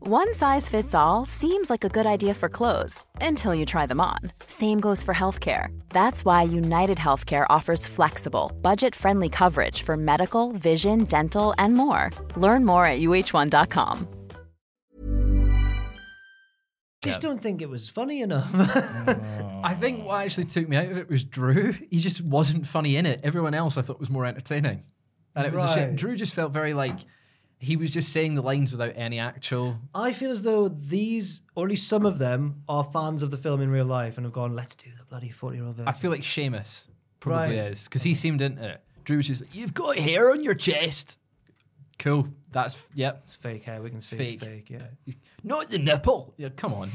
One size fits all seems like a good idea for clothes until you try them on. Same goes for healthcare. That's why United Healthcare offers flexible, budget friendly coverage for medical, vision, dental, and more. Learn more at uh1.com.
I just don't think it was funny enough. Oh.
I think what actually took me out of it was Drew. He just wasn't funny in it. Everyone else I thought was more entertaining. And it was a
Right.
shit. Drew just felt very like he was just saying the lines without any actual.
I feel as though these, or at least some of them, are fans of the film in real life and have gone, let's do the bloody 40 year old
I
version.
feel like Seamus probably
Right.
is because he seemed into it. Drew was just like, You've got hair on your chest. Cool. That's, yep.
It's fake hair, we can see
Fake.
it's fake, yeah.
Not the nipple. Yeah, come on.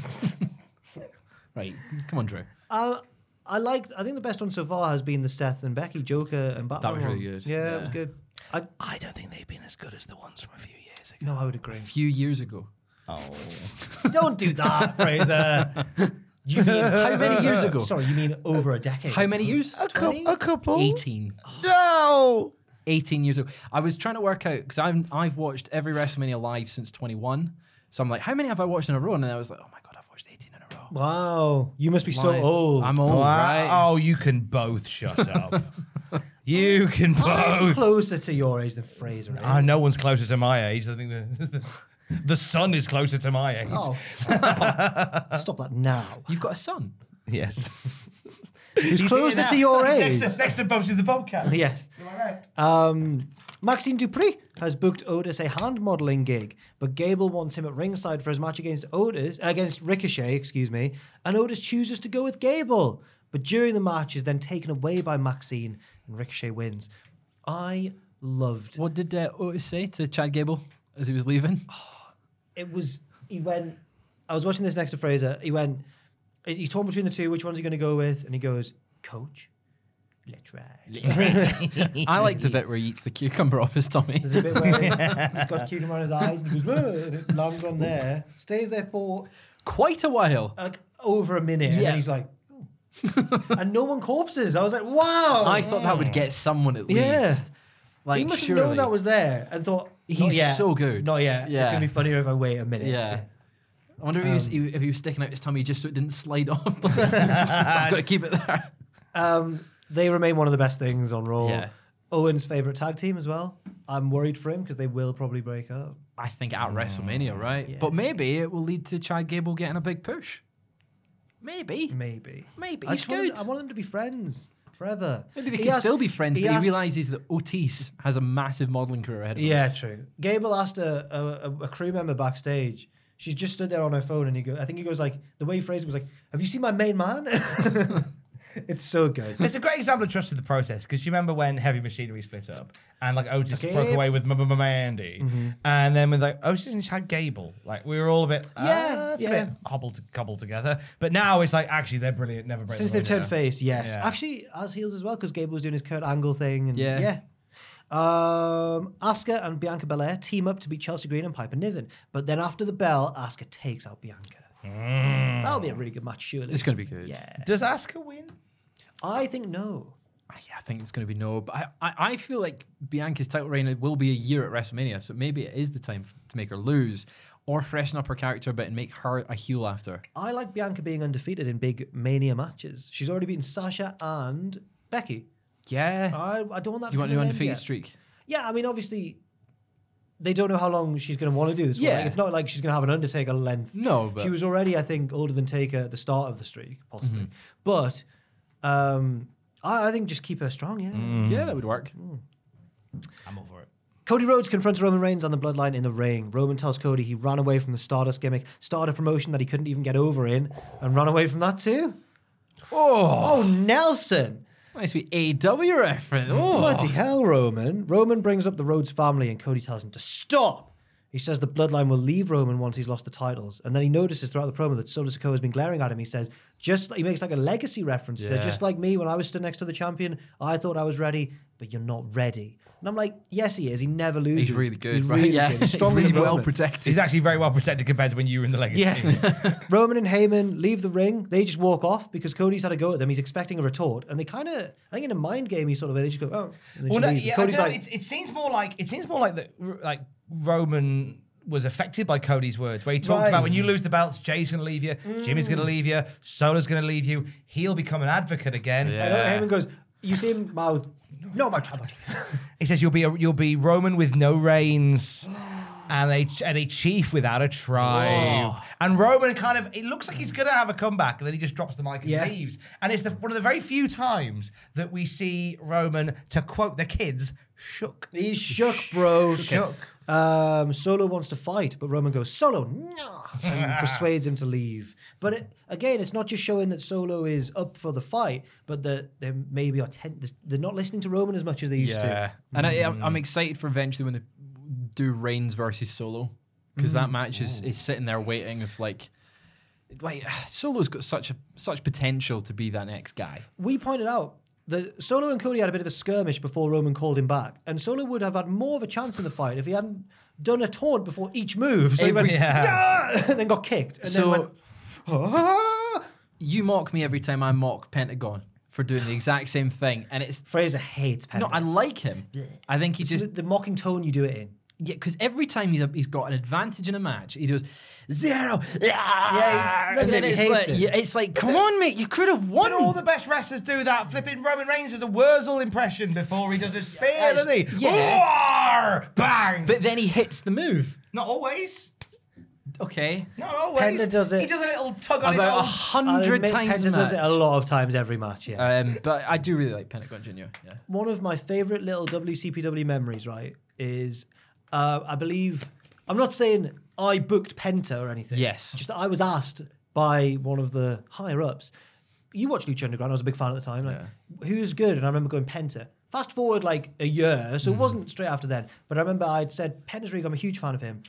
right. Come on, Drew.
Uh, I liked, I think the best one so far has been the Seth and Becky, Joker and Batman.
was really
one.
good,
Yeah, it was
yeah.
good. I,
I don't think they've been as good as the ones from a few years ago.
no, I would agree.
A few years ago.
don't do that, Fraser.
You mean how many years ago?
Sorry, you mean over a decade.
How many years?
a couple.
18.
No.
18 years old. I was trying to work out because I've I've watched every WrestleMania live since 21. So I'm like, how many have I watched in a row? And then I was like, oh my god, I've watched 18 in a row.
Wow, you must be so
Like,
old.
I'm old, right?
Wow. Oh, you can both shut up. you can
I'm
both.
closer to your age than Fraser.
Ah, no one's closer to my age. I think the, the sun is closer to my age.
Oh, stop. Stop that now.
You've got a son.
Yes.
He's,
He's here
closer
now.
to your age.
He's Next to, next to Bubsy the Bobcat.
Yes. Um, Maxine Dupree has booked Otis a hand modeling gig, but Gable wants him at ringside for his match against Otis against Ricochet, excuse me, and Otis chooses to go with Gable. But during the match is then taken away by Maxine and Ricochet wins. I loved
What did uh, Otis say to Chad Gable as he was leaving?
it was he went I was watching this next to Fraser. He went he's torn between the two, which one's he gonna go with? And he goes, Coach, let's ride.
I like the bit where he eats the cucumber off his tummy.
There's a bit where he's he's got cucumber on his eyes and he goes, "Whoa," and it lands on there, stays there for
Quite a while.
like over a minute, and
Yeah.
then he's like, "Oh." and no one corpses. I was like, wow.
I thought that would get someone at least.
Oh. yeah.
Like,
he must have
surely.
known that was there and thought, "Not
He's
yet.
so good.
Not yet.
Yeah.
It's going to be funnier if I wait a minute.
Yeah. I wonder if, he was,
Um.
if he was sticking out his tummy just so it didn't slide off. so I've got to keep it there.
Um, they remain one of the best things on Raw.
Yeah.
Owen's favourite tag team as well. I'm worried for him because they will probably break up.
I think at WrestleMania, right? But maybe it will lead to Chad Gable getting a big push. Maybe.
Maybe.
Maybe.
I
He's
just want them-
good.
I want them to be friends forever.
Maybe they
He
can
asked-
still be friends,
he
but he
asked-
realizes that Otis has a massive modeling career ahead of him.
Yeah, true. Gable asked a, a, a- a crew member backstage. She just stood there on her phone, and he go. I think he goes like the way he phrased it was like, "Have you seen my main man?" it's so good.
It's a great example of trust in the process because you remember when Heavy Machinery split up and like Otis
Okay. Mm-hmm.
broke away with Mama Andy, and then with like Otis and Chad Gable, like we were all a bit
Yeah,
yeah, it's
yeah.
a bit cobbled to, cobbled together. But now it's like actually they're brilliant. Never break
Since
the
they've
mold,
turned
yeah.
face, yes,
Yeah.
actually as heels as well because Gable was doing his Kurt Angle thing, and yeah.
Yeah.
Um, Asuka and Bianca Belair team up to beat Chelsea Green and Piper Niven, but then after the bell, Asuka takes out Bianca.
Mm.
That'll be a really good match, surely.
It's going to be good.
Yeah,
Does Asuka win?
I think no.
I- I think it's going to be no. But I, I, I feel like Bianca's title reign will be a year at WrestleMania, so maybe it is the time f- to make her lose or freshen up her character a bit and make her a heel after.
I like Bianca being undefeated in big Mania matches. She's already beaten Sasha and Becky.
Yeah.
I, I don't want that.
you want
to
an
end
undefeated
yet.
streak?
Yeah, I mean, obviously, they don't know how long she's going to want to do this. for.
Yeah.
Like, it's not like she's going to have an Undertaker length.
No, but
She was already, I think, older than Taker at the start of the streak, possibly.
Mm-hmm.
But um, I, I think just keep her strong. Yeah.
yeah, that would work.
I'm all for it.
Cody Rhodes confronts Roman Reigns on the bloodline in the ring. Roman tells Cody he ran away from the Stardust gimmick, started a promotion that he couldn't even get over in, and ran away from that too. Oh, Nelson.
Nice to be AW
Mm.
reference. Oh,
Bloody hell, Roman. Roman brings up the Rhodes family and Cody tells him to stop. He says the bloodline will leave Roman once he's lost the titles. And then he notices throughout the promo that Solo Sokoa has been glaring at him. He says, just he makes like a legacy reference. He says, just like me, when I was stood next to the champion, I thought I was ready, but you're not ready. And I'm like, yes, he is. He never loses.
he's really good,
He's
right?
really
yeah,
good. He's stronger
really
than
well
Roman.
protected.
He's actually very well protected compared to when you were in the legacy.
Yeah. Roman and Heyman leave the ring. They just walk off because Cody's had a go at them. He's expecting a retort. And they kind of, I think in a mind gamey sort of way, they just go, oh. and they just
Well,
leave.
no,
And
yeah, I
Cody's
don't know,
like,
it's- it seems more like it seems more like that. r- Like Roman was affected by Cody's words, where he talked
Right.
about when you lose the belts, Jay's going to leave you, Jimmy's going to leave you, Solo's going to leave you. He'll become an advocate again.
I know Heyman goes, you see him mouth, no, my trouble.
He says you'll be a, you'll be Roman with no reins. And a, ch- and a chief without a tribe. And Roman kind of, it looks like he's going to have a comeback, and then he just drops the mic and
Yeah.
leaves. And it's the, one of the very few times that we see Roman, to quote the kids, shook.
He's shook, bro.
Shook.
Um, Solo wants to fight, but Roman goes, Solo, no, and persuades him to leave. But it, again, it's not just showing that Solo is up for the fight, but that they maybe are ten- they're not listening to Roman as much as they used
yeah.
to.
And I, I'm, I'm excited for eventually when they do Reigns versus Solo because that
Mm.
match is, is sitting there waiting of like. Like Solo's got such a such potential to be that next guy.
We pointed out that Solo and Cody had a bit of a skirmish before Roman called him back, and Solo would have had more of a chance in the fight if he hadn't done a taunt before each move. So he went, "Yeah," and then got kicked, and then
So-
went, "Ah!"
You mock me every time I mock Pentagon for doing the exact same thing, and it's
Fraser hates Penn.
no. I like him. I think he just
the, the mocking tone you do it in.
yeah, because every time he's a, he's got an advantage in a match, he does zero.
Yeah,
Yeah,
he's- look
and
at
then
him, he
it's
hates
like
it.
yeah, it's like, come on, mate, you could have won.
But all the best wrestlers do that. Flipping Roman Reigns does a Wurzel impression before he does his spear,
Yes.
doesn't he?
Yeah.
Roar! Bang!
but then he hits the move.
not always.
Okay,
Not always.
Pender does it
He does a little tug on his
about a
own.
I'll
hundred
admit
times a
Penta does it a
match.
lot of times every match. Yeah.
Um, but I do really like Pentagon Junior. Yeah.
one of my favorite little WCPW memories, right, is uh, I believe I'm not saying I booked Penta or anything.
Yes.
just that I was asked by one of the higher ups. You watch Lucha Underground. I was a big fan at the time. Like, who's good? And I remember going Penta. Fast forward like a year, so it wasn't straight after then. But I remember I'd said Penta's really. good, I'm a huge fan of him,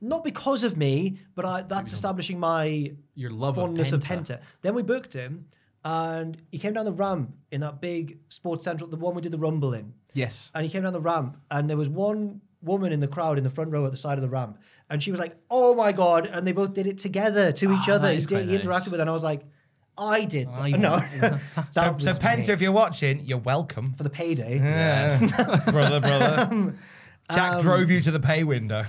not because of me, but I, that's establishing my
Your love of
fondness of
Penta.
Penta. Then we booked him, and he came down the ramp in that big Sports Central, the one we did the Rumble in.
Yes.
And he came down the ramp, and there was one woman in the crowd in the front row at the side of the ramp, and she was like, "Oh my god!" And they both did it together to each
Ah,
other.
that
He,
is
did,
quite
he
nice.
interacted with, her, and I was like, "I did." That.
I-
no,
Yeah.
So,
that
so
was
Penta,
me.
if you're watching, you're welcome.
for the payday.
brother, brother.
Um,
Jack drove you to the pay window.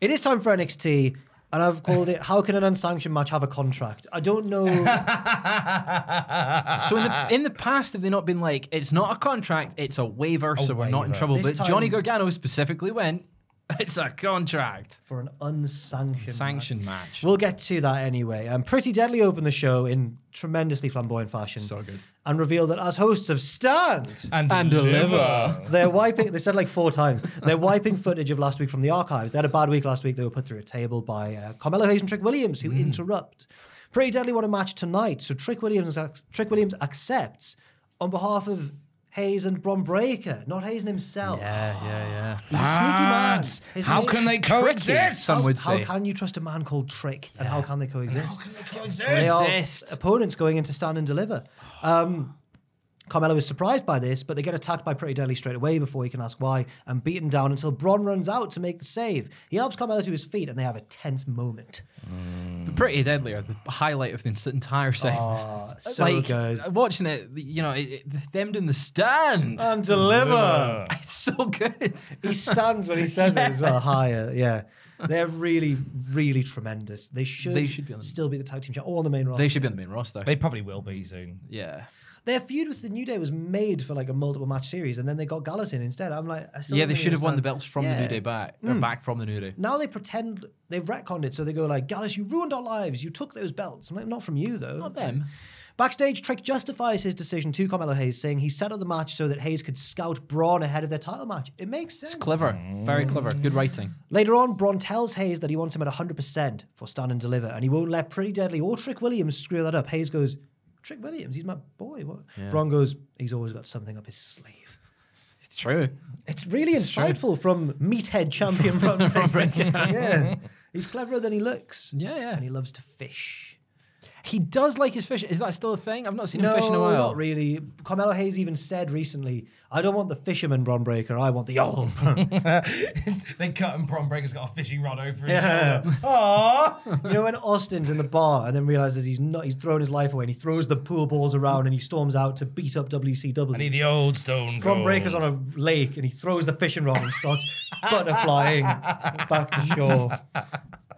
It is time for NXT. And I've called it. How can an unsanctioned match have a contract? I don't know.
So in the, in the past, have they not been like, it's not a contract, it's a waiver, so we're not in
waiver.
trouble?
This
but Johnny
time-
Gargano specifically went, it's a contract.
for an unsanctioned match.
Sanctioned match.
We'll get to that anyway. Um, Pretty Deadly opened the show in tremendously flamboyant fashion.
So good.
And revealed that as hosts of Stand,
and,
they're wiping, they said like four times, they're wiping footage of last week from the archives. They had a bad week last week. They were put through a table by uh, Carmelo Hayes and Trick Williams, who interrupt. Pretty Deadly won a match tonight, so Trick Williams, Trick Williams accepts on behalf of Hayes and Bron Breaker, not Hayes and himself.
Yeah, yeah, yeah.
He's a sneaky man.
Lads,
He's
How
a-
can they
Tricky,
coexist?
some would
how
say.
can you trust a man called Trick, and how can they coexist?
Coexist.
They are
Exist.
opponents going in to stand and deliver. Um, Carmelo is surprised by this, but they get attacked by Pretty Deadly straight away before he can ask why, and beaten down until Bron runs out to make the save. He helps Carmelo to his feet, and they have a tense moment.
But pretty deadly are the highlight of the ent- entire segment.
Oh, Ah, so
like,
good.
Watching it, you know, it, it- them doing the stand.
And deliver.
it's so good.
he stands when he says it as well. Higher, yeah. They're really, really tremendous. They should,
They should be on-
still be the tag team champ or on the main roster.
They should be on the main roster.
They probably will be soon.
yeah.
Their feud with the New Day was made for like a multiple match series, and then they got Gallus in instead. I'm like, I still
Yeah,
don't
they
really
should have won the
understand.
belts from the New
Yeah. Hmm.
Day back, or back from the New Day.
Now they pretend they've retconned it, so they go like, "Gallus, you ruined our lives. You took those belts." I'm like, "Not from you though."
Not them.
Backstage, Trick justifies his decision to Carmelo Hayes, saying he set up the match so that Hayes could scout Braun ahead of their title match. It makes sense.
It's clever. Very
Hmm.
clever. Good writing.
Later on, Braun tells Hayes that he wants him at 100% for stand and deliver, and he won't let Pretty Deadly or Trick Williams screw that up. Hayes goes, "Trick Williams, he's my boy." What? Braun goes, "He's always got something up his sleeve."
It's true.
It's really insightful from meathead champion Ron Baker. yeah, he's cleverer than he looks.
Yeah, yeah.
and he loves to fish.
He does like his fish. Is that still a thing? I've not seen
No,
him fish in a while.
not really. Carmelo Hayes even said recently, "I don't want the fisherman Bron Breaker. I want the old." Bron."
they cut and Bron Breaker's got a fishing rod over his
Yeah.
shoulder. Aww.
you know when Austin's in the bar and then realizes he's not. He's thrown his life away and he throws the pool balls around and he storms out to beat up WCW.
I need the old stone.
Bron
Cold.
Breaker's on a lake and he throws the fishing rod and starts butterflying back to shore.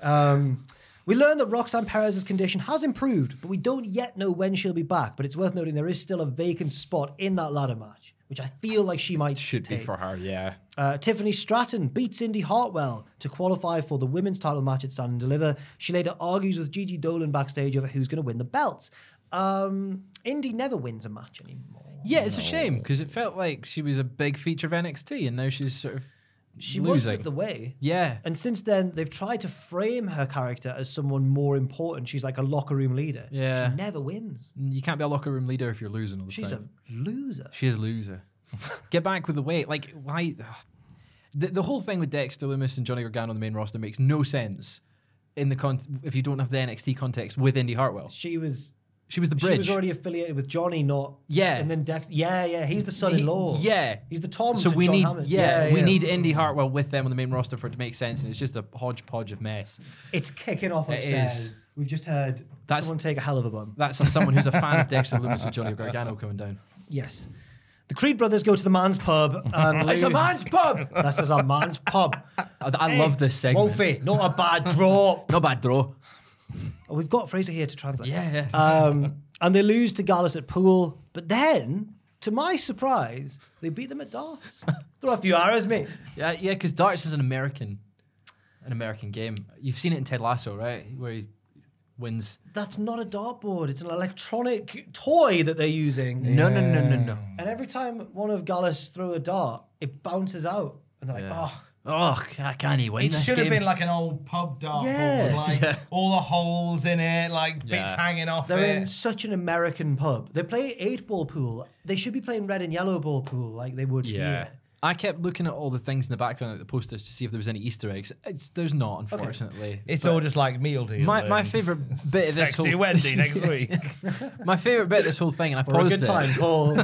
Um, we learn that Roxanne Perez's condition has improved, but we don't yet know when she'll be back. But it's worth noting there is still a vacant spot in that ladder match, which I feel like she might
Should
take.
be for her, yeah.
Uh, Tiffany Stratton beats Indy Hartwell to qualify for the women's title match at Stand and Deliver. She later argues with Gigi Dolan backstage over who's going to win the belt. Um, Indy never wins a match anymore.
Yeah, it's a shame because it felt like she was a big feature of NXT and now she's sort of
She was
losing.
with the way.
yeah.
And since then, they've tried to frame her character as someone more important. She's like a locker room leader.
Yeah.
She never wins.
You can't be a locker room leader if you're losing all the
She's
time.
a loser.
She is a loser. Get back with the weight. Like, why? ugh. The, the whole thing with Dexter Loomis and Johnny Gargano on the main roster makes no sense in the con- if you don't have the NXT context with Indy Hartwell.
She was.
She was the bridge.
She was already affiliated with Johnny, not
Yeah.
And then Dex. Yeah, yeah. He's the son-in-law.
He- yeah.
He's the Tom.
so
to
we
John
need,
Hammond.
yeah, we
yeah.
need Indy Hartwell with them on the main roster for it to make sense, and it's just a hodgepodge of mess.
It's kicking off
It
upstairs.
is.
We've just heard
That's-
someone take a hell of a bum.
That's a- someone who's a fan of Dexter Loomis and Johnny Gargano coming down.
Yes. The Creed brothers go to the man's pub and
It's a
lose-
man's pub.
This is a man's pub.
I, I love this segment.
Wolfie, not a bad draw.
Not bad draw.
We've got Fraser here to translate.
Yeah, yeah.
Um, and they lose to Gallus at pool, but then, to my surprise, they beat them at darts. Throw a few arrows, mate.
yeah, yeah. Because darts is an American, an American game. You've seen it in Ted Lasso, right? Where he wins.
That's not a dartboard. It's an electronic toy that they're using.
No, no, no, no, no.
And every time one of Gallus throw a dart, it bounces out. And they're like,
Yeah.
oh,
Oh, I can't he win
It
this
should have
game?
been like an old pub dartboard,
Yeah.
like all the holes in it, like bits
Yeah.
hanging off
they're in
it.
such an American pub. They play eight ball pool. They should be playing red and yellow ball pool like they would
yeah.
here.
I kept looking at all the things in the background, like the posters, to see if there was any Easter eggs. It's, there's not, unfortunately.
It's
But
all just like meal deal.
my, my
and
favorite bit of this
sexy
whole
Wendy next week.
my favorite bit of this whole thing, and I
For a
paused
good
it.
time, Paul.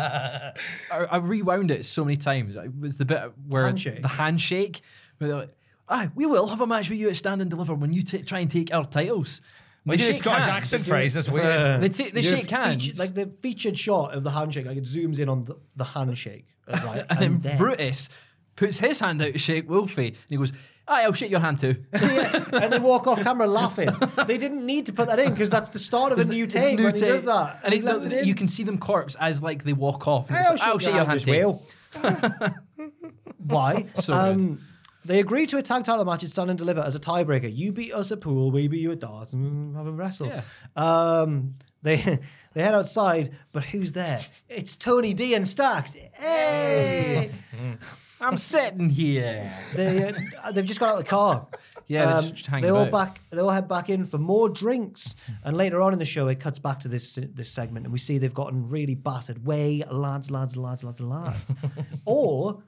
I, I rewound it so many times. It was the bit where
Handshake.
the handshake. Where they're like, Aye, we will have a match with you at Stand and Deliver when you t- try and take our titles.
We
They
did a
shake
Scottish
hands.
accent phrase. That's
uh,
weird.
They, ta- they
You're
shake
featured-
hands.
like the featured shot of the handshake, like it zooms in on the, the handshake. Right,
and then Brutus puts his hand out to shake Wolfie, and he goes, "Aye, I'll shake your hand too."
Yeah, and they walk off camera laughing. They didn't need to put that in because that's the start of a new
It's
take
new
when he
take.
does that.
and
he
he,
left it in. oh,
you can see them corpse as like they walk off. And it's
I'll
like, I'll shake your hand
as
too.
well. Why? Um,
So
they agree to a tag title match at Stand and Deliver as a tiebreaker. You beat us at pool, we beat you at darts, and have a wrestle.
Yeah.
Um, they they head outside, but who's there? It's Tony D and Stacks. Hey!
I'm sitting here.
they uh, they've just got out of the car. Um,
Yeah, they're just hanging
they all
about.
back. They all head back in for more drinks, and later on in the show, it cuts back to this this segment, and we see they've gotten really battered. Way lads, lads, lads, lads, lads, or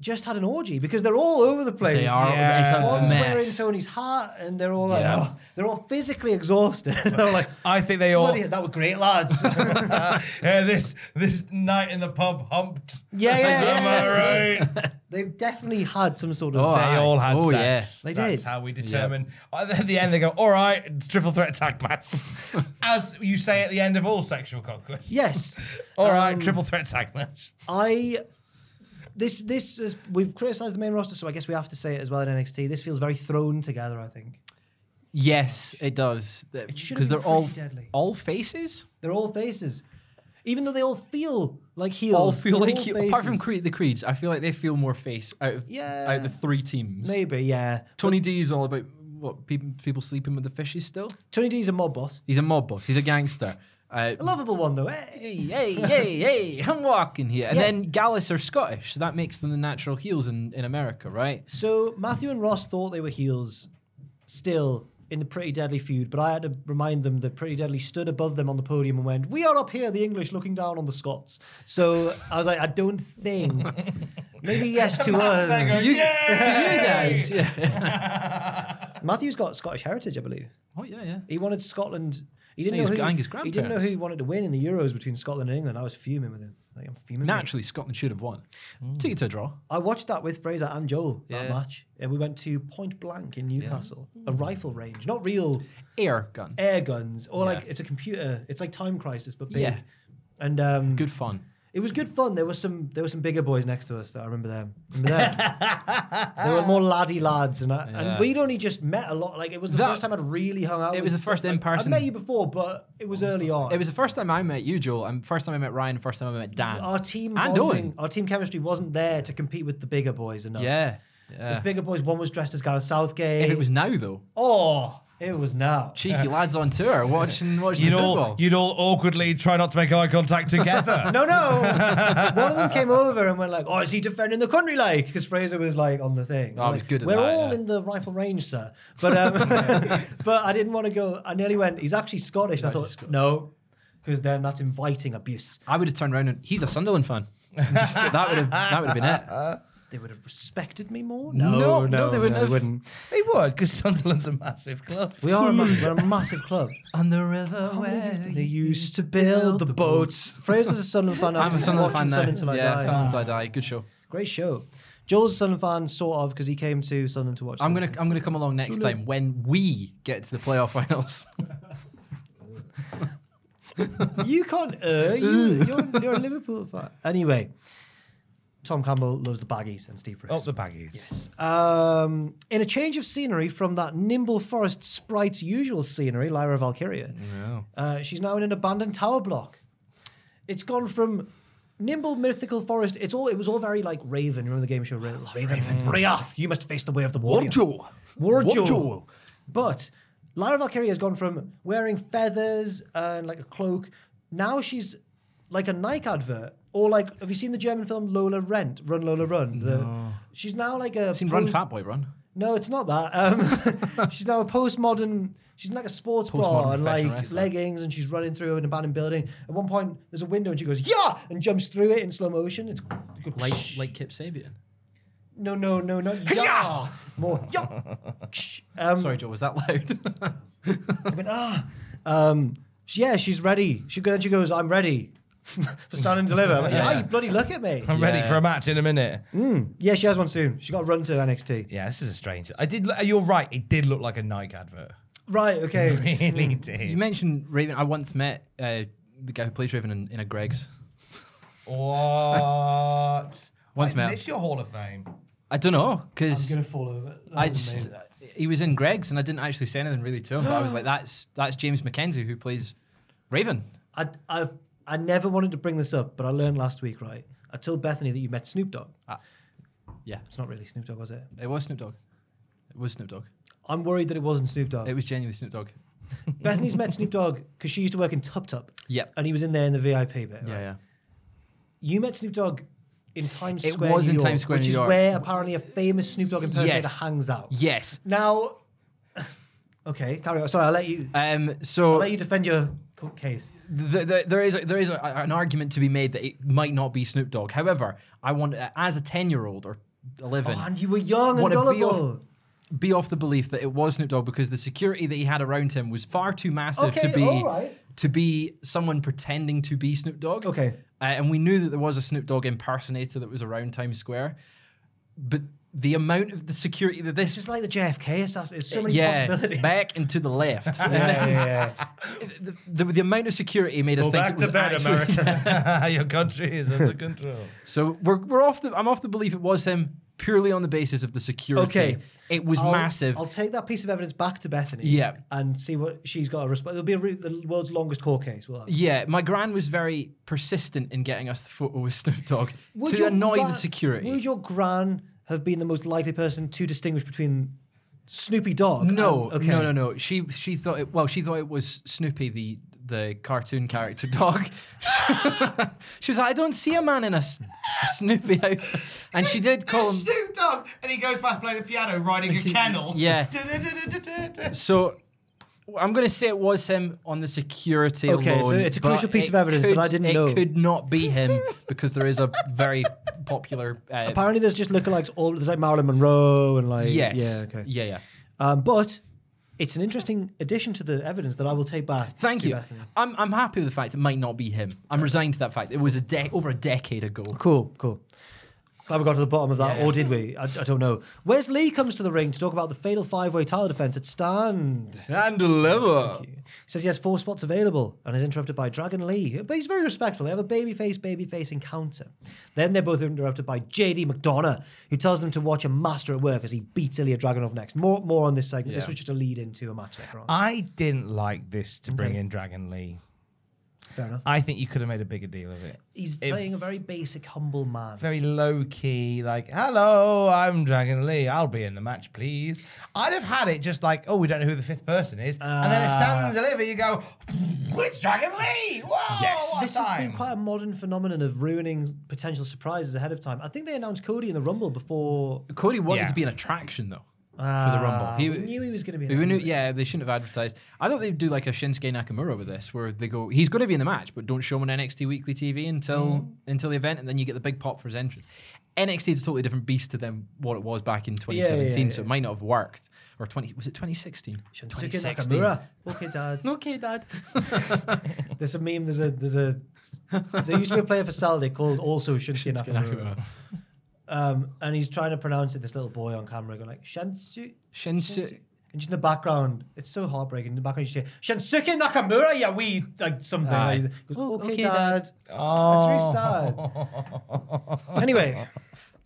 just had an orgy because they're all over the place.
They are.
Yeah.
It's a
One's wearing
mess.
Tony's hat, and they're all like,
Yeah.
oh, they're all physically exhausted. they're like,
I think they all.
bloody hell, that were great, lads. yeah,
Yeah, this this night in the pub humped.
yeah,
Am
yeah.
I right?
They've definitely had some sort of.
Oh,
They
aye.
all had
Oh,
sex.
yeah. They
That's
did.
how we determine. At the end, they go, "All right, it's triple threat tag match," as you say at the end of all sexual conquests.
Yes.
All right,
Um,
triple threat tag match.
I this this is, we've criticized the main roster, so I guess we have to say it as well in NXT. This feels very thrown together. I think
Yes, it does.
should have
Because they're
been
all
pretty deadly.
all faces.
they're all faces, even though they all feel like heels.
all feel
they're
like
all
you, apart from
faces.
Creed, the Creeds, I feel like they feel more face out of
Yeah.
out of the three teams.
maybe yeah.
Tony D is all about what people people sleeping with the fishes still.
Tony D's a mob boss,
He's a mob boss. He's a gangster. Uh,
a lovable one though. eh?
Hey, hey, hey, hey, I'm walking here. And
Yeah.
then Gallus are Scottish, so that makes them the natural heels in, in America, right?
So Matthew and Ross thought they were heels, still. In the Pretty Deadly feud, but I had to remind them that Pretty Deadly stood above them on the podium and went, "We are up here, the English, looking down on the Scots." So I was like, "I don't think, maybe yes to us."
Go,
You,
"Yeah!"
To you guys. Yeah.
Matthew's got Scottish heritage, I believe.
Oh, yeah, yeah.
He wanted Scotland. He didn't
I think
know
his-
who,
I think his
he didn't know who
grandparents.
he wanted to win in the Euros between Scotland and England. I was fuming with him. Like I'm fuming. with him.
Naturally, Scotland should have won.
Mm.
Took it to a draw.
I watched that with Fraser and Joel that
Yeah.
match. And we went to Point Blank in Newcastle, a rifle range, not real
Air gun.
air guns or like
Yeah.
it's a computer. It's like Time Crisis but big.
Yeah.
And um,
Good fun.
it was good fun. There was some there were some bigger boys next to us that I remember them. Remember them? they were more laddie lads, and I, and
Yeah.
we'd only just met a lot. Like it was the
That-
first time I'd really hung out.
It
with-
was the first
like,
in-person-
I'd met you before, but it was early on.
It was the first time I met you, Joel, and first time I met Ryan, first time I met Dan.
our team
and
bonding, Oh,
Owen.
our team chemistry wasn't there to compete with the bigger boys enough.
Yeah.
The
yeah.
bigger boys, one was dressed as Gareth Southgate.
If it was now, though,
oh, it was now.
cheeky lads on tour watching watching
You'd
the
all
football.
you'd all awkwardly try not to make eye contact together.
No, no. one of them came over and went like, "Oh, is he defending the country like?" Because Fraser was like on the thing.
Oh, I was
Like,
good at
We're
that,
all
yeah.
in the rifle range, sir. But um, but I didn't want to go. I nearly went. He's actually Scottish. And I thought no, because then that's inviting abuse.
I would have turned around and he's a Sunderland fan. Just, that would have that would have been it.
They would have respected me more.
No, no, they wouldn't have.
they would, because Sunderland's a massive club.
We are a, ma- we're a massive club.
On the river where
They used to build the boats. Fraser's a Sunderland fan.
I'm a Sunderland fan
watching
now.
Sunderland till I
yeah,
die.
Sunderland till I die. Good show.
Great show. Joel's a Sunderland fan, sort of, because he came to Sunderland to watch.
I'm
them.
gonna I'm gonna come along next time when we get to the playoff finals.
You can't. Uh, you, you're, you're a Liverpool fan. Anyway, Tom Campbell loves the baggies and Steve Bruce.
Up the baggies. Yes.
Um, in a change of scenery from that nimble forest sprite's usual scenery, Lyra Valkyria, uh, she's now in an abandoned tower block. It's gone from nimble mythical forest. It's all. It was all very like Raven. Remember the game show Raven? Raven, Briath, you must face the way of the warrior. Warjo. But Lyra Valkyria has gone from wearing feathers and like a cloak. Now she's like a Nike advert. Or like, have you seen the German film Lola Rent? Run Lola Run. The- she's now like a.
Seen Run
pose-
Fat Boy Run.
No, it's not that. Um, she's now a postmodern. She's in like a sports
Postmodern
bra and like
professional wrestler.
leggings, and she's running through an abandoned building. At one point, there's a window, and she goes yeah, and jumps through it in slow motion. It's
Like like Kip Sabian.
no, no, no, not yeah, more yeah. Um,
Sorry, Joe, was that loud?
went, ah. Um, she- yeah, she's ready. She go- then she goes, I'm ready for stand and deliver. I'm like, "Ah, you bloody look at me.
I'm ready for a match in a minute.
yeah, she has one soon. She got to run to NXT.
Yeah, this is a strange. I did. You're right. It did look like a Nike advert.
Right, okay.
Really
you
did.
mentioned Raven. I once met uh, the guy who plays Raven in, in a Greg's.
What?
Once
Wait,
met.
This your Hall of Fame.
I don't know because
gonna fall over. That
I
was
just uh,
amazing.
he was in Greg's and I didn't actually say anything really to him. But I was like, that's that's James McKenzie who plays Raven.
I, I, I never wanted to bring this up, but I learned last week, right? I told Bethany that you met Snoop Dogg.
Ah, Yeah,
It's not really Snoop Dogg, was it?
it was Snoop Dogg. It was Snoop Dogg.
I'm worried that it wasn't Snoop Dogg.
It was genuinely Snoop Dogg.
Bethany's met Snoop Dogg because she used to work in Tup Tup.
Yep.
And he was in there in the VIP bit. right?
Yeah, yeah.
You met Snoop Dogg in Times
It
Square,
was
New
in
York,
Times Square,
which
New
is
York.
where apparently a famous Snoop Dogg impersonator
Yes.
hangs out.
Yes.
Now, okay, carry on. Sorry, I'll let you.
Um.
I'll
So
let you defend your co- case.
th- th- there is there is a, an argument to be made that it might not be Snoop Dogg. However, I want uh, as a ten year old or eleven.
Oh, and you were young and
Wanna be
gullible.
be off the belief that it was Snoop Dogg because the security that he had around him was far too massive
Okay,
to be
all right.
to be someone pretending to be Snoop Dogg.
Okay.
Uh, and we knew that there was a Snoop Dogg impersonator that was around Times Square, but the amount of the security that this
It's like the JFK assassin. There's so many
yeah
possibilities.
back and to the left. And then The, the amount of security made us think it was actually-
America. your country is under control.
So we're, we're off the I'm off the belief it was him purely on the basis of the security.
Okay.
It was
I'll-
massive.
I'll take that piece of evidence back to Bethany.
Yeah.
And see what she's got to respond. It'll be a re- the world's longest court case. We'll have.
Yeah, my gran was very persistent in getting us the photo with Snoop Dogg
Would
to
your
annoy
gran-
the security.
Would your gran have been the most likely person to distinguish between Snoopy Dogg?
no,
and- okay.
no, no, no. She she thought it. Well, she thought it was Snoopy, the the cartoon character dog. she was like, I don't see a man in a, s- a Snoopy outfit, and she did call him.
Snoop Dogg, and he goes past playing the piano, riding a kennel.
Yeah. So. I'm going to say it was him on the security
Okay, so
alone.
it's a
but
crucial piece
it
of evidence that
could-
I didn't know.
It could not be him because there is a very popular. Uh,
Apparently, there's just lookalikes all. There's like Marilyn Monroe and like.
yes.
Yeah, okay.
Yeah, yeah.
Um, but it's an interesting addition to the evidence that I will take back.
Thank
to
you.
Bethany.
I'm, I'm happy with the fact it might not be him. I'm resigned to that fact. It was a de- over a decade ago.
Cool, cool. Glad we got to the bottom of that, or did we? I, I don't know. Wesley comes to the ring to talk about the fatal five way tower defense at Stand.
And deliver.
He says he has four spots available and is interrupted by Dragon Lee. But he's very respectful. They have a babyface, babyface encounter. Then they're both interrupted by JD McDonough, who tells them to watch a master at work as he beats Ilya Dragunov next. More, more on this segment. This was just a lead into a match later on.
Uh,
I didn't like this to bring in Dragon Lee.
Fair enough.
I think you could have made a bigger deal of it.
He's playing a very basic, humble man.
Very low key, like, hello, I'm Dragon Lee. I'll be in the match, please. I'd have had it just like, oh, we don't know who the fifth person is. and then it
Ah.
stands deliver, you go, it's Dragon Lee. Whoa,
Yes.
what a
This has
time.
been quite a modern phenomenon of ruining potential surprises ahead of time. I think they announced Cody in the Rumble before.
Cody wanted
Yeah.
to be an attraction, though, for the Rumble. He,
Ah, we knew he was going to be.
we
in
knew,
it.
yeah, they shouldn't have advertised. I thought they'd do like a Shinsuke Nakamura with this, where they go, he's going to be in the match, but don't show him on NXT Weekly TV until
Mm.
until the event, and then you get the big pop for his entrance. NXT is a totally different beast to them what it was back in 2017, so it might not have worked. Or 20, was it 2016?
Shinsuke Nakamura. Okay, Dad.
Okay, Dad.
There's a meme. There's a there's a. There used to be a player for Saturday called also Shinsuke Nakamura. Um, and he's trying to pronounce it. This little boy on camera going like Shansu,
Shinsu.
and just in the background, it's so heartbreaking. In the background, you say Shansuke Nakamura, yeah, we like something.
Aye.
And he goes,
Oh,
okay,
okay,
dad. It's very sad. anyway,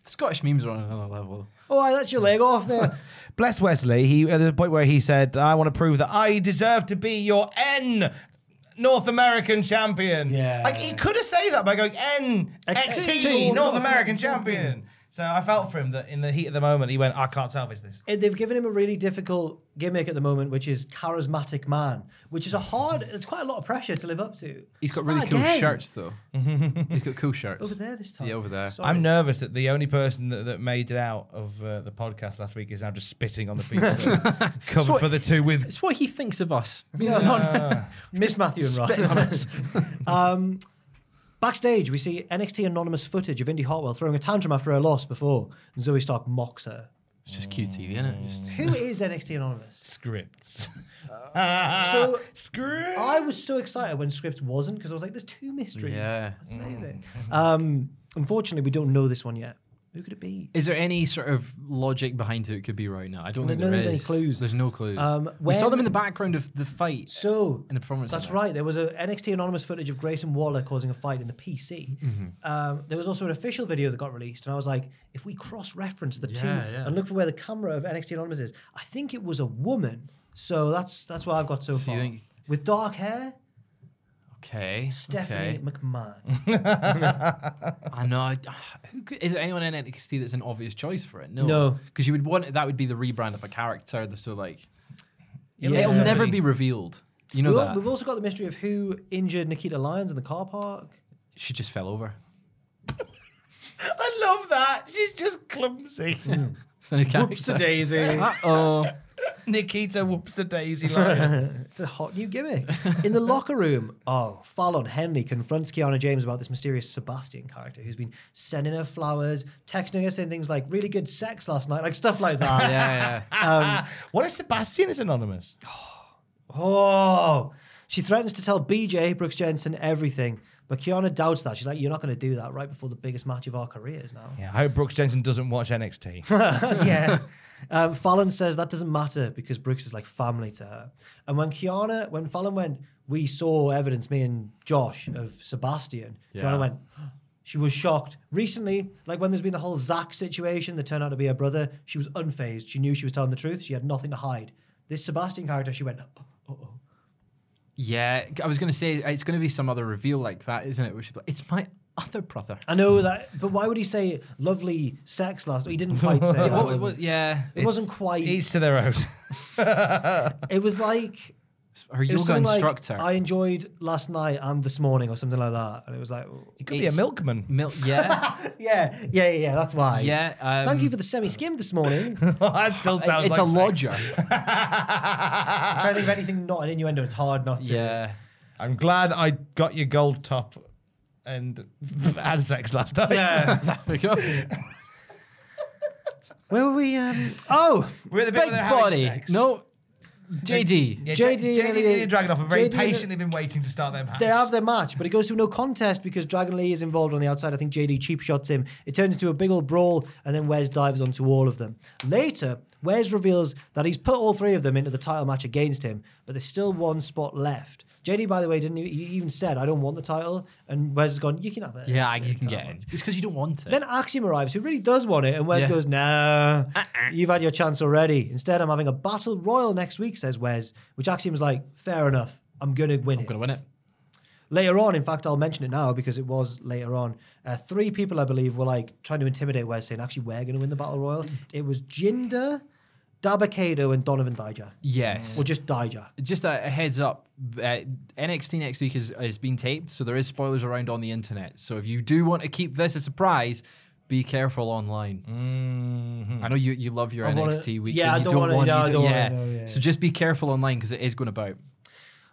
Scottish memes are on another level.
oh, I let your leg off there.
Bless Wesley. He at the point where he said, "I want to prove that I deserve to be your N North American champion."
Yeah.
like he could have saved that by going N
XT,
XT North American champion. So I felt for him that in the heat of the moment he went, "I can't salvage this."
And they've given him a really difficult gimmick at the moment, which is charismatic man, which is a hard. It's quite a lot of pressure to live up to.
He's got
Start
really cool
again.
shirts though. He's got cool shirts.
over there this time.
Yeah, over there.
Sorry.
I'm nervous that the only person that, that made it out of uh, the podcast last week is now just spitting on the people that are covered
what-
for the two with.
It's what he thinks of us. You know, not-
Miss Matthew and
spitting on
Ryan. Um,
us.
Backstage, we see NXT anonymous footage of Indy Hartwell throwing a tantrum after her loss before, and Zoe Stark mocks her.
It's just QTV, isn't it? Just
Who is NXT anonymous?
Scripts.
Uh,
so-
scripts.
I was so excited when Scripts wasn't because I was like, "There's two mysteries.
Yeah. Mm.
That's amazing." um, unfortunately, we don't know this one yet. Who could it be?
Is there any sort of logic behind who it could be right now? I don't
There-
think
no,
there
there's any
is.
clues.
There's no clues.
Um,
we saw
when-
them in the background of the fight.
So
in the performance
That's
center.
right. There was a NXT anonymous footage of Grayson Waller causing a fight in the PC.
Mm-hmm.
Um, there was also an official video that got released, and I was like, if we cross-reference the two
Yeah, yeah.
and look for where the camera of NXT anonymous is, I think it was a woman. So that's that's what I've got so,
you
far.
think-
With dark hair,
okay.
Stephanie
Okay.
McMahon.
I know. I- ah, Who could, is there anyone in NXT that's an obvious choice for it? No.
No.
Because you would want that would be the rebrand of a character. So like,
Yeah.
it'll never
Somebody-
be revealed. You know
We've, al-
that
we've also got the mystery of who injured Nikita Lyons in the car park.
she just fell over.
I love that. She's just clumsy.
Whoops
daisy.
Oh,
Nikita whoops a daisy. Lyons.
It's a hot new gimmick. In the locker room, oh, Fallon Henley confronts Kiana James about this mysterious Sebastian character who's been sending her flowers, texting her saying things like "really good sex last night," like stuff like that.
yeah, yeah.
what if Sebastian is anonymous?
Oh, she threatens to tell BJ Brooks Jensen everything, but Kiana doubts that. She's like, "You're not going to do that right before the biggest match of our careers now."
Yeah, I hope Brooks Jensen doesn't watch NXT.
yeah. Um, Fallon says that doesn't matter because Brooks is like family to her. And when Kiana, when Fallon went, we saw evidence, me and Josh, of Sebastian,
Yeah.
Kiana went, she was shocked. Recently, like when there's been the whole Zach situation that turned out to be her brother, she was unfazed. She knew she was telling the truth. She had nothing to hide. This Sebastian character, she went, oh, oh, oh.
yeah. I was gonna say it's gonna be some other reveal like that, isn't it? Where she's like, it's my other brother.
I know that, but why would he say lovely sex last? He didn't quite say that.
What-
was
what-
it?
yeah,
It wasn't quite.
Each to their own.
It was like
her
It was
yoga
something like,
instructor.
I enjoyed last night and this morning or something like that. And it was like, oh.
He could be a
It's-
milkman.
Mil- yeah,
yeah, yeah, yeah, yeah, that's why.
yeah. Um,
Thank you for the semi skim this morning.
that still sounds
It's
like
a
sex.
lodger.
I'm trying to think of anything not an innuendo. It's hard not to.
yeah.
I'm glad I got your gold top and had sex last night.
Yeah.
There we go.
Where were we? Um, oh,
We're at the bit
Big
where they're having
body.
sex.
No. JD.
Yeah,
JD
JD,
and
JD
Elliot-
and Dragunov have very
JD and-
patiently been waiting to start their match.
they have their match, but it goes to no contest because Dragon Lee is involved on the outside. I think JD cheap shots him. It turns into a big old brawl, and then Wes dives onto all of them. Later, Wes reveals that he's put all three of them into the title match against him, but there's still one spot left. JD, by the way, didn't he, he even said, "I don't want the title," and Wes has gone, "You can have it."
Yeah, I you can get in. It's because you don't want it.
Then Axiom arrives, who really does want it, and Wes
Yeah. Uh-uh.
goes, No, you've had your chance already. Instead, I'm having a battle royal next week, says Wes, which Axiom's like, Fair enough, I'm going to win
I'm
it.
gonna win it.
Later on, in fact, I'll mention it now because it was later on. Uh, three people, I believe, were like trying to intimidate Wes, saying, Actually, we're going to win the battle royal. It was Jinder, Dabakato, and Donovan Dijak,
Yes.
or just Dijak.
just a, a heads up uh, NXT next week is, is being taped, so there is spoilers around on the internet. So if you do want to keep this a surprise, be careful online. I know you, you love your
Mm-hmm. I wanna-
NXT week.
yeah,
and
I
you
don't wanna-
want
no,
you
I don't wanna
yeah.
know, yeah,
So just be careful online because it is going about.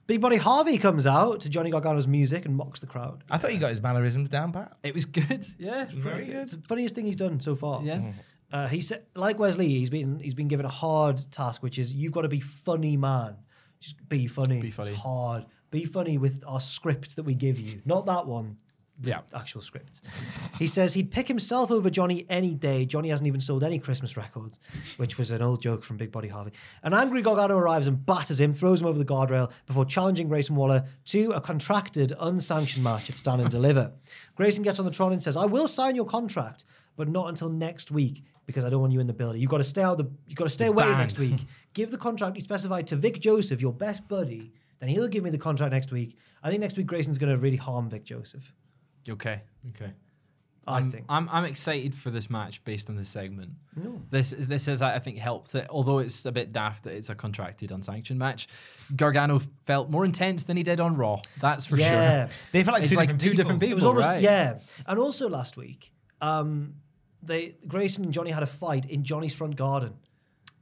Big Body Harvey comes out to Johnny Gargano's music and mocks the crowd.
I thought you got his mannerisms down, Pat.
It was good. Yeah.
Very good.
It's the funniest thing he's done so far.
Yeah.
Uh, he said, like Wesley, he's been he's been given a hard task, which is you've got to be funny, man. Just be funny.
Be funny.
It's hard. Be funny with our script that we give you, not that one. the
Yeah.
actual script. He says he'd pick himself over Johnny any day. Johnny hasn't even sold any Christmas records, which was an old joke from Big Body Harvey. An angry Gargano arrives and batters him, throws him over the guardrail before challenging Grayson Waller to a contracted, unsanctioned match at Stand and Deliver. Grayson gets on the Tron and says, I will sign your contract, but not until next week because I don't want you in the building. You've got to stay out the you've got to stay away
banned.
next week. Give the contract you specified to Vic Joseph, your best buddy. Then he'll give me the contract next week. I think next week Grayson's going to really harm Vic Joseph.
Okay. Okay.
I
I'm-
think.
I'm I'm excited for this match based on this segment. This is this is I I think helped it, although it's a bit daft that it's a contracted, unsanctioned match. Gargano felt more intense than he did on Raw. That's for
Yeah.
sure.
They felt like
it's
two
like
different
two
people.
different people,
It was almost
right?
yeah. And also last week, um, they Grayson and Johnny had a fight in Johnny's front garden,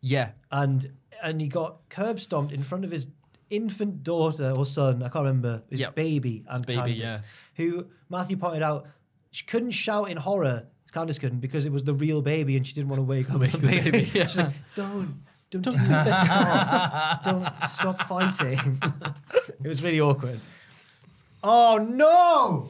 yeah.
and and he got curb stomped in front of his infant daughter or son. I can't remember his
Yep.
baby and
baby,
Candace,
yeah.
who Matthew pointed out she couldn't shout in horror. Candace couldn't because it was the real baby, and she didn't want to wake up the baby.
Maybe, yeah.
Don't. Don't, do that. Don't stop fighting. it was really awkward. Oh no!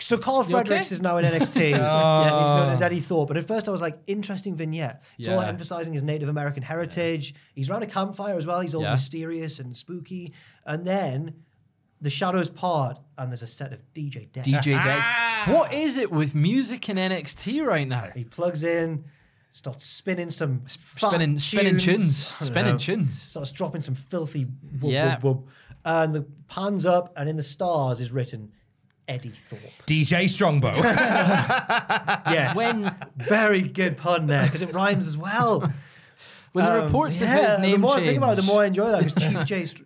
So Carl Fredericks
okay?
is now in NXT. yeah, he's known as Eddie Thorpe. But at first I was like, interesting vignette. It's all
Yeah.
emphasizing his Native American heritage. He's around a campfire as well. He's all
Yeah.
mysterious and spooky. And then the shadows part, and there's a set of DJ decks.
DJ Dex.
Ah.
What is it with music in NXT right now?
He plugs in, starts spinning some fat
Spinning spinning tunes.
I don't
Spinning
know.
tunes.
starts dropping some filthy whoop,
Yeah.
whoop, whoop. And the pans up, and in the stars is written Eddie Thorpe.
DJ Strongbow.
Yes.
Uh, When
Very good pun there, because it rhymes as well.
when the
Um,
reports of
yeah,
his
and
name
the more
change,
I think about it, the more I enjoy that. 'cause Chief J. Str-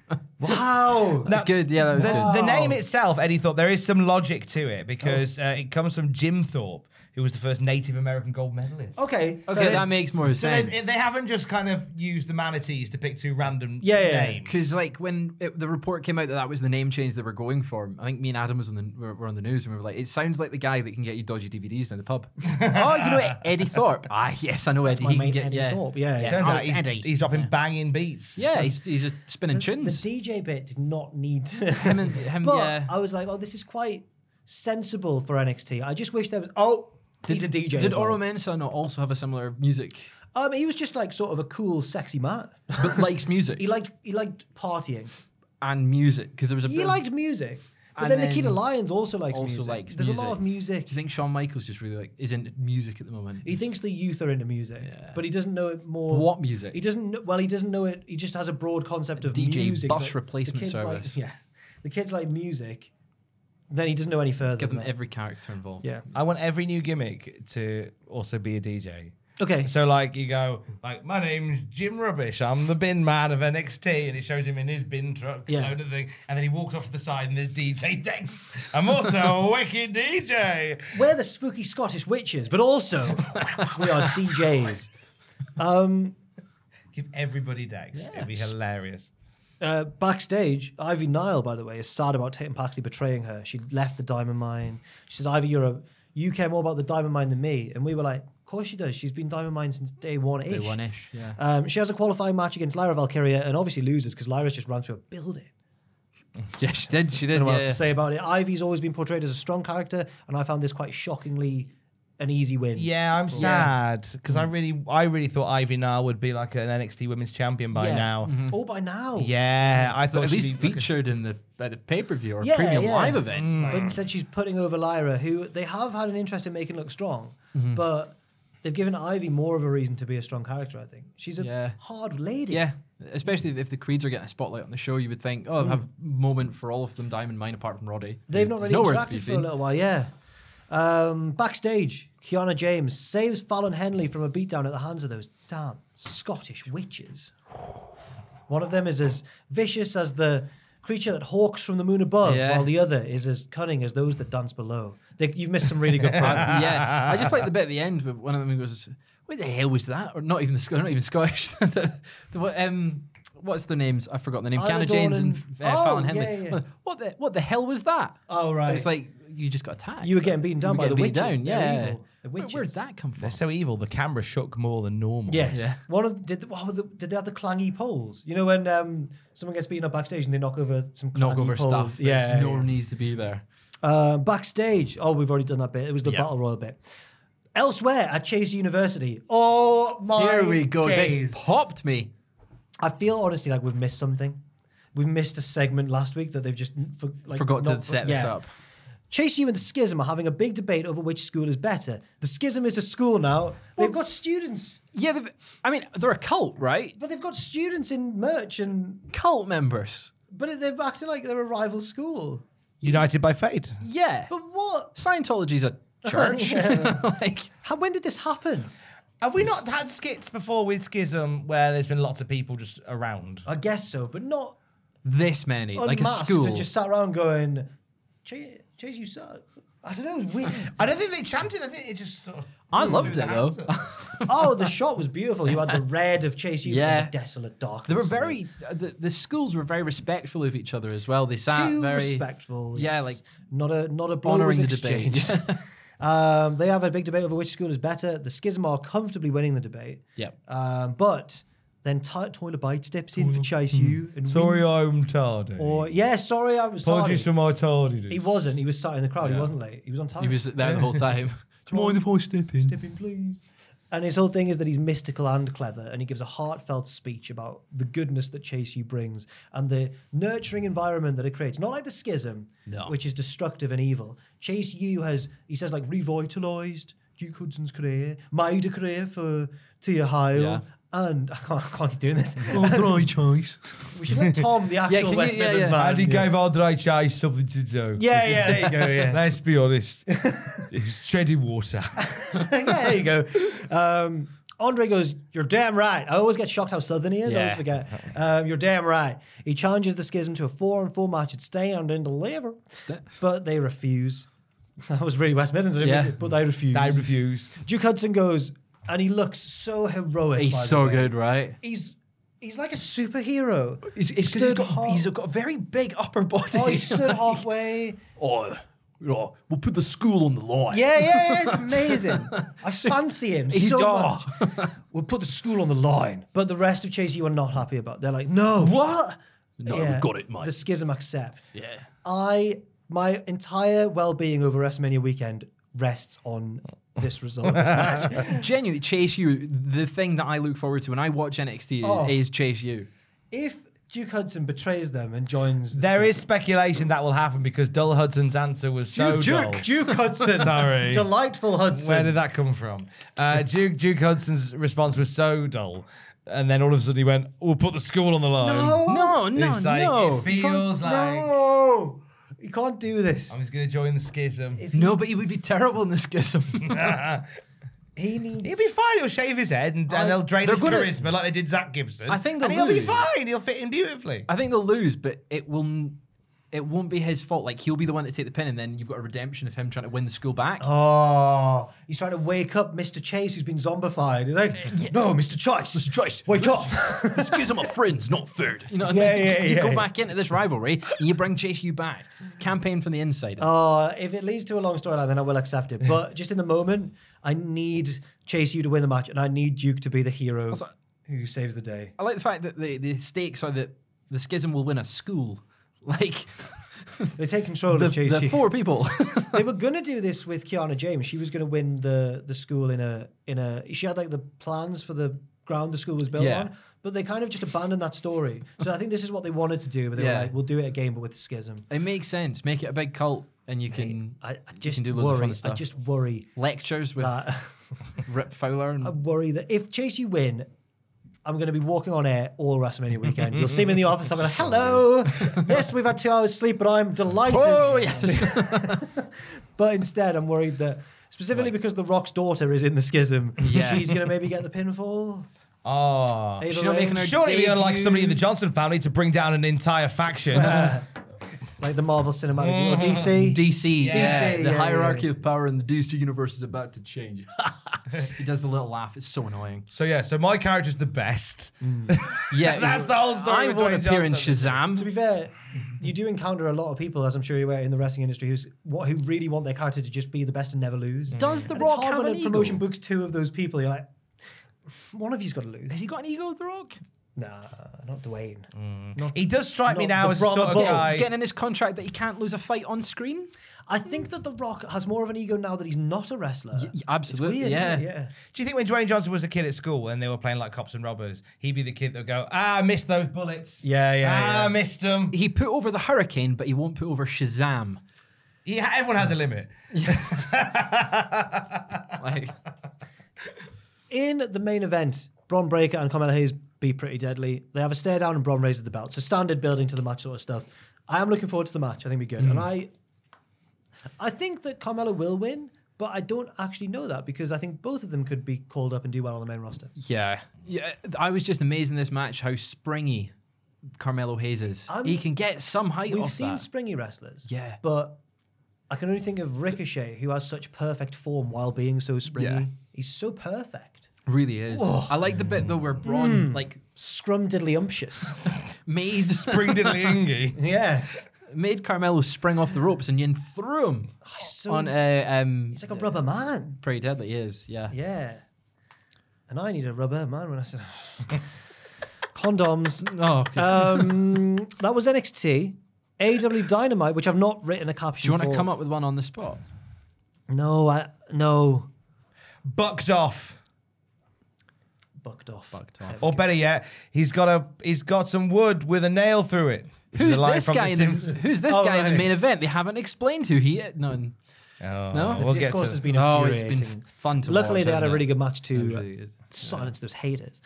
wow.
that's good. Yeah, that was
the,
good.
the name itself, Eddie Thorpe, there is some logic to it because
Oh.
uh, it comes from Jim Thorpe, who was the first Native American gold medalist.
Okay.
Okay, that makes more
So there's-
sense.
they haven't just kind of used the manatees to pick two random
Yeah, yeah.
names.
Because like when it, the report came out that that was the name change they were going for, I think me and Adam was on the were, were on the news and we were like, it sounds like the guy that can get you dodgy DVDs down the pub. oh, you know Eddie Thorpe. Ah, yes, I know Eddie.
my
he can
mate
get
Eddie
yeah.
Thorpe. Yeah.
Turns
Oh,
out
it's
he's,
Eddie.
he's dropping banging beats.
Yeah, he's he's just spinning
The
chins.
DJ bit did not need to.
him and him.
but
yeah.
I was like, oh, this is quite sensible for NXT. I just wish there was. Oh, he's a DJ.
Did
as well.
Oro Mensah not also have a similar music?
Um, he was just like sort of a cool, sexy man.
But likes music.
He liked he liked partying.
and music because there was a. bit
He
of-
liked music. But
And
then, Nikita
then
Lyons also likes
also
music.
likes
There's a lot
music.
of music.
Do you think Shawn Michaels just really like is into music at the moment?
He thinks the youth are into music, but he doesn't know it more.
What music?
He doesn't. Know, well, he doesn't know it. He just has a broad concept of
DJ
music.
bus
that
replacement
the kids like-
service.
yes, the kids like music. Then he doesn't know any further.
Give
than
them
that.
every character involved.
yeah.
I want every new gimmick to also be a DJ.
Okay.
So like you go like my name's Jim Rubbish. I'm the bin man of NXT, and he shows him in his bin truck,
Yeah.
load of thing, and then he walks off to the side and there's DJ Dex. I'm also a wicked DJ.
We're the spooky Scottish witches, but also we are DJs. Um,
Give everybody Dex. It'd be hilarious.
uh, backstage, Ivy Nile, by the way, is sad about Tatum Paxley betraying her. She left the diamond mine. She says, Ivy, you're a, you care more about the diamond mine than me. And we were like, of course she does. She's been diamond mine since day one ish.
Day one ish. Yeah.
Um, she has a qualifying match against Lyra Valkyria and obviously loses because Lyra's just ran through a building.
yeah, she did. She
I
did.
don't know what
yeah,
else to say about it. Ivy's always been portrayed as a strong character, and I found this quite shockingly an easy win.
Yeah, Mm. I'm sad because I really, I really thought Ivy Nile would be like an NXT Women's Champion by
Yeah. Mm.
now.
All by now.
Yeah, I thought
at
she'd
least
be like a-
featured in the at the pay per view or
Yeah,
premium
yeah. Mm.
live event.
But instead, she's putting over Lyra, who they have had an interest in making look strong,
Mm-hmm.
but they've given Ivy more of a reason to be a strong character. I think she's a
Yeah.
hard lady.
Yeah, especially if the creeds are getting a spotlight on the show, you would think, oh, have a moment for all of them, Diamond Mine, apart from Roddy.
Mm. they've not
There's
really
nowhere to be
interacted for a
seen.
little while. Yeah. Um, backstage, Kiana James saves Fallon Henley from a beatdown at the hands of those damn Scottish witches. One of them is as vicious as the creature that hawks from the moon above,
Yeah.
while the other is as cunning as those that dance below. They, you've missed some really good prime.
yeah, I just like the bit at the end where one of them goes, "Where the hell was that?" Or not even the Sc- they're not even Scottish. The- the- what, um, what's their names? I forgot the name.
Isla
Canna
Dawn
James and
and-
uh, Fallon
Oh, yeah,
Henley.
yeah.
Well, What the what the hell was that?
Oh, right.
It's like you just got attacked.
You were getting beaten down
You were
by the
getting beat
witches.
Down.
They're
Yeah.
evil. The
Where- Where
witches.
did that come from?
They're so evil. The camera shook more than normal.
Yes.
Yeah.
One of did what were the, did they have the clangy poles? You know when um, someone gets beaten up backstage and they knock over some clangy
Knock over
poles?
stuff. that
Yeah.
no
yeah.
needs to be there.
Uh, backstage. Oh, we've already done that bit. It was the
Yeah.
battle royal bit. Elsewhere at Chase University. Oh my
Here we go.
Days.
This popped me.
I feel honestly like we've missed something. We've missed a segment last week that they've just n- for, like,
Forgot
not
to
for-
set this
yeah.
up.
Chase U and the Schism are having a big debate over which school is better. The Schism is a school now. They've got students,
Yeah, they've- I mean, they're a cult, right?
but they've got students in merch and
Cult members.
but they're acting like they're a rival school.
United by fate.
Yeah.
But what?
Scientology's a church. like,
How, when did this happen?
Have we not had skits before with Schism where there's been lots of people just around?
I guess so, but not
this many. Like a
unmasked
school.
and just sat around going, Chase, Chase you suck. I don't know. It was weird.
I don't think they chanted. I think it just sort of.
I loved it, though.
oh, the shot was beautiful. You had the red of Chase U,
Yeah.
and the desolate darkness.
They were
of it.
very uh, the, the schools were very respectful of each other as well. They sat
too
uh, very
respectful.
Yeah,
yes.
like
not a not a blow was
honoring the
exchanged.
debate.
um, they have a big debate over which school is better. The Schism are comfortably winning the debate.
Yep.
Um, but then t- Toilet Bite steps in for Chase U and win-
I'm tardy.
or yeah, sorry, I was tardy.
my tardiness.
He wasn't. He was sat in the crowd. He wasn't late. He was on time.
He was there the whole time.
Do you mind if I step in?
Step in, please. And his whole thing is that he's mystical and clever, and he gives a heartfelt speech about the goodness that Chase U brings and the nurturing environment that it creates. Not like the schism,
No.
which is destructive and evil. Chase U has, he says, like revitalized Duke Hudson's career, made a career for Tia Hyle,
Yeah.
and I can't, I can't keep doing this.
dry chase.
we should let Tom, the actual
can you-
West
yeah,
Midlands
yeah.
man.
And he
yeah.
gave our dry chase something to do.
yeah, yeah, there you go. Yeah.
Let's be honest. It's treading water.
yeah, there you go. Um, Andre goes, You're damn right. I always get shocked how southern he is. I always
Yeah.
forget. Um, You're damn right. He challenges the schism to a four on four match at Stand and Deliver, but they refuse. That was really West Midlands, I didn't mean
Yeah.
to- but they refuse.
I refuse.
Duke Hudson goes, and he looks so heroic. by
He's
the
so
way.
good, right?
He's he's like a superhero.
It's, it's
'cause he's got- he's
got a very big upper body.
Oh, he stood halfway.
oh, oh, we'll put the school on the line.
Yeah, yeah, yeah, it's amazing. I fancy him
He's-
so
oh.
much. We'll put the school on the line. But the rest of Chase U are not happy about. They're like, no.
What? No,
Yeah,
we got it, mate.
The schism accept.
yeah.
I my entire well being over WrestleMania weekend rests on this result. this match.
Genuinely, Chase You, the thing that I look forward to when I watch NXT
Oh.
is Chase You.
If Duke Hudson betrays them and joins, the
There
Schism-
is speculation that will happen because Dull Hudson's answer was so dull.
Duke Hudson.
Sorry.
delightful Hudson.
Where did that come from? Uh, Duke Duke Hudson's response was so dull, and then all of a sudden he went, "We'll put the school on the line."
No, no,
it's like,
no.
It feels like
No, you Oh, can't do this.
I'm just gonna join the schism. He'll
No, but he would be terrible in the schism.
He needs.
be fine. He'll shave his head and, and they'll drain
They're
his
gonna-
charisma like they did Zach Gibson.
I think
and
they'll
he'll be
lose.
fine. He'll fit in beautifully.
I think they'll lose, but it will. n- It won't be his fault. Like he'll be the one to take the pin, and then you've got a redemption of him trying to win the school back.
Oh, he's trying to wake up Mr. Chase, who's been zombified. He's like, no, Mr. Chase, Mr.
Joyce,
wake up.
This gives him a friends, not food. You know, what
Yeah,
I mean?
yeah,
you
yeah,
go
yeah.
back into this rivalry, and you bring Chase you back. Campaign from the inside.
Uh, if it leads to a long storyline, then I will accept it. But just in the moment, I need Chase you to win the match, and I need Duke to be the hero who saves the day.
I like the fact that the, the stakes are that the schism will win a school. Like
They take control
the,
of Chase
the
U.
four people.
they were gonna do this with Kiana James. She was gonna win the the school in a in a. She had like the plans for the ground the school was built
Yeah.
on, but they kind of just abandoned that story. So I think this is what they wanted to do, but they
Yeah.
were like, "We'll do it again, but with schism."
it makes sense. Make it a big cult, and you can
I, I just
do loads of
worry.
fun
I
stuff.
just worry
lectures with
that.
Rip Fowler. And,
I worry that if Chase you win, I'm going to be walking on air all WrestleMania weekend. You'll see me in the office. I'm going, hello. yes, we've had two hours sleep, but I'm delighted.
oh yes.
But instead, I'm worried that specifically because The Rock's daughter is in the schism,
Yeah. Uh,
she's going to maybe get the pinfall.
Oh.
Either
She's not
way,
making her
Surely it'd be unlike
debut.
somebody in the Johnson family to bring down an entire faction.
like the Marvel Cinematic or DC.
DC,
Yeah.
the
yeah,
hierarchy of power in the DC universe is about to change. he does the little laugh. It's so annoying.
So yeah, so my character's the best.
Yeah,
That's
he-
the whole story
I
with
won't
Dwayne
appear in
Johnson.
To be
Shazam.
fair, you do encounter a lot of people, as I'm sure you were in the wrestling industry, who's what who really want their character to just be the best and never lose.
Does The
And it's
Rock
hard
have
when
an
a
ego?
promotion books two of those people? You're like, one of you's got to lose.
Has he got an ego, The Rock?
Nah, not Dwayne.
He does strike me
Not
now
the
as the sort of
probable.
guy.
Getting in his contract that he can't lose a fight on screen.
I think that The Rock has more of an ego now that he's not a wrestler. It's
absolutely,
weird,
yeah.
Isn't it? Yeah.
Do you think when Dwayne Johnson was a kid at school and they were playing like cops and robbers, he'd be the kid that would go, "Ah, I missed those bullets.
Yeah, yeah,
Ah,
yeah.
I missed them.
He put over the Hurricane, but he won't put over Shazam.
He, everyone has a limit.
Like,
In the main event, Bron Breaker and Carmella Hayes be pretty deadly. They have a stare down and Bron raises the belt. So standard building to the match sort of stuff. I am looking forward to the match. I think it'll be good.
Mm.
And I I think that Carmella will win, but I don't actually know that because I think both of them could be called up and do well on the main roster.
yeah, yeah. I was just amazed in this match how springy Carmelo Hayes is.
I'm-
he can get some height
We've
off
seen
that.
springy wrestlers.
Yeah.
But I can only think of Ricochet, who has such perfect form while being so springy.
Yeah.
He's so perfect.
really is. I like the bit though where Braun like
Scrum diddly umptious.
made
Spring diddly ingy.
yes.
made Carmelo spring off the ropes and Yin threw him
So,
on a um.
he's like a rubber man.
Pretty deadly he is, yeah.
Yeah. And I need a rubber man when I said condoms.
Oh, okay.
Um, that was NXT. AW Dynamite, which I've not written a caption
do you want
for.
to come up with one on the spot?
No, I, no.
Bucked off.
Bucked off.
Bucked off.
Or better yet, he's got a he's got some wood with a nail through it. which is
Who's
a line
this
from
guy? In the,
Simpsons.
who's this
Oh,
guy in
right.
the main event? They haven't explained who he is. No, n-
Oh,
No? The
we'll get
Discourse
to
has
it.
been
oh, it's
infuriating.
been f- fun to
Luckily,
watch,
they had a
hasn't
really
it?
good match
It
to
was
uh,
really good.
silence those haters.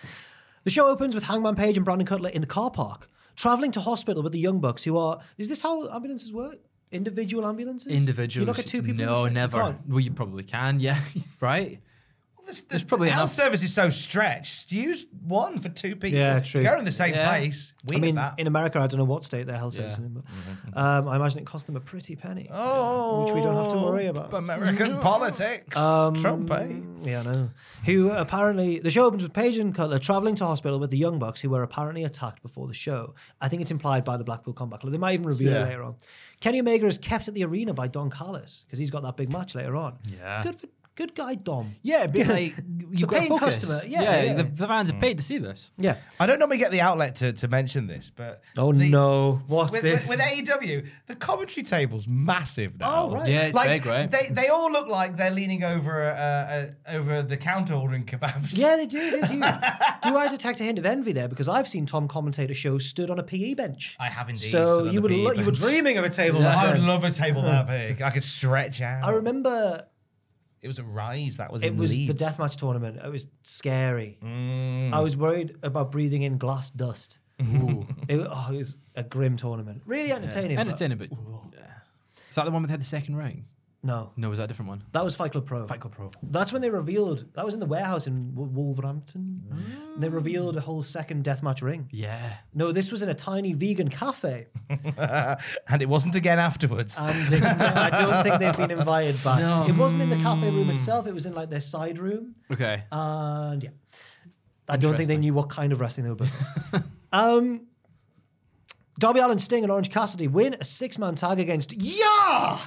The show opens with Hangman Page and Brandon Cutler in the car park, traveling to hospital with the Young Bucks, who are. Is this how ambulances work? Individual ambulances?
Individuals.
You look at two people.
No,
you say-
never.
You can't.
well, you probably can. Yeah, right.
This-
There's
the
probably
health
enough-
service is so stretched. Use one for two people.
Yeah, true.
Go in the same
Yeah.
place. We
I mean,
that. Mm-hmm.
in America, I don't know what state their health service is in, but um, I imagine it cost them a pretty penny,
oh,
which we don't have to worry about. Um,
American politics. Trump, eh?
Yeah, I know. Who apparently the show opens with Paige and Cutler traveling to hospital with the Young Bucks, who were apparently attacked before the show. I think it's implied by the Blackpool Combat Club. They might even reveal it later on. Kenny Omega is kept at the arena by Don Callis because he's got that big match later on.
Yeah.
good for good guy Dom.
Yeah, but like
The
you've got
paying
a focus.
customer, yeah, yeah.
The, the fans have paid to see this.
Yeah.
I don't normally get the outlet to, to mention this, but
Oh
the-
no! What's
With,
this?
with, with AEW, the commentary table's massive now.
Oh, right.
Yeah, it's
like
big, right?
they they all look like they're leaning over uh, uh, over the counter ordering kebabs.
yeah, they do. It is huge. do I detect a hint of envy there? Because I've seen Tom commentate a show stood on a PE bench.
I have indeed stood
So
on
you
a
would
PE
lo- you were
bench.
dreaming of a table.
Yeah.
like
I would
that.
love a table that big. I could stretch out.
I remember
it was a rise. That was
It
in
was
Leeds.
the deathmatch tournament. It was scary.
Mm.
I was worried about breathing in glass dust. It, oh, it was a grim tournament. Really entertaining. but-
Entertaining, but is that the one that had the second ring?
No,
No, was that a different one?
that was Fight Club Pro.
Fight Club Pro.
That's when they revealed. That was in the warehouse in W- Wolverhampton.
Mm.
And They revealed a whole second deathmatch ring.
Yeah.
No, this was in a tiny vegan cafe,
and it wasn't again afterwards.
and it's, I don't think they've been invited back.
No. Mm.
It wasn't in the cafe room itself. It was in like their side room.
Okay.
Um, And yeah, I don't think they
Interesting.
knew what kind of wrestling they were booking. um, Darby Allen, Sting, and Orange Cassidy win a six-man tag against Yeah,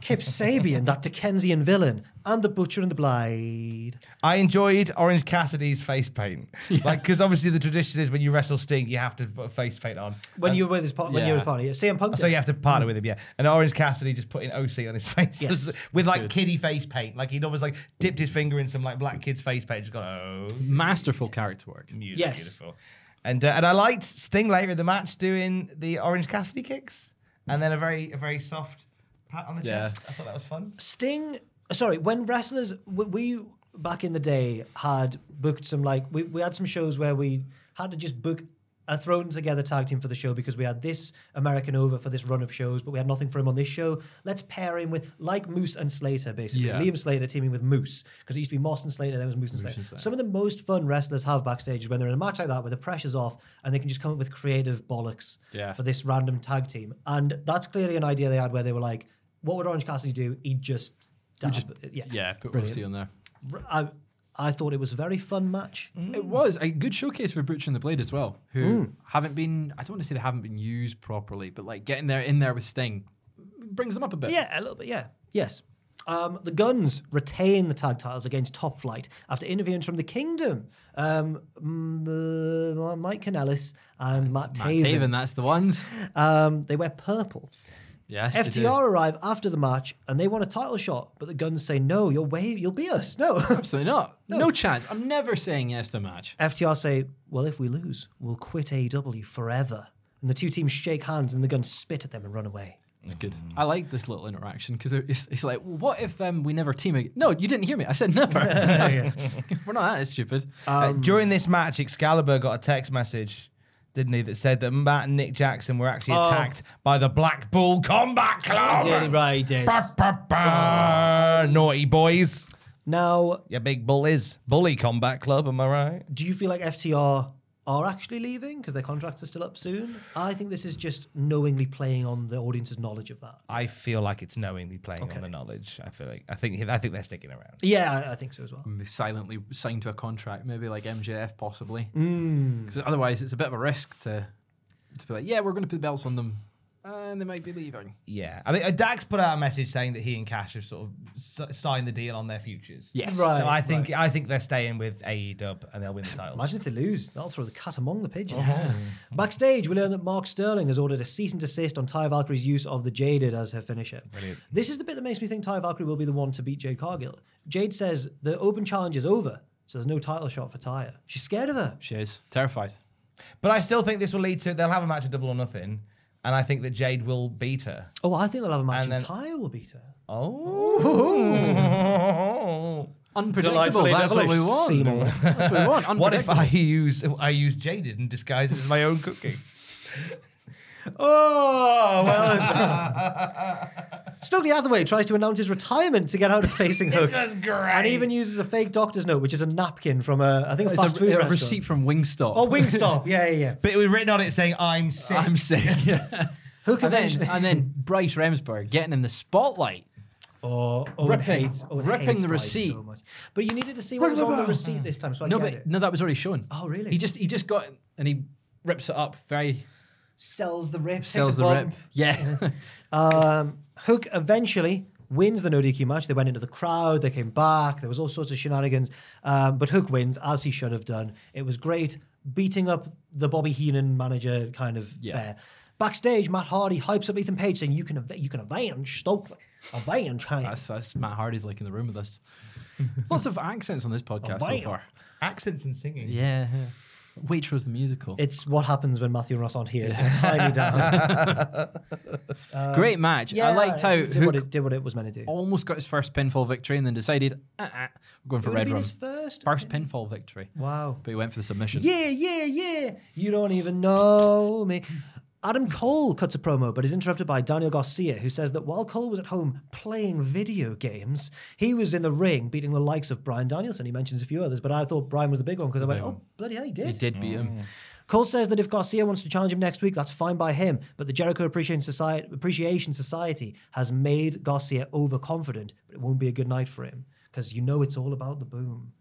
Kip Sabian, that Dickensian villain, and the Butcher and the Blade.
I enjoyed Orange Cassidy's face paint, like because obviously the tradition is when you wrestle Sting, you have to put a face paint on.
When you were with his part, when you were
yeah.
with party, CM Punk.
So
did.
you have to partner with him, yeah. And Orange Cassidy just put an OC on his face
Yes.
with like kiddie face paint. Like he'd almost like dipped his finger in some like black kid's face paint. Just go, oh,
Masterful character work.
beautiful.
Yes.
beautiful. And uh, and I liked Sting later in the match doing the Orange Cassidy kicks, and then a very a very soft pat on the
Yeah.
chest. I thought that was fun.
Sting. Sorry, when wrestlers we, we back in the day had booked some like we, we had some shows where we had to just book a thrown together tag team for the show because we had this American over for this run of shows, but we had nothing for him on this show. Let's pair him with like Moose and Slater, basically.
Yeah.
Liam Slater teaming with Moose because it used to be Moss and Slater, then it was Moose, and, Slater. Some of the most fun wrestlers have backstage is when they're in a match like that where the pressure's off and they can just come up with creative bollocks
Yeah.
for this random tag team. And that's clearly an idea they had where they were like, what would Orange Cassidy do? He'd just dab. Yeah.
Yeah, put Rosie on there.
R- I, I thought it was a very fun match.
It was a good showcase for Butcher and the Blade as well, who
Mm.
haven't been. I don't want to say they haven't been used properly, but like getting there in there with Sting brings them up a bit.
Yeah, a little bit. Yeah. Yes. Um, the Guns retain the tag titles against Top Flight after interference from the Kingdom. Um, M- uh, Mike Kanellis and Matt,
Matt
Taven.
Taven, that's the ones.
Um, they wear purple.
Yes, they do.
FTR arrive after the match and they want a title shot, but the Guns say, "No, you'll wait. You'll be us. No."
Absolutely not. No. chance. I'm never saying yes to a match.
FTR say, "Well, if we lose, we'll quit AEW forever." And the two teams shake hands, and the Guns spit at them and run away.
It's good. I like this little interaction because it's, it's like, well, what if um, we never team again? No, you didn't hear me. I said never. We're not that stupid. Um,
Uh,
Um,
during this match, Excalibur got a text message, didn't he, that said that Matt and Nick Jackson were actually attacked by the Black Bull Combat Club.
right, Oh. did.
Bah, bah, bah. Naughty boys.
Now,
Your big bullies. Bully Combat Club, am I right?
do you feel like FTR are actually leaving because their contracts are still up soon? I think this is just knowingly playing on the audience's knowledge of that.
I feel like it's knowingly playing on the knowledge. I feel like I think I think they're sticking around.
Yeah, I, I think so as well.
Silently signed to a contract, maybe like MJF, possibly.
Hmm.
Because otherwise, it's a bit of a risk to to be like, yeah, we're going to put belts on them, and they might be leaving.
Yeah, I mean, uh, Dax put out a message saying that he and Cash have sort of s- signed the deal on their futures.
Yes.
Right.
So I think I think they're staying with AE Dub and they'll win the titles.
Imagine if they lose. That'll throw the cat among the pigeons. Backstage, we learn that Mark Sterling has ordered a cease and desist on Ty Valkyrie's use of the Jaded as her finisher. This is the bit that makes me think Ty Valkyrie will be the one to beat Jade Cargill. Jade says the open challenge is over, so there's no title shot for Ty. She's scared of her.
She is terrified.
But I still think this will lead to they'll have a match of double or nothing, and I think that Jade will beat her.
Oh, I think they'll have a match and,
And then-
Ty will beat her.
Oh.
Unpredictable. That's what we want.
Seymour.
That's what we want.
What if
unpredictable.
I use I use jaded and disguise it as my own cooking?
Oh, well. Stokely Hathaway tries to announce his retirement to get out of facing Hook.
is great.
And even uses a fake doctor's note, which is a napkin from a, I think, a
It's a-
fast food
a,
restaurant.
receipt from Wingstop.
Oh, Wingstop. yeah, yeah, yeah.
But it was written on it saying I'm sick.
I'm sick. Yeah.
Hook
and then
eventually-
and then Bryce Remsburg getting in the spotlight.
Oh, Owen
Ripping-
hates, Owen
ripping
hates
the
Bryce
receipt.
So much. But you needed to see what was on the receipt this time, so I
No,
get
but
it.
no, that was already shown.
Oh, really?
He just he just got it and he rips it up. Very
Sells the rip. takes
sells
a
the rip.
bump.
Yeah.
Um, Hook eventually wins the no DQ match. They went into the crowd. They came back. There was all sorts of shenanigans. Um, but Hook wins as he should have done. It was great, beating up the Bobby Heenan manager kind of fair. Backstage, Matt Hardy hypes up Ethan Page, saying, "You can, av- you can avenge Stokely, avenge him."
that's that's Matt Hardy's like in the room with us. Lots of accents on this podcast so
wow.
far.
Accents and singing.
Yeah. yeah. Waitrose the musical.
It's what happens when Matthew and Ross aren't here. It's entirely down. uh,
Great match. I liked how
it did what,
Hook
it, did what it was meant to do.
almost got his first pinfall victory and then decided, uh-uh, we're going for
Would it have
Red
been
Rum.
his first.
First pinfall victory.
Wow.
But he went for the submission.
Yeah, yeah, yeah. You don't even know me. Adam Cole cuts a promo, but is interrupted by Daniel Garcia, who says that while Cole was at home playing video games, he was in the ring beating the likes of Brian Danielson. He mentions a few others, but I thought Brian was the big one because I went, oh, bloody hell, he did.
He did beat him.
Cole says that if Garcia wants to challenge him next week, that's fine by him, but the Jericho Appreciation Society, Appreciation Society has made Garcia overconfident, but it won't be a good night for him because you know it's all about the boom.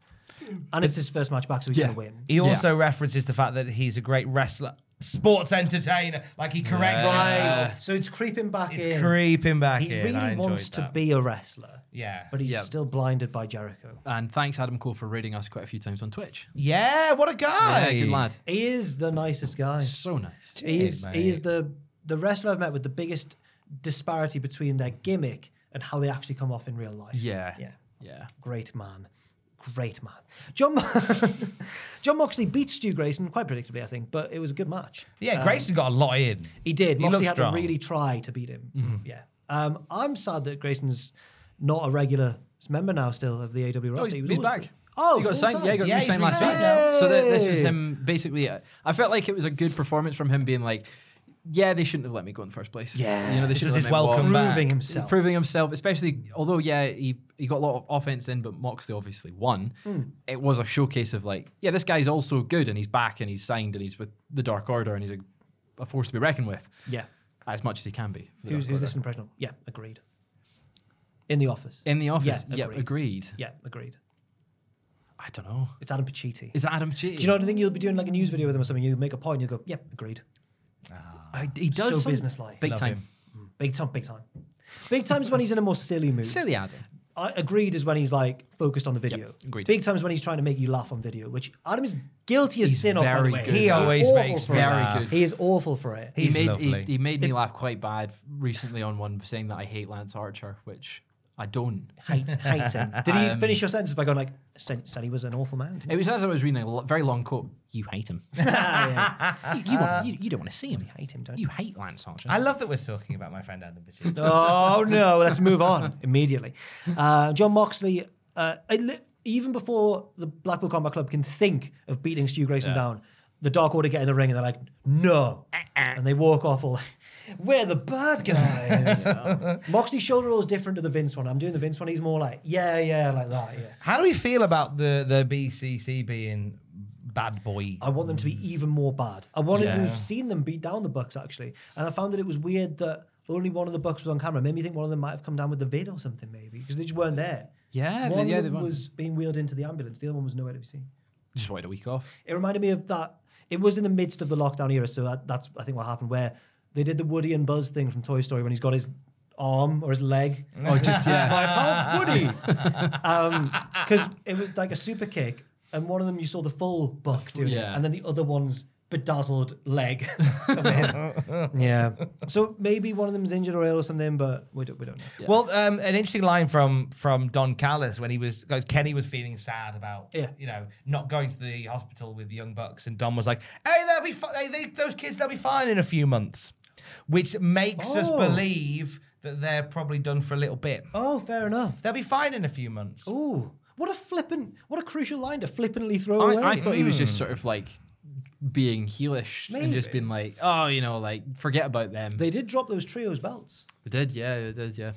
And it's his first match back, so he's
Yeah.
going to win.
He also references the fact that he's a great wrestler, sports entertainer. Like he corrects himself.
Right. So it's creeping back
Uh, It's
in.
creeping back
He
in. I
really
enjoyed
wants to
that.
be a wrestler,
Yeah.
but he's
Yeah.
still blinded by Jericho.
And thanks, Adam Cole, for rating us quite a few times on Twitch.
yeah, what a guy.
Yeah, good lad.
He is the nicest guy.
So nice.
He is,
mate.
he is the the wrestler I've met with the biggest disparity between their gimmick and how they actually come off in real life.
Yeah.
Yeah.
Yeah.
Great man. Great man. John John Moxley beats Stu Grayson quite predictably, I think, but it was a good match.
Yeah, Grayson got a lot in.
He did.
He
Moxley
looked
had
strong.
to really try to beat him.
Mm-hmm.
Yeah. Um, I'm sad that Grayson's not a regular member now still of the AW roster.
Oh, he's,
He was
he's
always-
back.
Oh,
he got
full
signed.
time.
Yeah, he got
Yeah, he's
re-signed last week.
re-signed
now.
So that this was
Yay.
him basically. uh, I felt like it was a good performance from him, being like, "Yeah, they shouldn't have let me go in the first place.
Yeah.
you know, they
This
should have
was
let me
his
walk.
welcome back.
proving himself.
Proving himself, especially although yeah, he he got a lot of offense in, but Moxley obviously won.
Hmm.
It was a showcase of like, yeah, this guy's also good, and he's back, and he's signed, and he's with the Dark Order, and he's a, a force to be reckoned with,
yeah.
as much as he can be. for the
Who's,
Dark
who's
Order.
this impression of? Yeah, agreed. In the office.
in the office?
Yeah,
yep,
agreed.
agreed.
yeah, agreed.
I don't know.
It's Adam Pacitti.
Is that Adam Pacitti?
Do you know what I think? You'll be doing like a news video with him or something. You'll make a point. You'll go, yep, agreed.
I, he does
so
some-
businesslike.
Big
Love
time.
Big time, big time. Big time's when he's in a more silly mood.
Silly Adam.
I, agreed is when he's like focused on the video.
agreed.
Big time's when he's trying to make you laugh on video, which Adam is guilty as
He's
sin of. By the
very
way,
good. He
He's
always
awful
makes
for
me
it.
laugh. Very good.
He is awful for it.
He
He's
made he,
lovely.
he made me laugh quite bad recently on one saying that I hate Lance Archer, which I don't.
hates hates him. Did
Um,
he finish your sentence by going like said, said he was an awful man?
It was as I was reading a lo- very long quote. You hate him.
Ah,
you, you, want, you, you don't want to see him.
yeah. Hate him, don't you?
You hate Lance Archer.
I love that we're talking about my friend Adam Pacitti.
oh no, let's move on immediately. Uh, John Moxley, uh, it li- even before the Blackpool Combat Club can think of beating Stu Grayson down, the Dark Order get in the ring and they're like, no, and they walk off all. We're the bad guys. Moxley's shoulder roll is different to the Vince one. I'm doing the Vince one. He's more like, yeah, yeah, like that. Yeah.
How do we feel about the the BCC being bad boy?
I want them to be even more bad. I wanted to
Yeah.
have seen them beat down the Bucks actually, and I found that it was weird that only one of the Bucks was on camera. It made me think one of them might have come down with the vid or something maybe because they just weren't there.
yeah,
one
they, yeah,
of
they
them
won.
was being wheeled into the ambulance. The other one was nowhere to be seen.
just waited a week off.
It reminded me of that. It was in the midst of the lockdown era, so that, that's I think what happened where they did the Woody and Buzz thing from Toy Story when he's got his arm or his leg.
Oh, just yeah.
Like, oh, Woody, because Um, it was like a super kick, and one of them you saw the full buck doing
Yeah.
it, and then the other one's bedazzled leg. yeah. So maybe one of them's injured or ill or something, but we don't, we don't know.
Well, um, an interesting line from from Don Callis when he was because Kenny was feeling sad about
Yeah.
you know not going to the hospital with the Young Bucks, and Don was like, "Hey, they'll be fi- they, they, those kids. They'll be fine in a few months," which makes us
Oh.
believe that they're probably done for a little bit.
Oh, fair enough.
They'll be fine in a few months.
Ooh, what a flippant, what a crucial line to flippantly throw away. Hmm.
I, I thought he was just sort of like being heelish and just being like, oh, you know, like forget about them.
They did drop those trios belts.
They did, yeah, they did, yeah.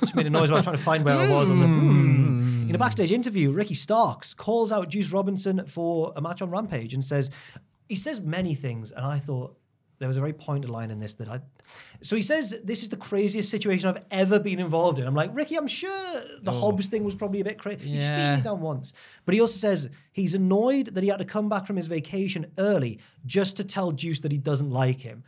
Just made a noise while I was trying to find where I was. On the, Hmm. In a backstage interview, Ricky Starks calls out Juice Robinson for a match on Rampage and says, he says many things, and I thought there was a very pointed line in this that I. So he says, this is the craziest situation I've ever been involved in. I'm like, Ricky, I'm sure the Hobbs thing was probably a bit crazy. He just beat
Yeah.
me down once. But he also says he's annoyed that he had to come back from his vacation early just to tell Juice that he doesn't like him.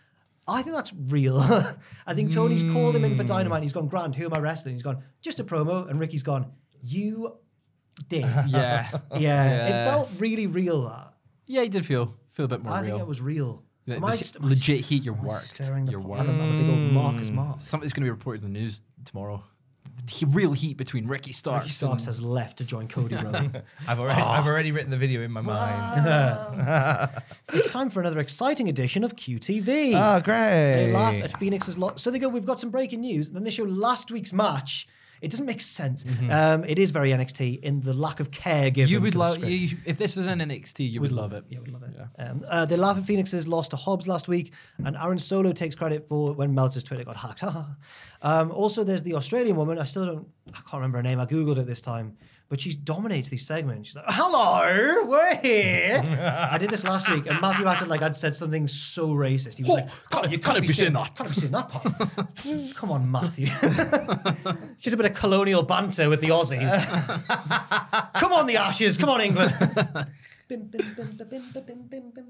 I think that's real. I think Tony's called him in
Hmm.
for Dynamite. He's gone, Grand, who am I wrestling? He's gone, just a promo. And Ricky's gone, you did. yeah.
Yeah.
It felt really real, that.
yeah, he did feel feel a bit more
I
real.
think it was real.
The-
Am
the
I
s-
st- am I
legit heat, you're
am I
worked.
stirring the
You're Mm.
pot?
worked.
I'm a big old Marcus Mark.
Something's going to be reported in the news tomorrow. He- real heat between Ricky Starks.
Ricky Starks has left to join Cody Rhodes.
I've
Oh.
already I've already written the video in my mind.
it's time for another exciting edition of QTV.
Ah.
oh, great!
They laugh at Phoenix's lot. So they go, we've got some breaking news. Then they show last week's match. It doesn't make sense. Um, it is very NXT in the lack of care given.
Mm-hmm. you would
to the
love
script.
you, if this was an NXT, you would love it.
Yeah, would love it. Um, uh, they laugh at Phoenix's loss to Hobbs last week, and Aaron Solo takes credit for when Meltzer's Twitter got hacked. um, also, there's the Australian woman. I still don't. I can't remember her name. I googled it this time, but she dominates these segments. She's like, "Hello, we're here." I did this last week, and Matthew acted like I'd said something so racist. He was
Oh,
like,
can't-
"Oh, you
can't be saying that."
Can't be saying that part." Come on, Matthew. she did a bit of colonial banter with the Aussies. Come on, the Ashes. Come on, England. Bim, bim, bim, bim, bim, bim, bim, bim, bim.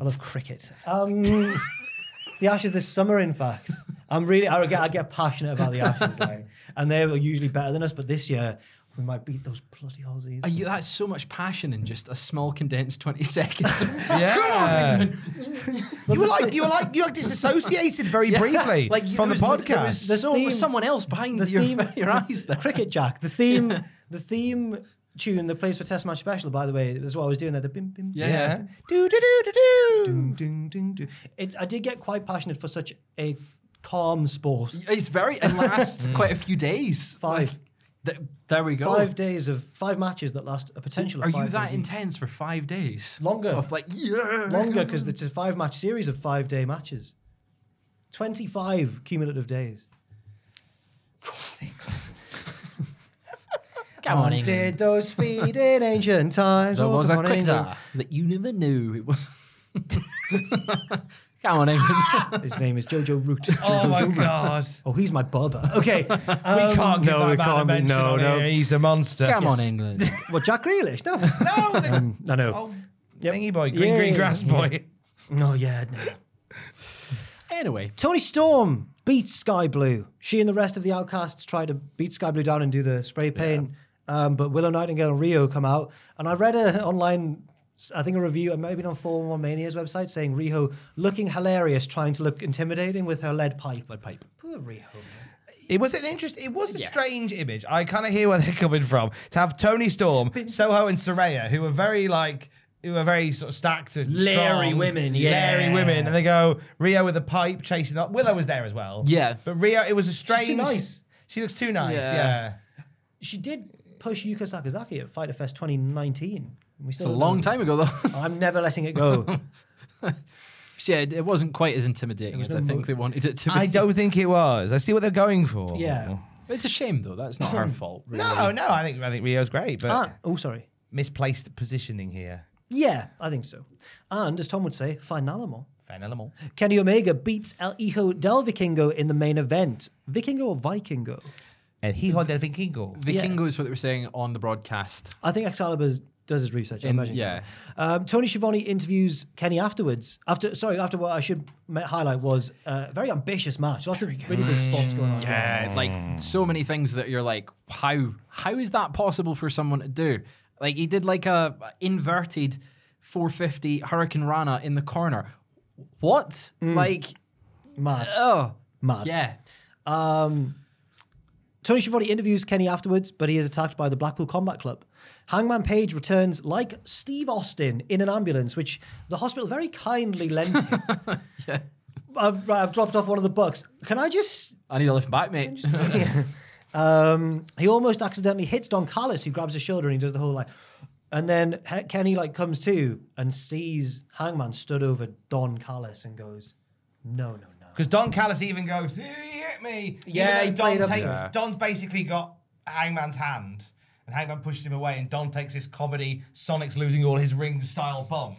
I love cricket. Um, the Ashes this summer, in fact. I'm really, I get, I get passionate about the Ashes, like, and they were usually better than us. But this year, we might beat those bloody Aussies.
Are you- that's so much passion in just a small condensed twenty seconds.
yeah.
But
You were
the-
like you were like you were like disassociated very briefly
like you-
from the
there was- there was
podcast.
The
so-
theme-
someone else behind
the
your,
theme,
your eyes there.
cricket jack. The theme, the theme tune that plays for Test Match Special. By the way, that's what I was doing there. The bim bim.
Yeah.
yeah. Do do do do do.
Ding, ding, ding, ding. It's, I did get quite passionate for such a calm sport.
It's very it lasts quite a few days.
Mm. Five.
Th- there we go.
Five days of five matches that last a potential.
Are
of five
you that
days each.
intense for five days?
Longer.
Of like yeah.
Longer because it's a five match series of five day matches. 25 cumulative days.
Come on,
Did
England.
those feet in ancient times?
There
Oh,
was a
come on,
cricketer
England.
that you never knew. It was. Come on, England.
His name is Jojo Root.
Oh
Jojo
my
Root.
God. Um,
Oh, he's my bubba. Okay. we
we can't give
no,
that
we
man a
can't.
mention
No,
on
no.
here. He's a monster.
Come on, England.
Well, Jack Grealish. No. no. I know.
Oh, thingy boy, green
Um, Yeah,
green
yeah,
grass
yeah.
boy.
No, yeah. No.
Anyway,
Tony Storm beats Sky Blue. She and the rest of the outcasts try to beat Sky Blue down and do the spray paint. Um, but Willow Nightingale and Rio come out. And I read an online, I think a review, it might have been on 411 Mania's website, saying Rio looking hilarious, trying to look intimidating with her lead pipe.
lead pipe.
Poor Rio.
It was an interest. It was a strange image. I kind of hear where they're coming from. To have Tony Storm, Soho, and Soraya, who are very like, who are very sort of stacked and
Leery
strong,
women, yeah.
leery women, and they go Rio with a pipe chasing up. Willow was there as well.
Yeah.
but Rio, it was a strange.
nice.
She looks too nice.
Yeah.
Yeah.
She did push Yuka Sakazaki at Fighter Fest 2019. We
it's
still
a
don't
long
know.
time ago though.
I'm never letting it go.
yeah, it it wasn't quite as intimidating as I think they wanted it to be.
I don't think it was. I see what they're going for.
yeah.
It's a shame though. That's not
Hmm.
her fault. Really.
No, no. I think I think Rio's great, but
Ah, oh, sorry.
misplaced positioning here.
Yeah, I think so. And as Tom would say, finalamo.
Fenelmo.
Kenny Omega beats El Hijo del Vikingo in the main event. Vikingo or Vikingo?
And he del Vikingo.
Vikingo is what they were saying on the broadcast.
I think Excalibur does his research. I
In-
imagine.
yeah.
Um, Tony Schiavone interviews Kenny afterwards. After sorry, after what I should ma- highlight was a very ambitious match. Lots of really big spots going on.
Yeah, like so many things that you're like, how how is that possible for someone to do? Like he did like a inverted 450 Hurricane Rana in the corner. What? Like
Mad,
oh
mad.
yeah.
Um, Tony Schiavone interviews Kenny afterwards, but he is attacked by the Blackpool Combat Club. Hangman Page returns like Steve Austin in an ambulance, which the hospital very kindly lent him. I've, right, I've dropped off one of the books. Can I just
I need a lift back, mate.
Um, he almost accidentally hits Don Callis, who grabs his shoulder and he does the whole like. And then He- Kenny like comes to and sees Hangman stood over Don Callis and goes, "No, no, no."
Because Don Callis even goes, "Eh, he hit me.
Yeah,
Even
he
though
played
Don
up-
take,
Yeah.
Don's basically got Hangman's hand, and Hangman pushes him away, and Don takes this comedy Sonic's losing all his ring style bomb.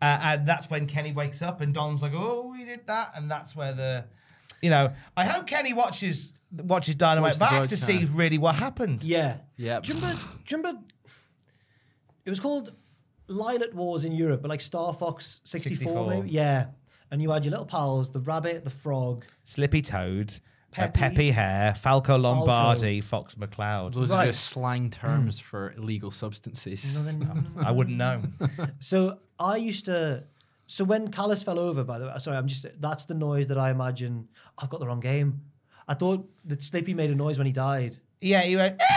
Uh, and that's when Kenny wakes up, and Don's like, oh, we did that. And that's where the, you know, I hope Kenny watches watches Dynamite
Watch the
back to
broadcast.
see really what happened.
Yeah,
Yep.
Do you remember? Do you remember? It was called Lilat Wars in Europe, but like Star Fox sixty four,
64.
maybe. Yeah, and you had your little pals, the rabbit, the frog.
Slippy Toad, uh,
Peppy.
Peppy Hair, Falco Lombardi, Fox McCloud.
Those
Right. Mm.
are just slang terms for illegal substances.
I wouldn't know.
So I used to. So when Callis fell over, by the way, sorry, I'm just that's the noise that I imagine. I've got the wrong game. I thought that Sleepy made a noise when he died.
yeah, he went,
Yeah,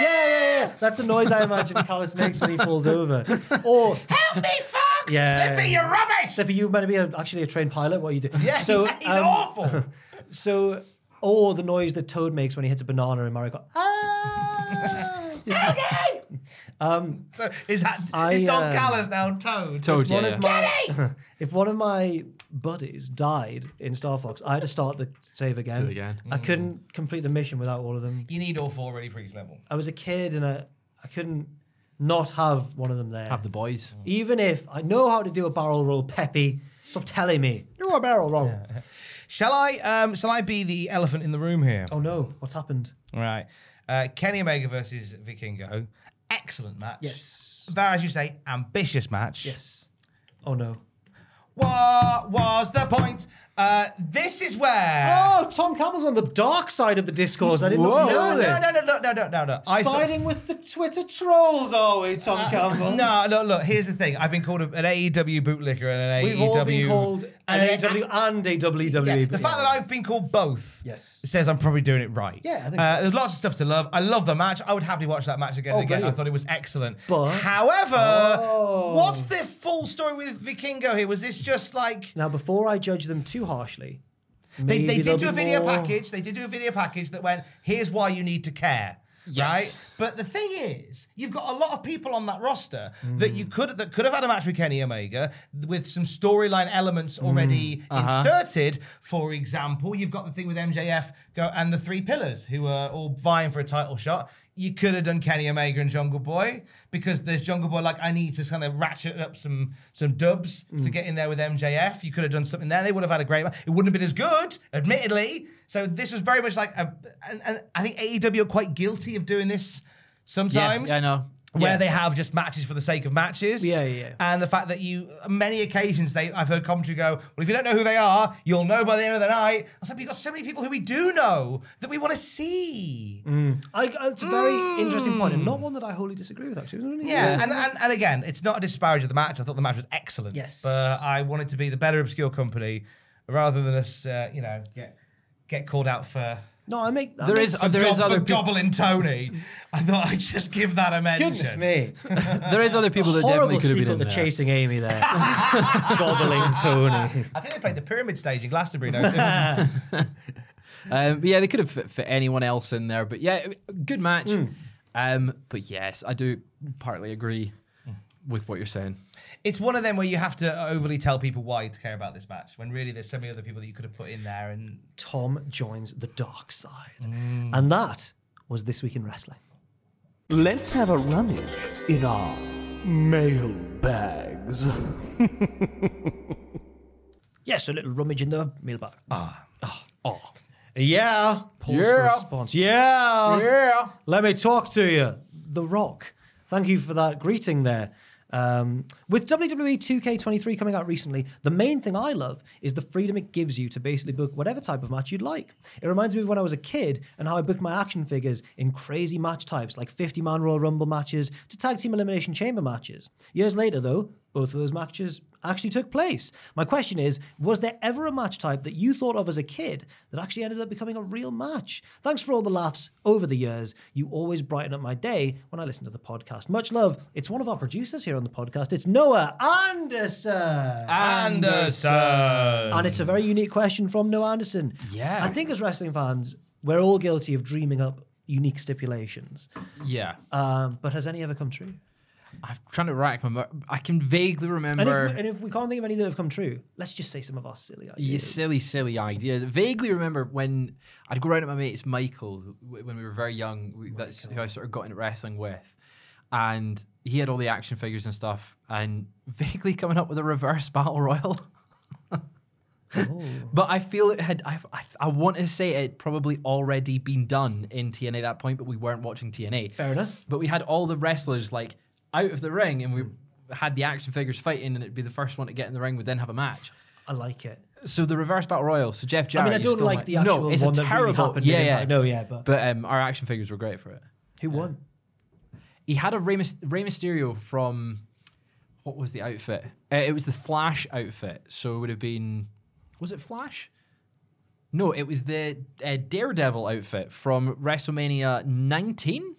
yeah, yeah. That's the noise I imagine Callis makes when he falls over. Or
Help me, Fox!
Yeah.
Slippy, you're rubbish!
Sleepy, you meant to be a, actually a trained pilot. What are you doing?
Yeah,
so
he's
um,
awful.
So or the noise that Toad makes when he hits a banana in Mario Kart. Ah!
So is that
I,
is Don
um,
Callis now Toad?
Toad,
one
yeah,
of
yeah.
my if one of my buddies died in Star Fox, I had to start the save again.
Do it again.
I couldn't complete the mission without all of them.
You need all four ready for each level.
I was a kid and I, I couldn't not have one of them there.
Have the boys.
Even if I know how to do a barrel roll, Peppy, stop telling me. You're a barrel roll.
Shall I? Um, shall I be the elephant in the room here?
Oh no, what's happened?
All right. Uh, Kenny Omega versus Vikingo. Excellent match.
Yes.
But as you say, ambitious match.
Yes. Oh no.
What was the point? Uh, this is where.
Oh, Tom Campbell's on the dark side of the discourse. I did not know
no,
this.
no, no, no, no, no, no, no. I thought- Uh,
Siding with the Twitter trolls, Oh. are we, Tom Campbell?
No, look, look. Here's the thing. I've been called a- an AEW bootlicker and an
We've
AEW.
all
E
been called
and
an AW and a E WWE.
Yeah, the fact that I've been called both
Yes.
says I'm probably doing it right.
Yeah, I think
uh,
so.
There's lots of stuff to love. I love the match. I would happily watch that match again
Oh,
and again.
brilliant.
I thought it was excellent.
But-
However,
Oh.
what's the full story with Vikingo here? Was this just like.
Now, before I judge them too harshly,
They, they
maybe
did
there'll
do a
be
video
more-
package. They did do a video package that went, here's why you need to care.
Yes.
Right? But the thing is, you've got a lot of people on that roster that
Mm.
you could that could have had a match with Kenny Omega with some storyline elements already
Mm, uh-huh.
inserted. For example, you've got the thing with MJF go and the three pillars who are all vying for a title shot. You could have done Kenny Omega and Jungle Boy because there's Jungle Boy like I need to kind of ratchet up some some dubs
Mm.
to get in there with MJF. You could have done something there. They would have had a great. ma- It wouldn't have been as good, admittedly. So this was very much like a, and, and I think AEW are quite guilty of doing this sometimes.
Yeah, I know.
Where
Yeah.
they have just matches for the sake of matches.
Yeah, yeah, yeah.
And the fact that you, many occasions, they I've heard commentary go, well, if you don't know who they are, you'll know by the end of the night. I was like, we've got so many people who we do know that we want to
Mm.
see.
I, uh, it's a very interesting point, and not one that I wholly disagree with, actually. Isn't it?
Mm. Yeah, And, and and again, it's not a disparage of the match. I thought the match was excellent.
Yes.
but I wanted to be the better obscure company rather than us, uh, you know, get get called out for.
No, I make. I
There
make
is
for
there is
gob-
other
for
peop-
gobbling Tony. I thought I'd just give that a mention.
Goodness me.
there is other people that
Horrible
definitely could have been
sequel
in
to
there.
Chasing Amy there. Gobbling Tony.
I think they played the pyramid stage in Glastonbury. Don't they?
Um, but yeah, they could have fit, fit anyone else in there. But yeah, good match.
Hmm.
Um, but yes, I do partly agree with what you're saying.
it's one of them where you have to overly tell people why you care about this match when really there's so many other people that you could have put in there. And
Tom joins the dark side.
Mm.
And that was This Week in Wrestling.
Let's have a rummage in our mail bags.
Yes, a little rummage in the mailbag. Ah. Yeah. Pause for
Yeah.
response. Yeah. Let me talk to you. The Rock. Thank you for that greeting there. Um, with WWE 2K23 coming out recently, the main thing I love is the freedom it gives you to basically book whatever type of match you'd like. It reminds me of when I was a kid and how I booked my action figures in crazy match types like 50 man Royal Rumble matches to tag team elimination chamber matches. Years later, though, both of those matches actually took place. My question is Was there ever a match type that you thought of as a kid that actually ended up becoming a real match? Thanks for all the laughs over the years. You always brighten up my day when I listen to the podcast. Much love. It's one of our producers here on the podcast. It's Noah Anderson.
Anderson.
and it's a very unique question from Noah Anderson.
Yeah.
I think as wrestling fans, we're all guilty of dreaming up unique stipulations.
Yeah,
Um, but has any ever come true?
I'm trying to rack my. Mur- I can vaguely remember.
And if, we, and if we can't think of any that have come true, let's just say some of our silly ideas.
You silly, silly ideas. Vaguely remember when I'd go round at my mate's Michael's w- when we were very young. We, that's who I sort of got into wrestling with, and he had all the action figures and stuff, and vaguely coming up with a reverse battle royal.
Oh.
but I feel it had. I, I, I want to say it had probably already been done in TNA at that point, but we weren't watching TNA.
Fair enough.
But we had all the wrestlers like out of the ring, and we
Hmm.
had the action figures fighting, and it'd be the first one to get in the ring would then have a match.
I like it.
So the reverse battle royal. So Jeff
I
Jarrett.
mean, I
used
don't
to
like the actual
no, it's
one
a
that
terrible.
really happened.
yeah,
didn't
yeah.
I? No, yeah, but,
But um, our action figures were great for it.
who won?
He had a Rey, Mys- Rey Mysterio from what was the outfit? Uh, it was the Flash outfit. So it would have been was it Flash? No, it was the uh, Daredevil outfit from WrestleMania 19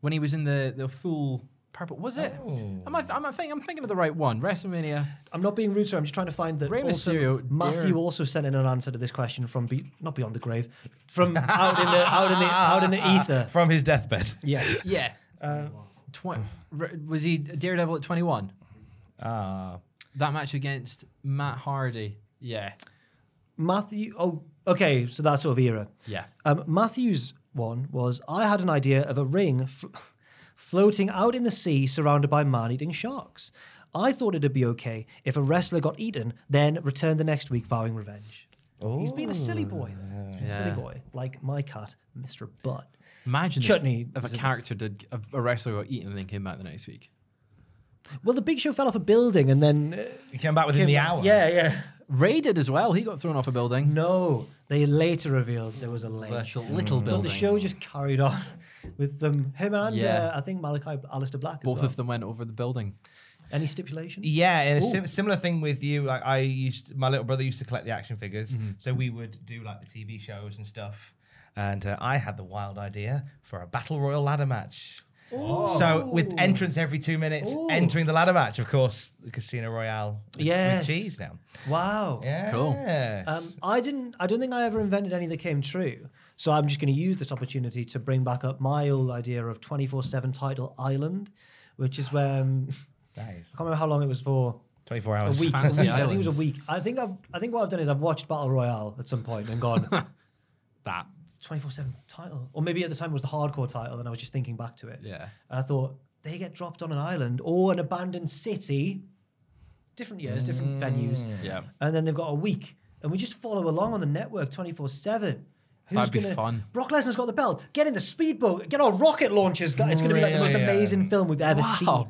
when he was in the the full purple. Was it?
Oh.
Am I? Am I thinking? I'm thinking of the right one. WrestleMania.
I'm not being rude, sir. I'm just trying to find that.
Rey
also,
Mysterio,
Matthew
dare-
also sent in an answer to this question from be- not beyond the grave, from out in the out in the out in the ether.
from his deathbed.
Yes.
Yeah.
Uh,
Twen- r- was he Daredevil at 21?
Ah.
That match against Matt Hardy. Yeah.
Matthew. Oh, okay. So that sort of era.
Yeah.
Um, Matthew's one was I had an idea of a ring f- floating out in the sea surrounded by man eating sharks. I thought it'd be okay if a wrestler got eaten, then returned the next week vowing revenge. He's been a silly boy. there. He's a silly
Yeah.
boy. Like my cat, Mr. Butt.
Imagine if-
Chutney
if,
was
a
in-
character did a, a wrestler got eaten and then came back the next week.
Well, the big show fell off a building and then. uh,
He came back within the hour.
Yeah, yeah.
Ray did as well. He got thrown off a building.
No, they later revealed there was a lynch.
That's a little
But
building.
Mm. the show just carried on with them, him and
Yeah.
uh, I think Malachi Alistair Black as
Both
well.
of them went over the building.
Any stipulation?
Yeah, and a sim- similar thing with you. Like I used, my little brother used to collect the action figures,
Mm-hmm.
so we would do like the TV shows and stuff. And uh, I had the wild idea for a battle royal ladder match.
Oh.
So with entrance every two minutes, entering the ladder match, of course, the Casino Royale with,
Yes.
with cheese now.
Wow.
Yeah.
cool.
Um, I didn't. I don't think I ever invented any that came true. So I'm just going to use this opportunity to bring back up my old idea of 24/7 title island, which is where um,
that is
I can't remember how long it was for.
24
A
hours.
week. a
Fantasy
week, I think it was a
Island.
week. I think I've. I think what I've done is I've watched Battle Royale at some point and gone
That.
24/7 title, or maybe at the time it was the hardcore title, and I was just thinking back to it.
Yeah.
I thought they get dropped on an island or an abandoned city. Different years,
Mm.
different venues.
Yeah.
and then they've got a week, and we just follow along on the network twenty four seven.
That'd be fun.
Brock Lesnar's got the belt. Get in the speedboat. Get on rocket launchers. Gu- It's going to be like the most
Really?
amazing film we've ever
Wow.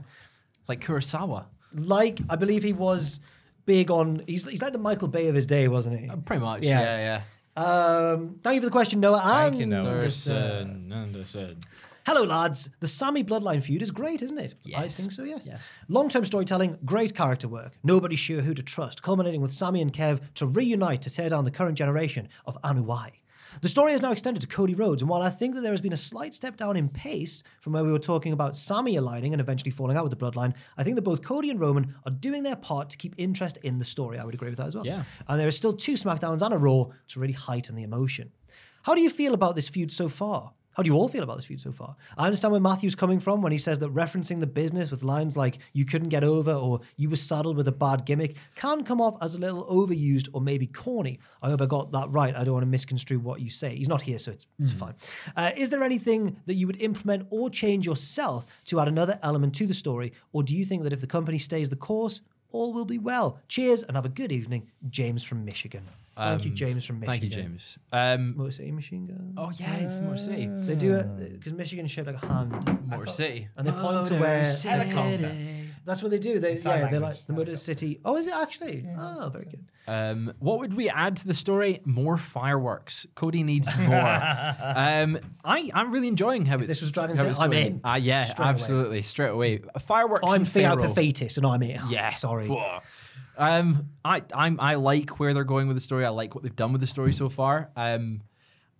Like Kurosawa.
seen. Like I believe he was big on. He's, he's like the Michael Bay of his day, wasn't he?
Pretty much.
Yeah.
Yeah. Yeah.
Um, thank you for the question, Noah. And
Thank you, Noah.
this, uh,
Anderson. Anderson.
Hello, lads. The Sammy Bloodline feud is great, isn't it? I
Yes.
think so, yes.
Yes.
Long term storytelling, great character work. Nobody's sure who to trust, culminating with Sammy and Kev to reunite to tear down the current generation of Anu Y. The story is now extended to Cody Rhodes, and while I think that there has been a slight step down in pace from where we were talking about Sammy aligning and eventually falling out with the bloodline, I think that both Cody and Roman are doing their part to keep interest in the story. I would agree with that as well.
Yeah.
And there are still two SmackDowns and a Raw to really heighten the emotion. How do you feel about this feud so far? How do you all feel about this feud so far? I understand where Matthew's coming from when he says that referencing the business with lines like you couldn't get over or you were saddled with a bad gimmick can come off as a little overused or maybe corny. I hope I got that right. I don't want to misconstrue what you say. He's not here, so it's, it's
Mm-hmm.
fine. Uh, is there anything that you would implement or change yourself to add another element to the story? Or do you think that if the company stays the course, all will be well? Cheers and have a good evening. James from Michigan. Thank you, James from Michigan.
Um, Thank you, James. Um,
Motor City Machine Gun.
oh yeah, it's Motor City.
They do it because Michigan is shaped like a hand,
Motor City.
and they point to
Hmm. Motor
where
City.
That's what they do. They
our
yeah, they're
language.
like the Motor City. Oh, is it actually? Oh, very good.
Um, what would we add to the story? More fireworks. Cody needs more. um, I I'm really enjoying how it's.
this was Dragon's
how
Den,
it's
I'm
going.
in.
Ah, yeah,
Straight away.
absolutely, straight away. Fireworks.
I'm
in
Theo
Faroe.
Perfetis, and I'm it.
Yeah.
sorry.
Whoa. Um, I I'm I like where they're going with the story. I like what they've done with the story so far. Um,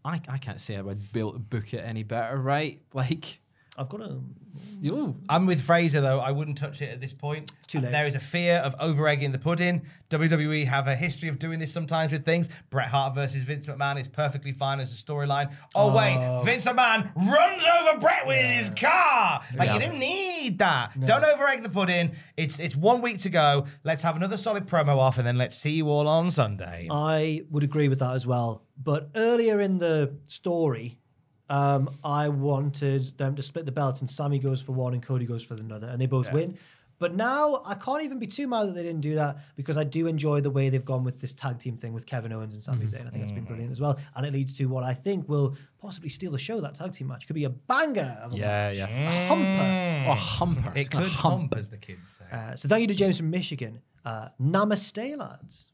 I I can't say I would build book it any better, right? Like,
I've got um, a. Mm.
you.
I'm with Fraser though. I wouldn't touch it at this point.
Too late.
There is a fear of over egging the pudding. WWE have a history of doing this sometimes with things. Bret Hart versus Vince McMahon is perfectly fine as a storyline. Oh, wait, Vince McMahon runs over Bret with his car. Like you didn't need that. Don't over egg the pudding. It's it's one week to go. Let's have another solid promo off, and then let's see you all on Sunday.
I would agree with that as well. But earlier in the story, um, I wanted them to split the belts, and Sammy goes for one, and Cody goes for another, and they both win. But now I can't even be too mad that they didn't do that because I do enjoy the way they've gone with this tag team thing with Kevin Owens and Sami Zayn. I think that's been brilliant as well, and it leads to what I think will possibly steal the show. That tag team match could be a banger of a
Yeah, yeah.
match, a humper.
A humper.
it could hump, as the kids say.
Uh, so thank you to James from Michigan. Uh, namaste, lads.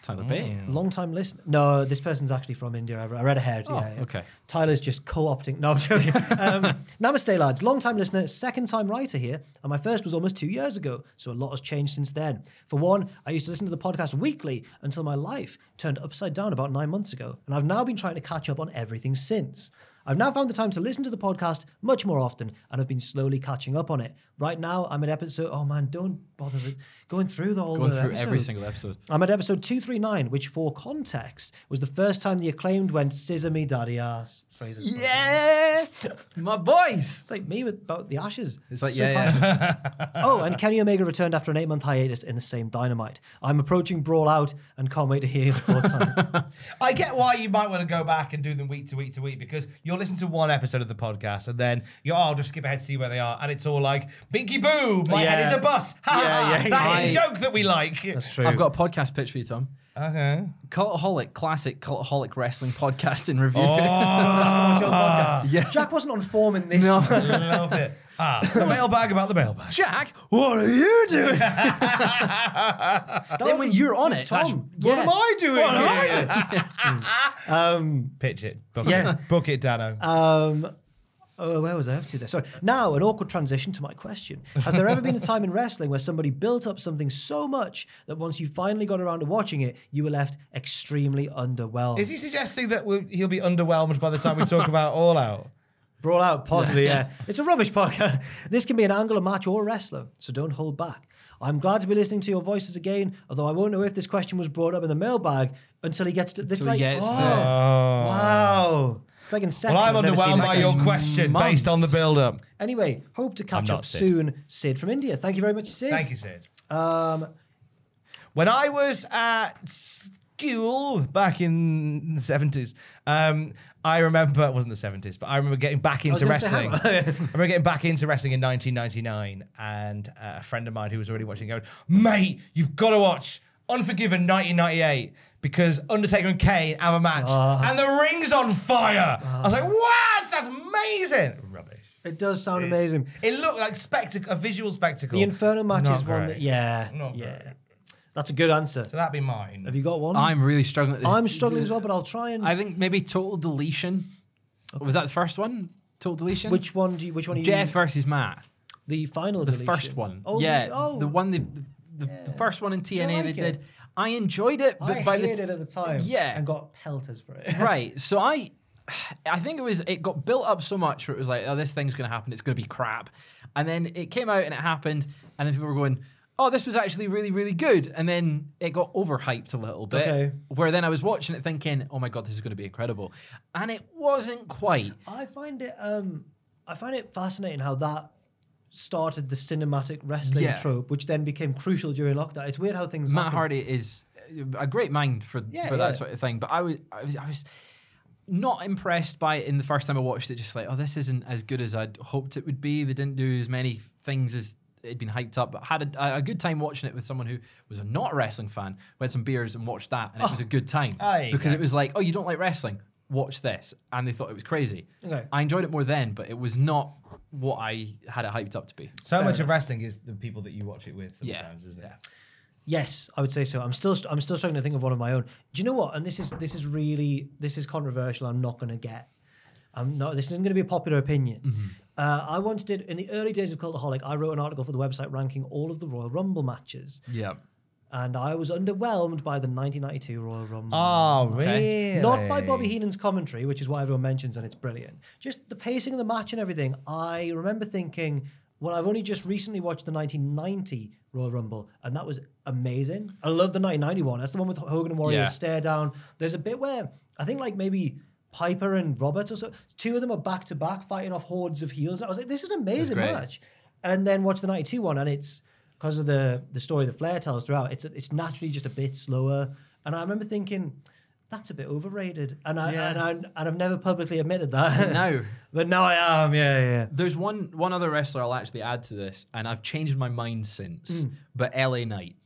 Tyler Bate.
Long time listener. No, this person's actually from India. I I read ahead.
Oh,
yeah, yeah.
okay.
Tyler's just co opting. No, I'm joking. um, Namaste, lads. Long time listener, second time writer here. And my first was almost two years ago. So a lot has changed since then. For one, I used to listen to the podcast weekly until my life turned upside down about nine months ago. And I've now been trying to catch up on everything since. I've now found the time to listen to the podcast much more often and have been slowly catching up on it. Right now, I'm at episode. Oh man, don't bother with going through the whole
Going
of the
through every
episode.
single episode.
I'm at episode 239, which, for context, was the first time the acclaimed went scissor me daddy ass. Phrases.
Yes, my boys.
It's like me with about the ashes.
It's like,
So
yeah,
bad.
yeah.
oh, and Kenny Omega returned after an eight month hiatus in the same dynamite. I'm approaching Brawl Out and can't wait to hear your thoughts on it.
I get why you might want to go back and do them week to week to week because you'll listen to one episode of the podcast and then you oh, I'll just skip ahead to see where they are and it's all like Binky Boo, my head
Yeah.
is a bus.
Yeah,
Ha ha!
yeah,
that
yeah.
is a joke that we like.
true.
I've got a podcast pitch for you, Tom.
Okay.
Cultaholic, classic cultaholic wrestling podcast in review.
Oh. Jack wasn't on form in this.
No.
Love it. Ah, the mailbag about the mailbag.
Jack, what are you doing?
That
then when you're on it, that's-
Tom, what
yeah.
am I doing?
What am I
here? Um,
doing?
Pitch it. Book
Yeah.
it. Book it, Dano.
Um, oh, where was I up to there? Sorry. Now, an awkward transition to my question. Has there ever been a time in wrestling where somebody built up something so much that once you finally got around to watching it, you were left extremely underwhelmed?
is he suggesting that we'll, he'll be underwhelmed by the time we talk about All Out?
Brawl out, possibly, yeah. It's a rubbish podcast. This can be an angler, match, or wrestler, so don't hold back. I'm glad to be listening to your voices again, although I won't know if this question was brought up in the mailbag until he gets to this.
Until
like,
he gets
oh,
to-
Wow. It's like Inception.
Well, I'm
I've never seen
underwhelmed by
Inception.
your question based on the build-up.
Anyway, hope to catch
not
up
Sid.
soon, Sid from India. Thank you very much, Sid.
Thank you, Sid.
Um,
When I was at school back in the 70s, um, I remember, it wasn't the 70s, but I remember getting back
was
into
gonna say, hang
wrestling.
on.
I remember getting back into wrestling in 1999, and uh, a friend of mine who was already watching going, Mate, you've got to watch Unforgiven 1998 because Undertaker and Kane have a match, and the ring's on fire. I was like, Wow, that's amazing. Ah. Rubbish.
it does sound amazing.
It looked like spectac- a visual spectacle.
The Inferno match
Not
is one that,
great.
yeah,
Not
yeah.
great.
That's a good answer.
So that'd be mine.
Have you got one?
I'm really struggling. to-
I'm struggling as well, but I'll try and.
I think maybe Total Deletion. Was that the first one? Total Deletion?
which one do you? Which one? Are you,
Jeff versus Matt.
the final,
The
deletion?
first one.
Oh,
yeah.
The, oh,
The one they, the, the, the first one in TNA
like
they
it?
did. I enjoyed it, but
I
by the
hated it
t-
at the time.
Yeah.
and got pelters for it.
right. So I, I think it was it got built up so much where it was like, oh, this thing's gonna happen. It's gonna be crap, and then it came out and it happened, and then people were going, oh, this was actually really really good, and then it got overhyped a little bit.
Okay.
Where then I was watching it thinking, oh my god, this is gonna be incredible, and it wasn't quite.
I find it. Um, I find it fascinating how that started the cinematic wrestling
Yeah.
trope, which then became crucial during lockdown. It's weird how things.
Matt
happen.
Hardy is a great mind for
Yeah,
for
yeah.
that sort of thing. But I was I was I was not impressed by it in the first time I watched it. Just like, oh, this isn't as good as I'd hoped it would be. They didn't do as many things as it'd been hyped up. But I had a, a good time watching it with someone who was not a wrestling fan. We had some beers and watched that, and it was a good time
aye,
because
yeah.
it was like, oh, you don't like wrestling. Watch this, and they thought it was crazy.
Okay.
I enjoyed it more then, but it was not what I had it hyped up to be.
So much of wrestling is the people that you watch it with sometimes, isn't it?
Yes, I would say so. I'm still I'm still struggling to think of one of my own. Do you know what? And this is this is really this is controversial. I'm not going to get. I'm not. This isn't going to be a popular opinion.
Mm-hmm.
Uh, I once did in the early days of Cultaholic. I wrote an article for the website ranking all of the Royal Rumble matches,
Yeah.
and I was underwhelmed by the 1992 Royal Rumble.
Ah,
Oh, really?
Ah, Not by Bobby Heenan's commentary, which is what everyone mentions, and it's brilliant. Just the pacing of the match and everything. I remember thinking, well, I've only just recently watched the 1990 Royal Rumble, and that was amazing. I love the 1991. That's the one with Hogan and Warrior
Yeah.
stare down. There's a bit where I think like maybe. Piper and Roberts, or so. Two of them are back to back fighting off hordes of heels. I was like, this is an amazing
great.
match. And then watch the 92 one, and it's because of the the story that Flair tells throughout, it's it's naturally just a bit slower. And I remember thinking, that's a bit overrated. And I
Yeah.
and I and I've never publicly admitted that.
Now.
But now I am, yeah, yeah.
There's one one other wrestler I'll actually add to this, and I've changed my mind since.
Mm.
But LA Knight,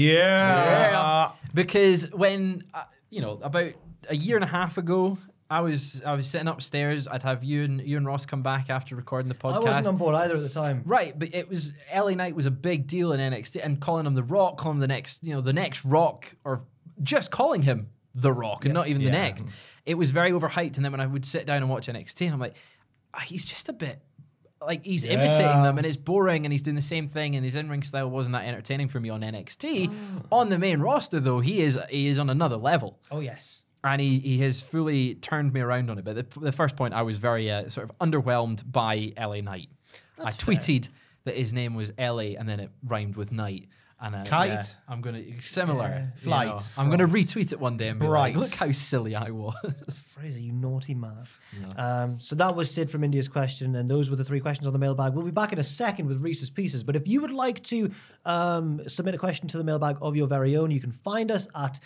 Yeah.
because when uh, you know about a year and a half ago, I was I was sitting upstairs. I'd have you and you and Ross come back after recording the podcast.
I wasn't on board either at the time.
Right, but it was LA Knight was a big deal in NXT, and calling him the Rock, calling him the next, you know, the next Rock, or just calling him the Rock and not even the next. It was very overhyped, and then when I would sit down and watch NXT, and I'm like, "Ah, he's just a bit like he's imitating them, and it's boring, and he's doing the same thing, and his in ring style wasn't that entertaining for me on NXT. on the main roster, though, he is he is on another level
Oh yes.
and he, he has fully turned me around on it. But the, the first point, I was very uh, sort of underwhelmed by LA Knight. I tweeted that his name was LA and then it rhymed with night. And uh,
Kite.
yeah, I'm gonna similar you
Flight.
know. I'm gonna retweet it one day and be like,
Bright.
look how silly I was.
Fraser, you naughty man. Um, so that was Sid from India's question, and those were the three questions on the mailbag. We'll be back in a second with Reese's Pieces, but if you would like to um, submit a question to the mailbag of your very own, you can find us at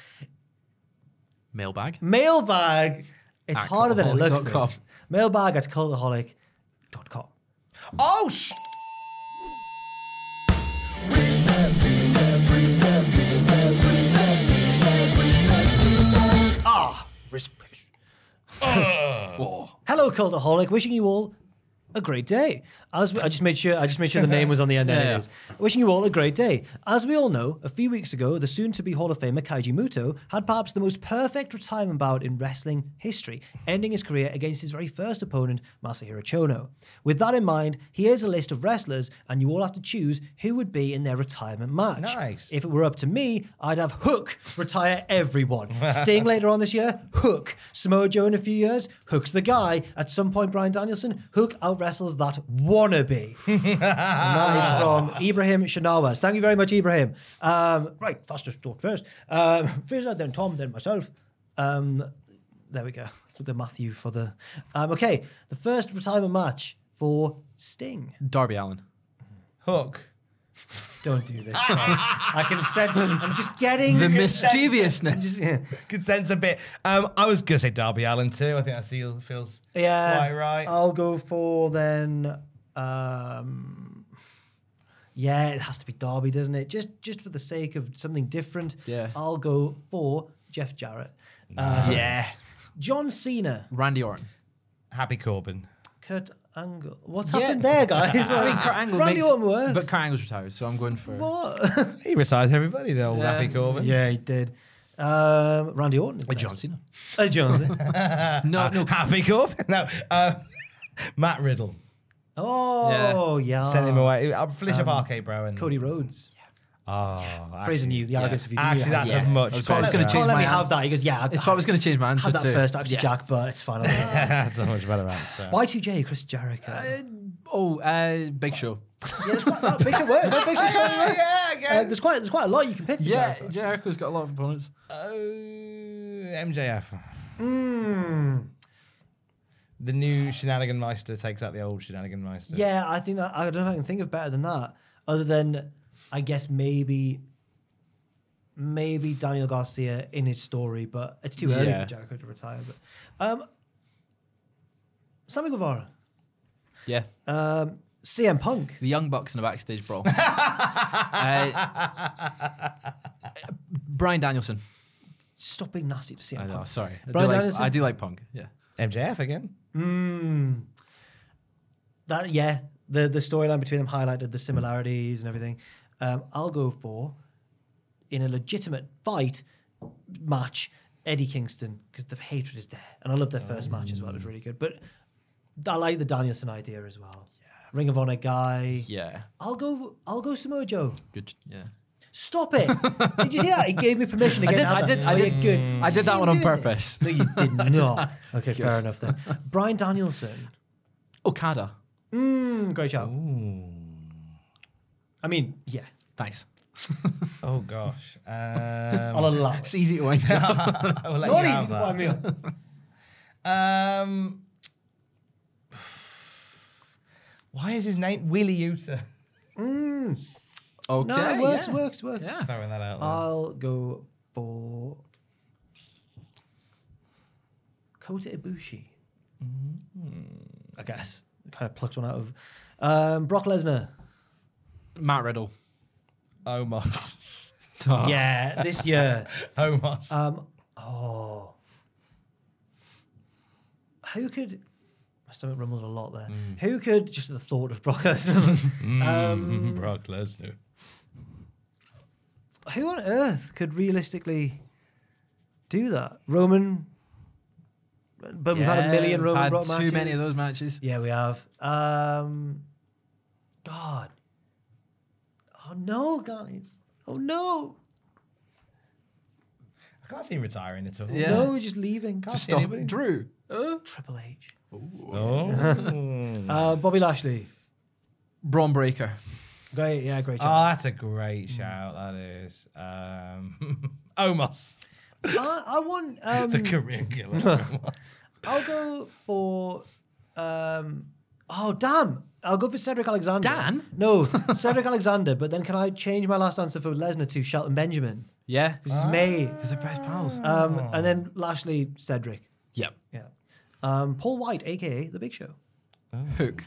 Mailbag.
mailbag. It's
At
harder than it looks.
cultaholic.com.
This. Mailbag at cultaholic.com.
Oh, sh-
Ah, wrist- wrist. Hello, Cultaholic. Wishing you all a great day. As we, I just made sure, I just made sure the name was on the end.
Yeah, yeah.
anyways. Wishing you all a great day. As we all know, a few weeks ago, the soon-to-be Hall of Famer Kaiji Muto had perhaps the most perfect retirement bout in wrestling history, ending his career against his very first opponent, Masahiro Chono. With that in mind, here's a list of wrestlers, and you all have to choose who would be in their retirement match.
Nice.
If it were up to me, I'd have Hook retire everyone. Sting later on this year, Hook. Samoa Joe in a few years, Hook's the guy. At some point, Brian Danielson, Hook out wrestles that wannabe. and that is from Ibrahim Shanawaz. Thank you very much, Ibrahim. Um, right, fastest talk first. Um, first, then Tom, then myself. Um, there we go. That's what the Matthew for the. Um, okay, the first retirement match for Sting.
Darby Allen.
Hook.
Don't do this. Tom. I can sense. I'm just getting
The
I'm
mischievousness.
just- yeah.
Could sense a bit. Um, I was gonna say Darby Allen too. I think that seal feels
Yeah. Oh,
quite right.
I'll go for then. Um, yeah, it has to be Derby, doesn't it? Just just for the sake of something different.
Yeah.
I'll go for Jeff Jarrett. Um,
Yeah.
John Cena,
Randy Orton.
Happy Corbin.
Kurt Angle. What's
Yeah.
happened there, guys?
I mean, Kurt Angle
Ah, Randy
makes,
Orton works.
But Kurt Angle's retired, so I'm going for
what?
He resides everybody, though.
Yeah.
Happy Corbin.
yeah, he did. Um, Randy Orton. Is
Uh,
next.
John Cena.
Uh, John.
ah.
No, no.
Uh, Happy Corbin. No. Uh, Matt Riddle.
oh, yeah.
Send him away. Uh, Felicia Barque, bro.
Um,
And
Cody Rhodes.
Oh,
Phrasing you, the arrogance of you.
Actually, that's
Yeah.
a much.
I was
better.
gonna
Can't
change
Oh, let
my
me have
answer.
that. He goes, yeah. I-
It's what I was going to change my answer
had that
to.
first, actually,
Yeah.
Jack, but it's fine. I'll leave it.
that's a much better answer.
Y2J, Chris Jericho.
Oh, uh, Big Show.
yeah, there's quite, that makes it work. That makes it totally work.
yeah,
Uh, there's quite, there's quite a lot you can pick. For
Yeah,
Jericho.
Jericho's got a lot of opponents.
Oh, MJF.
Hmm.
Mm.
The new Shenanigan Meister takes out the old Shenanigan Meister.
yeah. I think that, I don't know if I can think of better than that. Other than, I guess maybe, maybe Daniel Garcia in his story, but it's too early
Yeah.
for Jericho to retire. But, um, Sammy Guevara,
Yeah.
um, CM Punk.
The Young Bucks in a backstage brawl. Uh, Brian Danielson.
Stop being nasty to CM
I
Punk.
know, sorry. I
Bryan
do like,
Danielson?
I do like Punk. Yeah.
MJF again.
Mm. That yeah, the the storyline between them highlighted the similarities and everything. Um, I'll go for in a legitimate fight match Eddie Kingston because the hatred is there, and I love their first match as well. It
Mm.
was really good, but I like the Danielson idea as well. Ring of Honor guy.
Yeah.
I'll go. I'll go Samoa Joe.
Good. Yeah.
Stop it! did you see that? He gave me permission to
I
get
did- I
out
did-
there.
I
Oh,
did- Mm.
you're good.
I did that
You
one on
doing this?
purpose.
No, you did not. okay, fair enough then. Brian Danielson.
Okada.
Mm, great job. I mean, yeah,
Thanks.
Oh gosh. Um,
I'll allow it.
It's easy to wind up.
I'll
Oh,
let you
Not
have
easy to buy me up.
that. Um, why is his name Willie Uta?
Okay.
No, it works,
yeah.
works, works.
Yeah.
Throwing that out. there.
I'll go for Kota Ibushi.
Mm-hmm.
I guess. Kind of plucked one out of um, Brock Lesnar.
Matt Riddle.
Omos.
Oh.
Yeah, this year.
Omos.
Um, oh, who could? My stomach rumbled a lot there.
Mm.
Who could? Just the thought of Brock Lesnar. um,
Brock Lesnar.
who on earth could realistically do that? Roman, but we've had a
Yeah,
million
we've
Roman
had
Brock
too
matches.
many of those matches.
Yeah, we have. Um, God. Oh no, guys. Oh no.
I can't see him retiring at all.
Yeah.
No, we're just leaving.
Can't see
Stop.
anybody.
Drew. Uh,
Triple H.
Oh.
Uh, Bobby Lashley.
Braun Breaker.
Great. Yeah, great job.
Oh, that's a great shout. That is um, Omos,
Uh,
I, I want. Um,
the career killer. Omos.
I'll go for. Um, oh damn! I'll go for Cedric Alexander.
Dan?
No, Cedric Alexander. But then can I change my last answer for Lesnar to Shelton Benjamin?
Yeah.
This is May.
Because they're best pals.
Ah.
Um, and then Lashley Cedric.
yep.
Yeah. Um, Paul White, aka The Big Show.
Hook.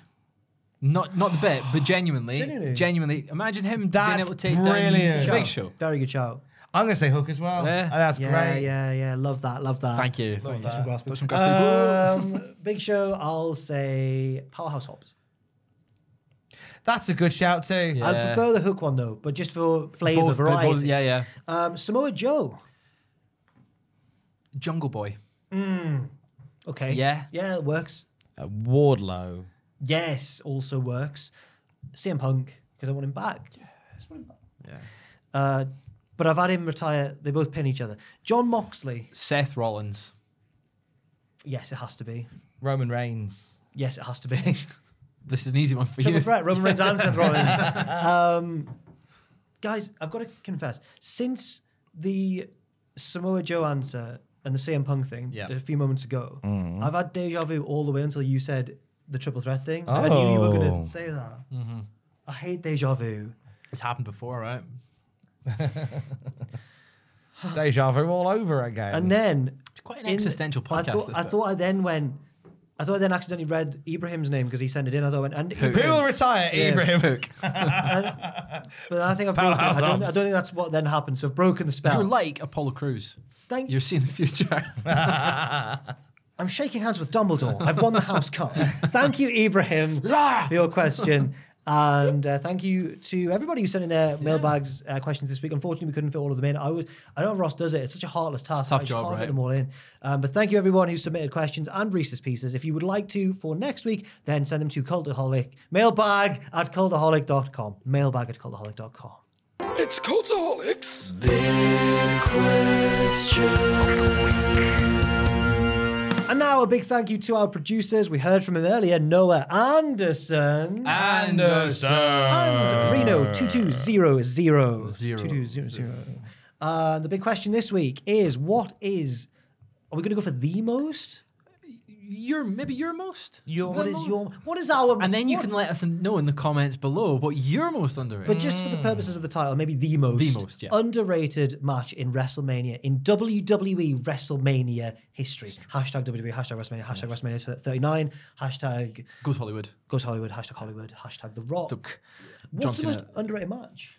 Not not the bit, but genuinely,
Genuinely.
genuinely. Imagine him being
That's
able to take
brilliant.
down
Shout.
Big Show.
Very good shout.
I'm going to say hook as well.
Yeah.
Oh, that's
yeah,
great.
yeah, yeah. Love that. Love that.
Thank you.
Love
Thank you.
that.
Put some grasping.
Um, Big Show, I'll say Powerhouse Hobbs.
That's a good shout too.
I
Yeah.
prefer the hook one though, but just for flavor,
Both- both-
variety.
yeah, yeah.
Um, Samoa Joe.
Jungle Boy.
Okay.
Yeah.
Yeah, it works.
Uh, Wardlow.
Yes, also works. CM Punk because I want him back. Yeah, I want him back. Yeah. Uh, but I've had him retire. They both pin each other. John Moxley.
Seth Rollins.
Yes, it has to be.
Roman Reigns.
Yes, it has to be.
This is an easy one for
Triple
you.
threat, Roman Reigns and Seth Rollins. Um, guys, I've got to confess, since the Samoa Joe answer and the CM Punk thing
Yeah.
a few moments ago, I've had deja vu all the way until you said the triple threat thing. I knew you were going
Oh.
to say that. I hate deja vu.
It's happened before, right?
Deja vu all over again.
And then
It's quite an
in-
existential podcast.
I thought,
this
I
bit.
thought I then went. I thought I then accidentally read Ibrahim's name because he sent it in. I thought, I went, and
Who will retire? Ibrahim. Hook.
but I think I've broken, it. I, don't, I
Hobbs.
don't think that's what then happened. So I've broken the spell.
You're like Apollo Crews.
Thank
You're seeing the future.
I'm shaking hands with Dumbledore. I've won the House Cup. thank you, Ibrahim,
Yeah.
for your question. And uh, thank you to everybody who sent in their mailbags uh, questions this week. Unfortunately, we couldn't fit all of them in. I was, I don't know if Ross does it. It's such a heartless task.
tough
I just
job,
can't
right?
fit them all in. Um, but thank you, everyone who submitted questions and Reese's Pieces. If you would like to for next week, then send them to Cultaholic, mailbag at cultaholic.com. Mailbag at cultaholic.com.
It's Cultaholics.
And now a big thank you to our producers. We heard from him earlier, Noah Anderson. and Reno 2200.
Uh, Zero.
2200. Uh, the big question this week is what is. Are we going to go for the most?
You're maybe your most.
Your-
What is your. What is our.
And then you
what-
can let us know in the comments below what you're most underrated.
But just for the purposes of the title, maybe the most,
The most, yeah.
underrated match in WrestleMania, in WWE WrestleMania history. Hashtag WWE, hashtag WrestleMania, hashtag WrestleMania 39, hashtag
Goes Hollywood.
Goes Hollywood, hashtag Hollywood, hashtag The Rock. What's the
John
most
Cena.
underrated match?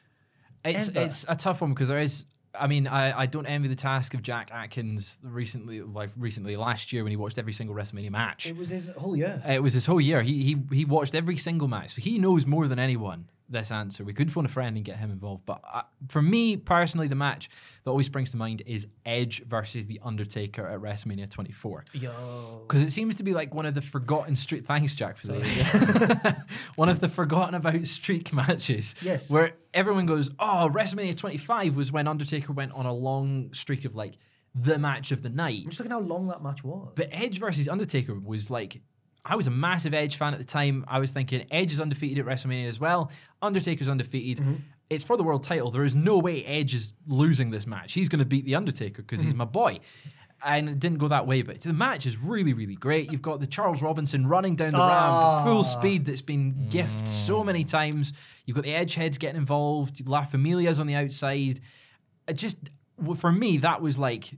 It's
Ever.
it's a tough one because there is. I mean, I, I don't envy the task of Jack Atkins recently, like recently last year when he watched every single WrestleMania match.
It was his whole year.
Uh, It was his whole year. He he he watched every single match, so he knows more than anyone this answer. We could phone a friend and get him involved, but uh, for me personally, the match that always springs to mind is Edge versus the Undertaker at WrestleMania 24.
Yo.
Because it seems to be like one of the forgotten street. Thanks, Jack, for that. one of the forgotten about streak matches.
Yes.
Where everyone goes, oh, WrestleMania 25 was when Undertaker went on a long streak of like the match of the night.
I'm just looking how long that match was.
But Edge versus Undertaker was like, I was a massive Edge fan at the time. I was thinking Edge is undefeated at WrestleMania as well. Undertaker's undefeated. It's for the world title. There is no way Edge is losing this match. He's going to beat the Undertaker because he's my boy. And it didn't go that way, but the match is really, really great. You've got the Charles Robinson running down the ramp, at full speed that's been gifted so many times. You've got the Edge heads getting involved. La Familia's on the outside. I just w- for me that was like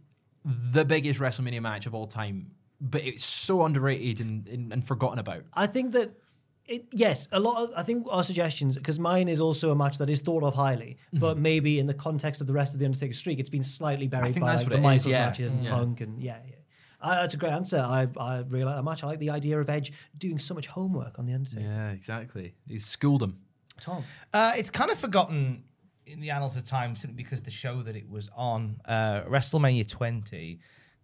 the biggest WrestleMania match of all time, but it's so underrated and, and, and forgotten about.
I think that it, yes, a lot of I think our suggestions because mine is also a match that is thought of highly,
Mm-hmm.
but maybe in the context of the rest of the Undertaker streak, it's been slightly buried
think
by
that's
like,
what
the
it is,
Michaels
yeah.
matches and
Yeah.
Punk and yeah. yeah. Uh, that's a great answer. I I really like that match. I like the idea of Edge doing so much homework on the Undertaker.
Yeah, exactly. He's schooled him.
Tom,
Uh, it's kind of forgotten in the annals of time simply because the show that it was on, uh, WrestleMania 20,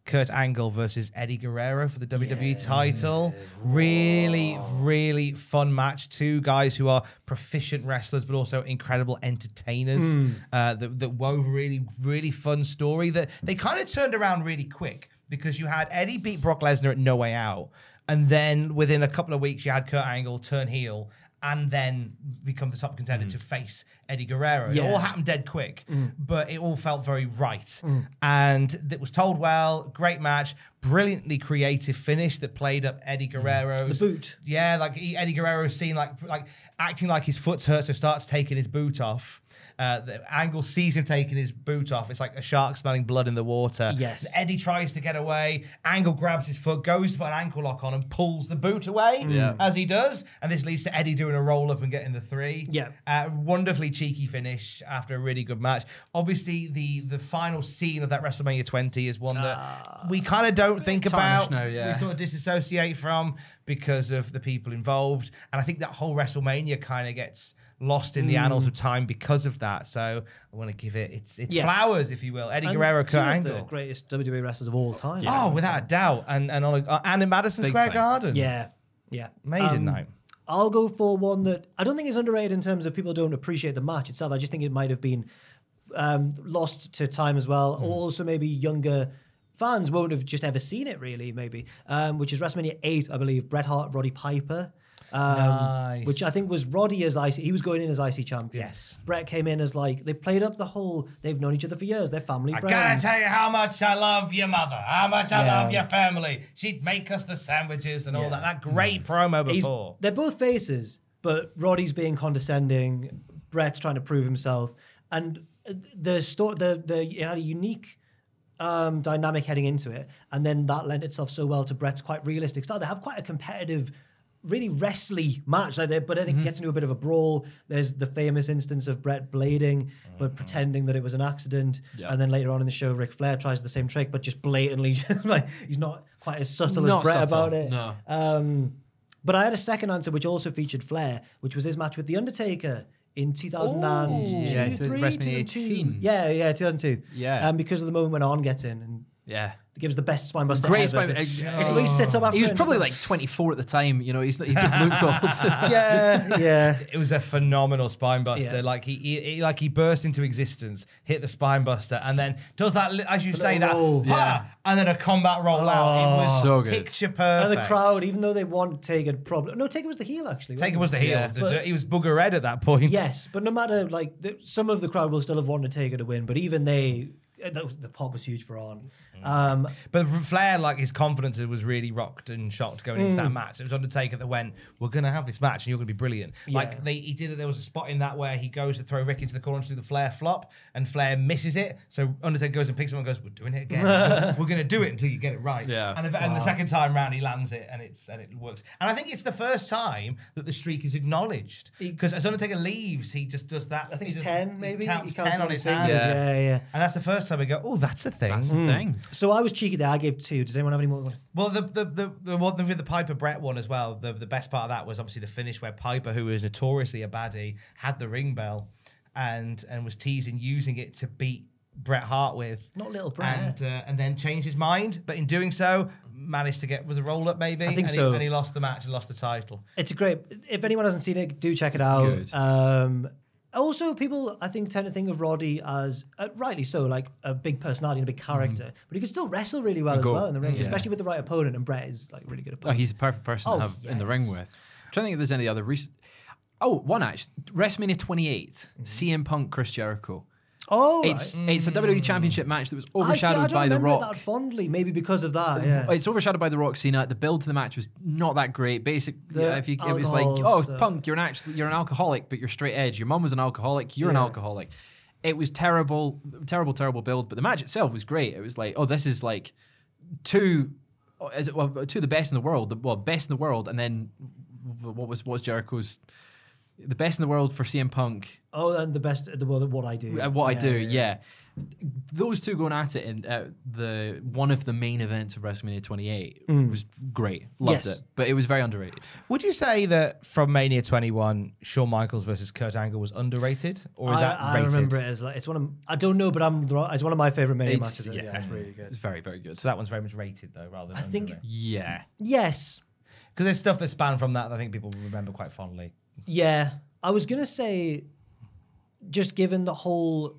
Kurt Angle versus Eddie Guerrero for the WWE title. Really, really fun match. Two guys who are proficient wrestlers but also incredible entertainers uh, that, that wove a really, really fun story that they kind of turned around really quick because you had Eddie beat Brock Lesnar at No Way Out. And then within a couple of weeks, you had Kurt Angle turn heel and then become the top contender
Mm-hmm.
to face Eddie Guerrero. It all happened dead quick,
Mm.
but it all felt very right. And it was told well, great match, brilliantly creative finish that played up Eddie Guerrero's
Mm. The boot.
Yeah, like he- Eddie Guerrero's seen like like acting like his foot's hurt, so starts taking his boot off. Uh, the angle sees him taking his boot off. It's like a shark smelling blood in the water.
Yes.
Eddie tries to get away. Angle grabs his foot, goes to put an ankle lock on, and pulls the boot away as he does. And this leads to Eddie doing doing a roll up and getting the three.
Yeah.
Uh, wonderfully cheeky finish after a really good match. Obviously, the the final scene of that WrestleMania 20 is one that
Ah.
we kind of don't think
tarnished
about.
now, yeah.
We sort of disassociate from because of the people involved, and I think that whole WrestleMania kind of gets lost
Mm.
in the annals of time because of that. So I want to give it its its
Yeah.
flowers, if you will. Eddie
And
Guerrero,
two
Kurt
of
Angle.
the greatest WWE wrestlers of all time.
Oh, without a doubt, and and on a, uh, and in Madison Square
time.
Garden.
yeah, yeah.
Maiden
Um,
night.
I'll go for one that I don't think is underrated in terms of people don't appreciate the match itself. I just think it might have been um, lost to time as well.
Hmm.
Or Also, maybe younger fans won't have just ever seen it, really, maybe, um, which is WrestleMania 8, I believe, Bret Hart, Roddy Piper. Um,
Nice.
Which I think was Roddy as IC. He was going in as IC champion.
Yes.
Bret came in as like, they played up the whole, they've known each other for years. They're family
I
friends.
gotta tell you how much I love your mother, how much I
Yeah.
love your family. She'd make us the sandwiches and all
Yeah.
that. That great promo
He's-
before.
they're both faces, but Roddy's being condescending. Brett's trying to prove himself, and uh, the story, the the it had a unique um, dynamic heading into it, and then that lent itself so well to Brett's quite realistic style. They have quite a competitive. Really wrestly match, like they- but then
Mm-hmm.
it gets into a bit of a brawl. There's the famous instance of Brett blading,
Mm-hmm.
but pretending that it was an accident, and then later on in the show, Ric Flair tries the same trick, but just blatantly, like he's not quite as subtle
Not
as Brett
subtle,
about it.
no.
Um, but I had a second answer which also featured Flair, which was his match with The Undertaker in 2002.
Yeah, to
three,
WrestleMania
2002.
18.
Yeah, yeah, 2002.
Yeah.
Um, because of the moment when Arn gets in and
Yeah.
gives the best spinebuster
Great
ever.
spine-
It's
uh,
what he sits up after.
He was
and-
probably like 24 at the time. You know, he's he just looked old.
yeah, yeah.
It was a phenomenal spinebuster.
Yeah.
Like he, he, he- like he burst into existence, hit the spinebuster, and then does that li- as you say that,
roll.
"Ha!" and then a combat roll out. It was
So good.
picture
And
perfect.
the crowd, even though they want Taker, probably no, Taker was the heel actually. wasn't
Taker
he?
was the heel.
Yeah.
The- the- he was booger red at that point.
Yes, but no matter like the, some of the crowd will still have wanted Taker to win, but even they, uh, the, the pop was huge for Arn.
Mm.
Um,
But Flair, like his confidence was really rocked and shocked going into
Mm.
that match. It was Undertaker that went, "We're gonna have this match, and you're gonna be brilliant." Like they, he did it. There was a spot in that where he goes to throw Rick into the corner to do the Flair flop, and Flair misses it. So Undertaker goes and picks him up and goes, "We're doing it again. We're gonna do it until you get it right."
Yeah.
And, the- and the second time round, he lands it, and it's and it works. And I think it's the first time that the streak is acknowledged because as Undertaker leaves, he just does that.
I think
he
it's
does-
ten, maybe
He counts, ten
all
on his
fingers.
hand.
Yeah.
yeah, yeah.
And that's the first time we go, "Oh, that's a thing."
That's
Mm.
the thing.
So I was cheeky there. I gave two. Does anyone have any more?
Well, the the the, the one with the Piper Brett one as well. The the best part of that was obviously the finish where Piper, who is notoriously a baddie, had the ring bell, and and was teasing using it to beat Bret Hart with.
Not little Brett.
And uh, and then changed his mind, but in doing so, managed to get was a roll up maybe.
think
and
so.
He, and he lost the match and lost the title.
It's a great. If anyone hasn't seen it, do check it out.
good.
Um, also, people I think tend to think of Roddy as uh, rightly so, like a big personality and a big character, but he can still wrestle really well as
Go-
well in the ring,
Mm-hmm. Yeah.
especially with the right opponent. And Brett is like a really good
Oh,
opponent.
he's the perfect person
Oh,
to have in the ring
yes.
with. trying to think if there's any other recent. Oh, one actually. WrestleMania 28,
Mm-hmm.
CM Punk, Chris Jericho.
Oh,
It's it's a WWE Championship match that was
I see. I
overshadowed
don't
by The
remember
Rock.
that fondly, maybe because of that. Yeah.
Um, It's overshadowed by the Rock Cena. The build to the match was not that great. Basic, yeah, if you, it was like,
alcohol
oh,
stuff.
punk, you're an actually, you're an alcoholic, but you're straight edge. Your mum was an alcoholic. You're an
Yeah.
alcoholic. It was terrible, terrible, terrible build. But the match itself was great. It was like, oh, this is like two, uh, is it, well, two of the best in the world. The, well, best in the world, and then what was what was Jericho's the best in the world for CM Punk
Oh, and the best at the world at what I do.
at uh, what I
Yeah,
do,
yeah,
yeah. Those two going at it in uh, the one of the main events of WrestleMania 28 was great. Loved
Mm. Yes.
it, but it was very underrated.
Would you say that from Mania 21, Shawn Michaels versus Kurt Angle was underrated, or is
I,
that
I
rated?
remember it as like it's one of I don't know, but I'm it's one of my favorite many
It's-
matches. Yeah,
yeah.
it's really good.
It's very, very good.
So that one's very much rated though, rather than
I think-
yeah,
Yes,
because there's stuff that spanned from that that I think people remember quite fondly.
Yeah, I was gonna say, just given the whole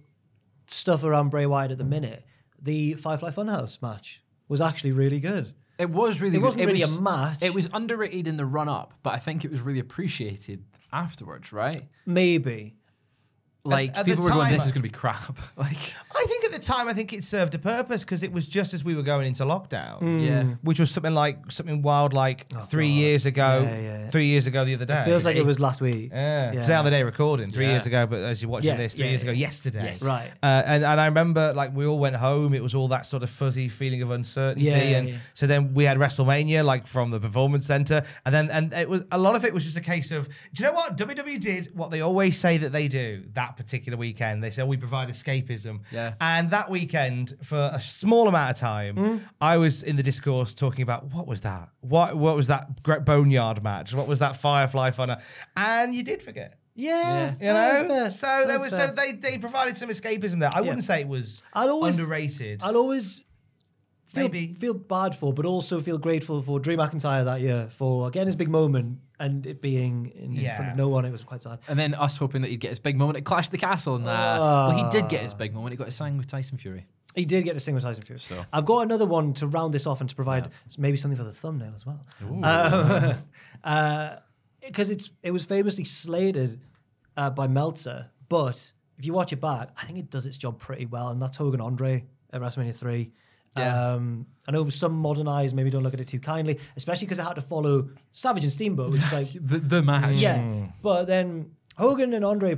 stuff around Bray Wyatt at the minute, the Firefly Funhouse match was actually really good.
it was really.
It
good.
wasn't really a
was-
match.
It was underrated in the run up, but I think it was really appreciated afterwards, right?
Maybe
Like
at the
people were going,
time,
"This is
I-
going to be crap." Like,
I think at the time, I think it served a purpose because it was just as we were going into lockdown,
Hmm.
yeah,
which was something like something wild, like three years ago.
Oh, Yeah, yeah.
Three years ago, the other day.
Feels like it was last week.
Yeah. It's now the day recording, three years ago, but as you're watching
Yeah,
this, three
yeah,
years ago,
yeah.
yesterday.
Yes.
Right.
Uh, and, and I remember, like, we all went home. It was all that sort of fuzzy feeling of uncertainty.
Yeah, yeah,
and
yeah.
so then we had WrestleMania, like, from the Performance Center. And then, and it was a lot of it was just a case of, do you know what? WWE did what they always say that they do that particular weekend. They said, we provide escapism.
Yeah.
And that weekend, for a small amount of time,
Mm.
I was in the discourse talking about what was that? What what was that great boneyard match? What was that Firefly Funner? And you did forget.
Yeah.
You
yeah,
know,
that's fair.
so there
That's
was
fair.
so they they provided some escapism there. I wouldn't say it was
I'll always-
underrated.
I'll always feel,
Maybe.
feel bad for, but also feel grateful for Drew McIntyre that year for getting his big moment and it being in, in front
Yeah.
of no one. It was quite sad.
and then us hoping that he'd get his big moment at Clash of the Castle, and that. well, he did get
Ah.
his big moment. He got his sign with Tyson Fury.
He did get to sing with Tyson Fury. I've got another one to round this off and to provide maybe something for the thumbnail as well. Because it's it was famously slated uh, by Meltzer, but if you watch it back, I think it does its job pretty well, and that's Hogan Andre at WrestleMania three. Um, I know some modern eyes maybe don't look at it too kindly, especially because it had to follow Savage and Steamboat, which is like
The, the match.
Hmm.
yeah, but then Hogan and Andre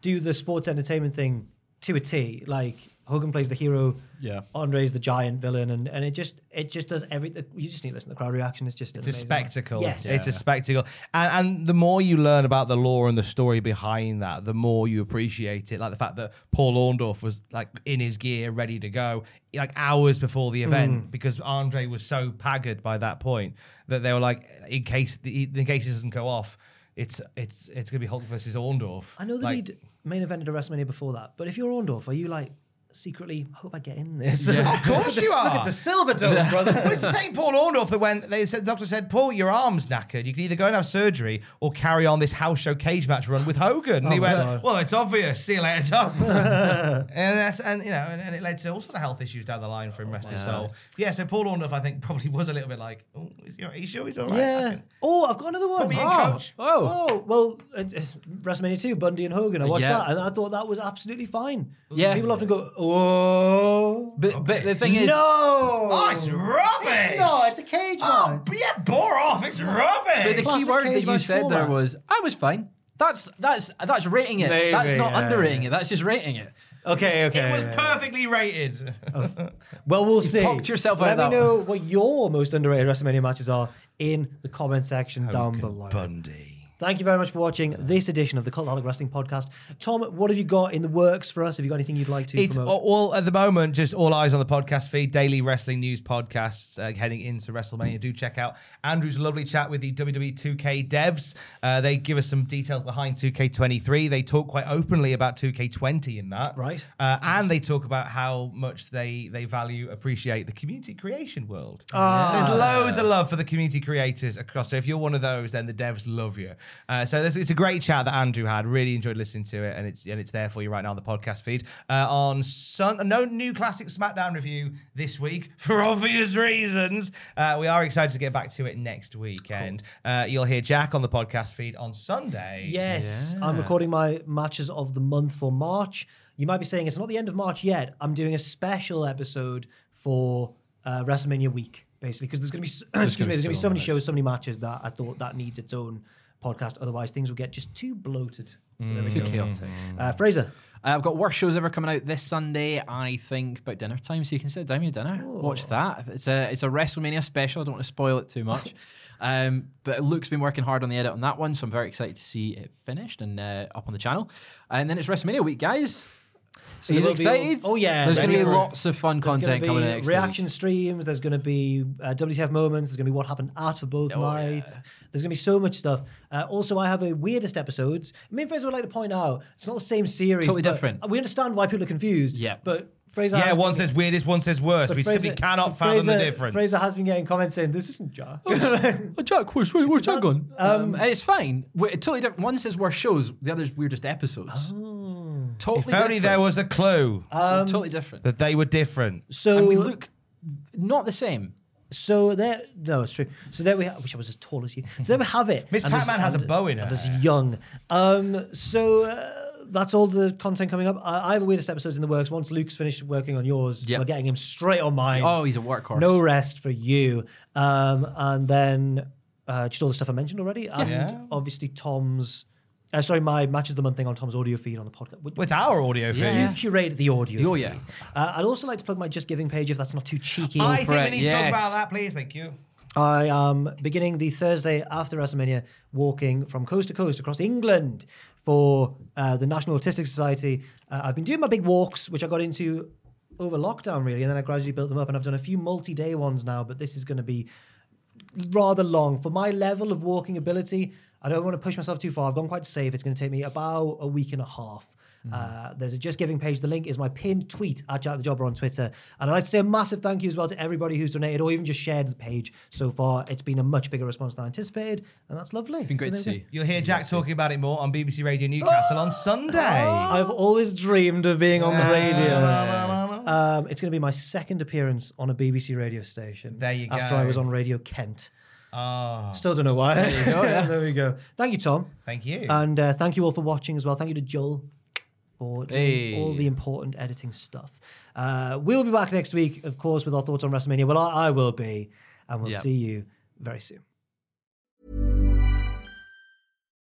do the sports entertainment thing to a T. Like Hogan plays the hero,
Yeah.
Andre's the giant villain, and, and it just it just does everything. You just need to listen to the crowd reaction. It's just
It's a spectacle.
Yes.
It's a spectacle. And, and the more you learn about the lore and the story behind that, the more you appreciate it. Like the fact that Paul Orndorff was like in his gear, ready to go, like hours before the event, because Andre was so haggard by that point that they were like, in case the, in case this doesn't go off, it's it's it's gonna be Hulk versus Orndorff.
I know that
Like,
he'd main evented a WrestleMania before that, but if you're Orndorff, are you like secretly I hope I get in this?
Of course you are.
Look at the
Ah.
silver dome,
Well,
brother.
it's the same Paul Orndorff that when they said the doctor said, Paul, your arm's knackered. You can either go and have surgery or carry on this house show cage match run with Hogan. And he
my
went,
Oh, God.
Well, it's obvious. See you later, Doc. and that's and you know, and, and it led to all sorts of health issues down the line
Oh,
for him, rest his soul. Yeah, so Paul Orndorff, I think, probably was a little bit like, Oh, is he, are you sure he's all right? I
yeah.
can-
Oh, I've got another one.
Put me in,
Oh.
coach.
Oh.
Oh well, it's, it's WrestleMania two, Bundy and Hogan. I watched
Yeah.
that, and I thought that was absolutely fine.
Yeah.
people often go, "Oh,
But, but the thing is,
no,
Oh, it's rubbish.
no, it's a cage
Oh,
match.
yeah, bore off. It's
But the
rubbish.
key
Classic
word that
cage
you
match
said there
format.
was, "I was fine." That's that's that's rating it. that's
Maybe,
not
yeah.
underrating it. That's just rating it.
Okay, okay.
It was perfectly rated.
well, we'll see.
talked yourself
Let
out of
me
that
know what your most underrated WrestleMania matches are in the comment section down below.
Bundy.
Thank you very much for watching this edition of the Cultaholic Wrestling Podcast. Tom, what have you got in the works for us? Have you got anything you'd like to
It's
promote?
all, all at the moment, just all eyes on the podcast feed, daily wrestling news podcasts uh, heading into WrestleMania. Do check out Andrew's lovely chat with the WWE 2K devs. Uh, they give us some details behind 2K23. They talk quite openly about 2K20 in that,
Right.
Uh, and they talk about how much they they value, appreciate the community creation world. There's loads of love for the community creators across. So if you're one of those, then the devs love you. Uh, so this, it's a great chat that Andrew had. Really enjoyed listening to it, and it's and it's there for you right now on the podcast feed. Uh, on Sun, no new classic SmackDown review this week for obvious reasons. Uh, we are excited to get back to it next weekend. Uh, you'll hear Jack on the podcast feed on Sunday.
Yes, I'm recording my matches of the month for March. You might be saying it's not the end of March yet. I'm doing a special episode for uh, WrestleMania week, basically, because there's going to be so, excuse me, there's going to be so many shows, so many matches that I thought that needs its own podcast. Otherwise, things will get just too bloated. So there we
Too
go.
chaotic.
Uh, Fraser,
Uh, I've got worst shows ever coming out this Sunday. I think about dinner time, so you can sit down with your dinner, watch that. It's a it's a WrestleMania special. I don't want to spoil it too much, um, but Luke's been working hard on the edit on that one, so I'm very excited to see it finished and uh, up on the channel. And then it's WrestleMania week, guys. So
there
you're
will be all-
excited?
oh, yeah,
there's going to
ready for
be
it.
lots of fun
there's gonna
content coming in
be
next
reaction
week.
streams. There's going to be uh, WTF moments. There's going to be what happened after both
Oh,
nights. There's going to be so much stuff. Uh, also, I have a weirdest episodes. Me and Fraser would like to point out it's not the same series.
Totally
but
different.
We understand why people are confused.
Yeah.
but Fraser.
Yeah,
has
one
been-
says weirdest, one says worst.
but
We simply
Fraser-
cannot
but
fathom the
Fraser-
difference.
Fraser has been getting comments saying this isn't Jack.
Oh, Jack, where's, where's Jack gone? Um, it's fine. We're, totally different. One says worst shows, the other's weirdest episodes. Totally
Oh. if only
different.
there was um, a clue
Uh,
totally different.
that they were different.
so
and we look not the same.
So there, no, it's true. So there we. Ha- I wish I was as tall as you. So there we have it.
Miss
And there's-
Pac-Man has a
and-
bow in her.
And is young. Um. So uh, that's all the content coming up. I, I have a weirdest episodes in the works. Once Luke's finished working on yours,
Yep.
we're getting him straight on mine.
Oh, he's a workhorse.
no rest for you. Um, and then uh, just all the stuff I mentioned already, and
Yeah.
obviously Tom's. Uh, sorry, my matches the month thing on Tom's audio feed on the podcast. Would-
Well, it's our audio feed.
You curate the audio.
Oh,
for
yeah.
me. Uh, I'd also like to plug my Just Giving page if that's not too cheeky.
I think we
Correct,
need to talk
yes.
about that, please. Thank you.
I am beginning the Thursday after WrestleMania walking from coast to coast across England for uh, the National Autistic Society. Uh, I've been doing my big walks, which I got into over lockdown, really, and then I gradually built them up. And I've done a few multi day ones now, but this is going to be rather long. For my level of walking ability, I don't want to push myself too far. I've gone quite safe. It's going to take me about a week and a half.
Mm-hmm.
Uh, there's a Just Giving page. The link is my pinned tweet at Jack the Jobber on Twitter. And I'd like to say a massive thank you as well to everybody who's donated or even just shared the page so far. It's been a much bigger response than I anticipated, and that's lovely.
Been great to see.
You'll hear Jack talking about it more on BBC Radio Newcastle on Sunday.
I've always dreamed of being on the radio.
Oh. Yeah.
Um, it's going to be my second appearance on a BBC radio station.
There you
After
go.
I was on Radio Kent.
Oh,
Still don't know why. There you go. there we go. Thank you, Tom.
thank you.
And uh, thank you all for watching as well. Thank you to Joel for doing
Hey.
all the important editing stuff. Uh, we'll be back next week, of course, with our thoughts on WrestleMania. Well, I, I will be, and we'll
Yep.
see you very soon.